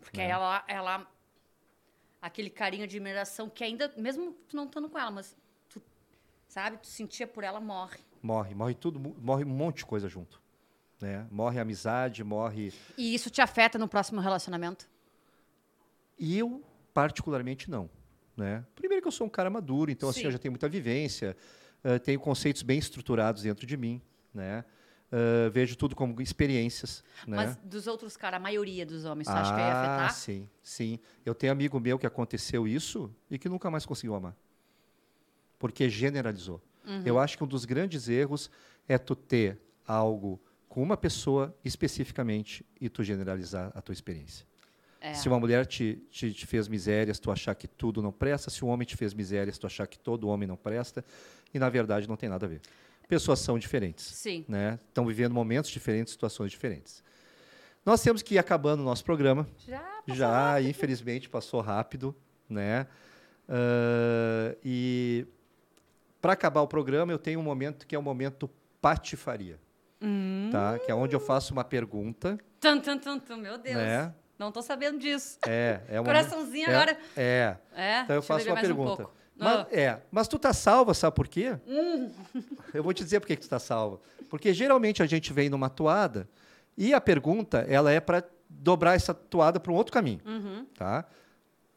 B: Porque
A: É.
B: ela, ela. Aquele carinho de admiração que ainda, mesmo tu não estando com ela, mas tu, sabe, tu sentia por ela, morre.
A: Morre, morre tudo, mu- morre um monte de coisa junto. Né? Morre amizade, morre.
B: E isso te afeta no próximo relacionamento?
A: E eu, particularmente, não. Né? Primeiro que eu sou um cara maduro, então assim,
B: Sim.
A: eu já tenho muita vivência, eh, tenho conceitos bem estruturados dentro de mim. Né? Eh, vejo tudo como experiências. Né?
B: Mas dos outros caras, a maioria dos homens, tu acha que ia
A: Ah,
B: afetar?
A: sim, sim. Eu tenho amigo meu que aconteceu isso e que nunca mais conseguiu amar. Porque generalizou.
B: Uhum.
A: Eu acho que um dos grandes erros é tu ter algo com uma pessoa especificamente e tu generalizar a tua experiência.
B: É.
A: Se uma mulher te, te, te fez misérias, tu achar que tudo não presta. Se um homem te fez misérias, tu achar que todo homem não presta. E, na verdade, não tem nada a ver. Pessoas são diferentes
B: Sim.
A: né? Estão vivendo momentos diferentes, situações diferentes. Nós temos que ir acabando o nosso programa.
B: Já.
A: Já, infelizmente, passou rápido, né? Ah, e para acabar o programa, eu tenho um momento que é o momento patifaria, tá? Que é onde eu faço uma pergunta,
B: Tan, tan, tan, tan, meu Deus.
A: né?
B: Não tô sabendo disso.
A: É, é um
B: Coraçãozinho
A: momento-
B: agora.
A: É, é.
B: É,
A: Então eu
B: deixa
A: faço
B: beber
A: uma
B: mais um
A: pergunta.
B: pouco.
A: mas, é, mas tu tá salva, sabe por quê?
B: Hum.
A: Eu vou te dizer por que que tu tá salva. Porque geralmente a gente vem numa toada e a pergunta ela é para dobrar essa toada para um outro caminho,
B: Uhum.
A: tá?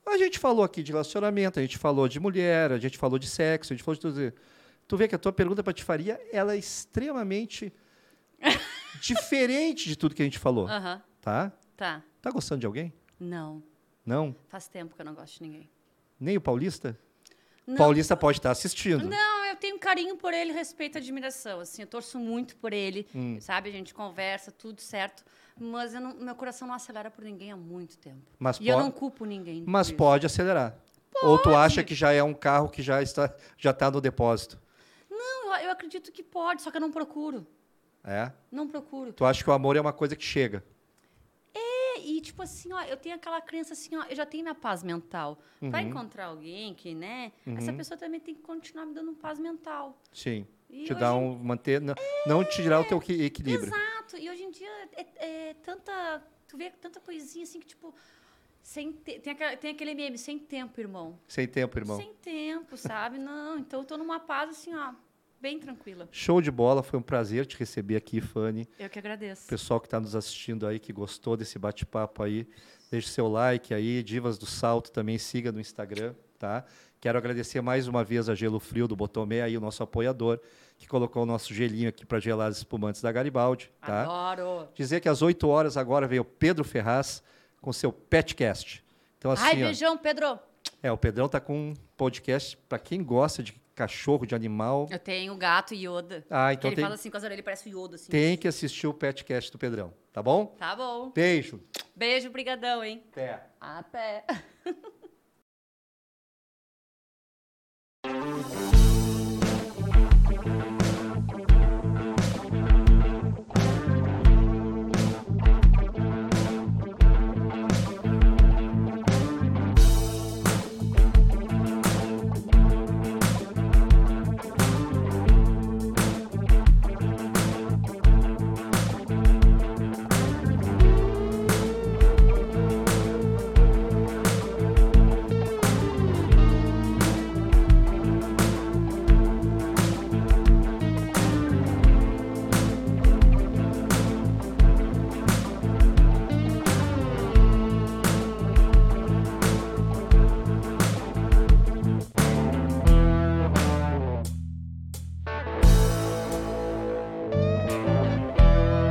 A: A gente falou aqui de relacionamento, a gente falou de mulher, a gente falou de sexo, a gente falou de tudo. isso. Tu vê que a tua pergunta para te faria, ela é extremamente diferente de tudo que a gente falou,
B: Aham,
A: tá?
B: tá.
A: Tá gostando de alguém?
B: Não,
A: Não?
B: faz tempo que eu não gosto de ninguém.
A: Nem o paulista?
B: Não.
A: Paulista pode estar assistindo.
B: Não, eu tenho carinho por ele, respeito e admiração, assim, eu torço muito por ele,
A: Hum.
B: sabe? A gente conversa, tudo certo, mas eu não- meu coração não acelera por ninguém há muito tempo.
A: Mas
B: e eu
A: po-
B: não culpo ninguém. por
A: Mas
B: isso.
A: pode acelerar. Ou tu acha que já é um carro que já está já tá no depósito?
B: Não, eu, eu acredito que pode, só que eu não procuro.
A: É?
B: Não procuro.
A: Tu acha que o amor é uma coisa que chega?
B: É, E, tipo assim, ó, eu tenho aquela crença assim, ó, eu já tenho minha paz mental.
A: Uhum.
B: Pra encontrar alguém que, né, essa pessoa também tem que continuar me dando paz mental.
A: Sim.
B: E
A: te dá
B: hoje- é
A: um manter não, não te tirar o teu equi- equilíbrio.
B: Exato. E hoje em dia é, é tanta. Tu vê tanta coisinha assim que, tipo. Sem te- tem, aquela- tem aquele meme, sem tempo, irmão.
A: Sem tempo, irmão.
B: Sem tempo, sabe? Não. Então eu tô numa paz assim, ó, bem tranquila.
A: Show de bola, foi um prazer te receber aqui, Fanny.
B: Eu que agradeço.
A: Pessoal que está nos assistindo aí, que gostou desse bate-papo aí, deixe seu like aí, Divas do Salto também, siga no Instagram, tá? Quero agradecer mais uma vez a Gelo Frio do Botomé, aí o nosso apoiador, que colocou o nosso gelinho aqui para gelar as espumantes da Garibaldi, tá?
B: Adoro.
A: Dizer que às 8 horas agora veio Pedro Ferraz com seu Petcast. Então, assim,
B: Ai,
A: ó,
B: beijão, Pedro.
A: é, o Pedrão tá com um podcast para quem gosta de cachorro, de animal.
B: Eu tenho o gato Yoda.
A: Ah, então
B: ele
A: tem,
B: fala assim com as orelhas, ele parece o Yoda, assim.
A: tem que assistir o Petcast do Pedrão, tá bom?
B: Tá bom.
A: Beijo.
B: Beijo, brigadão, hein?
A: Até.
B: Até.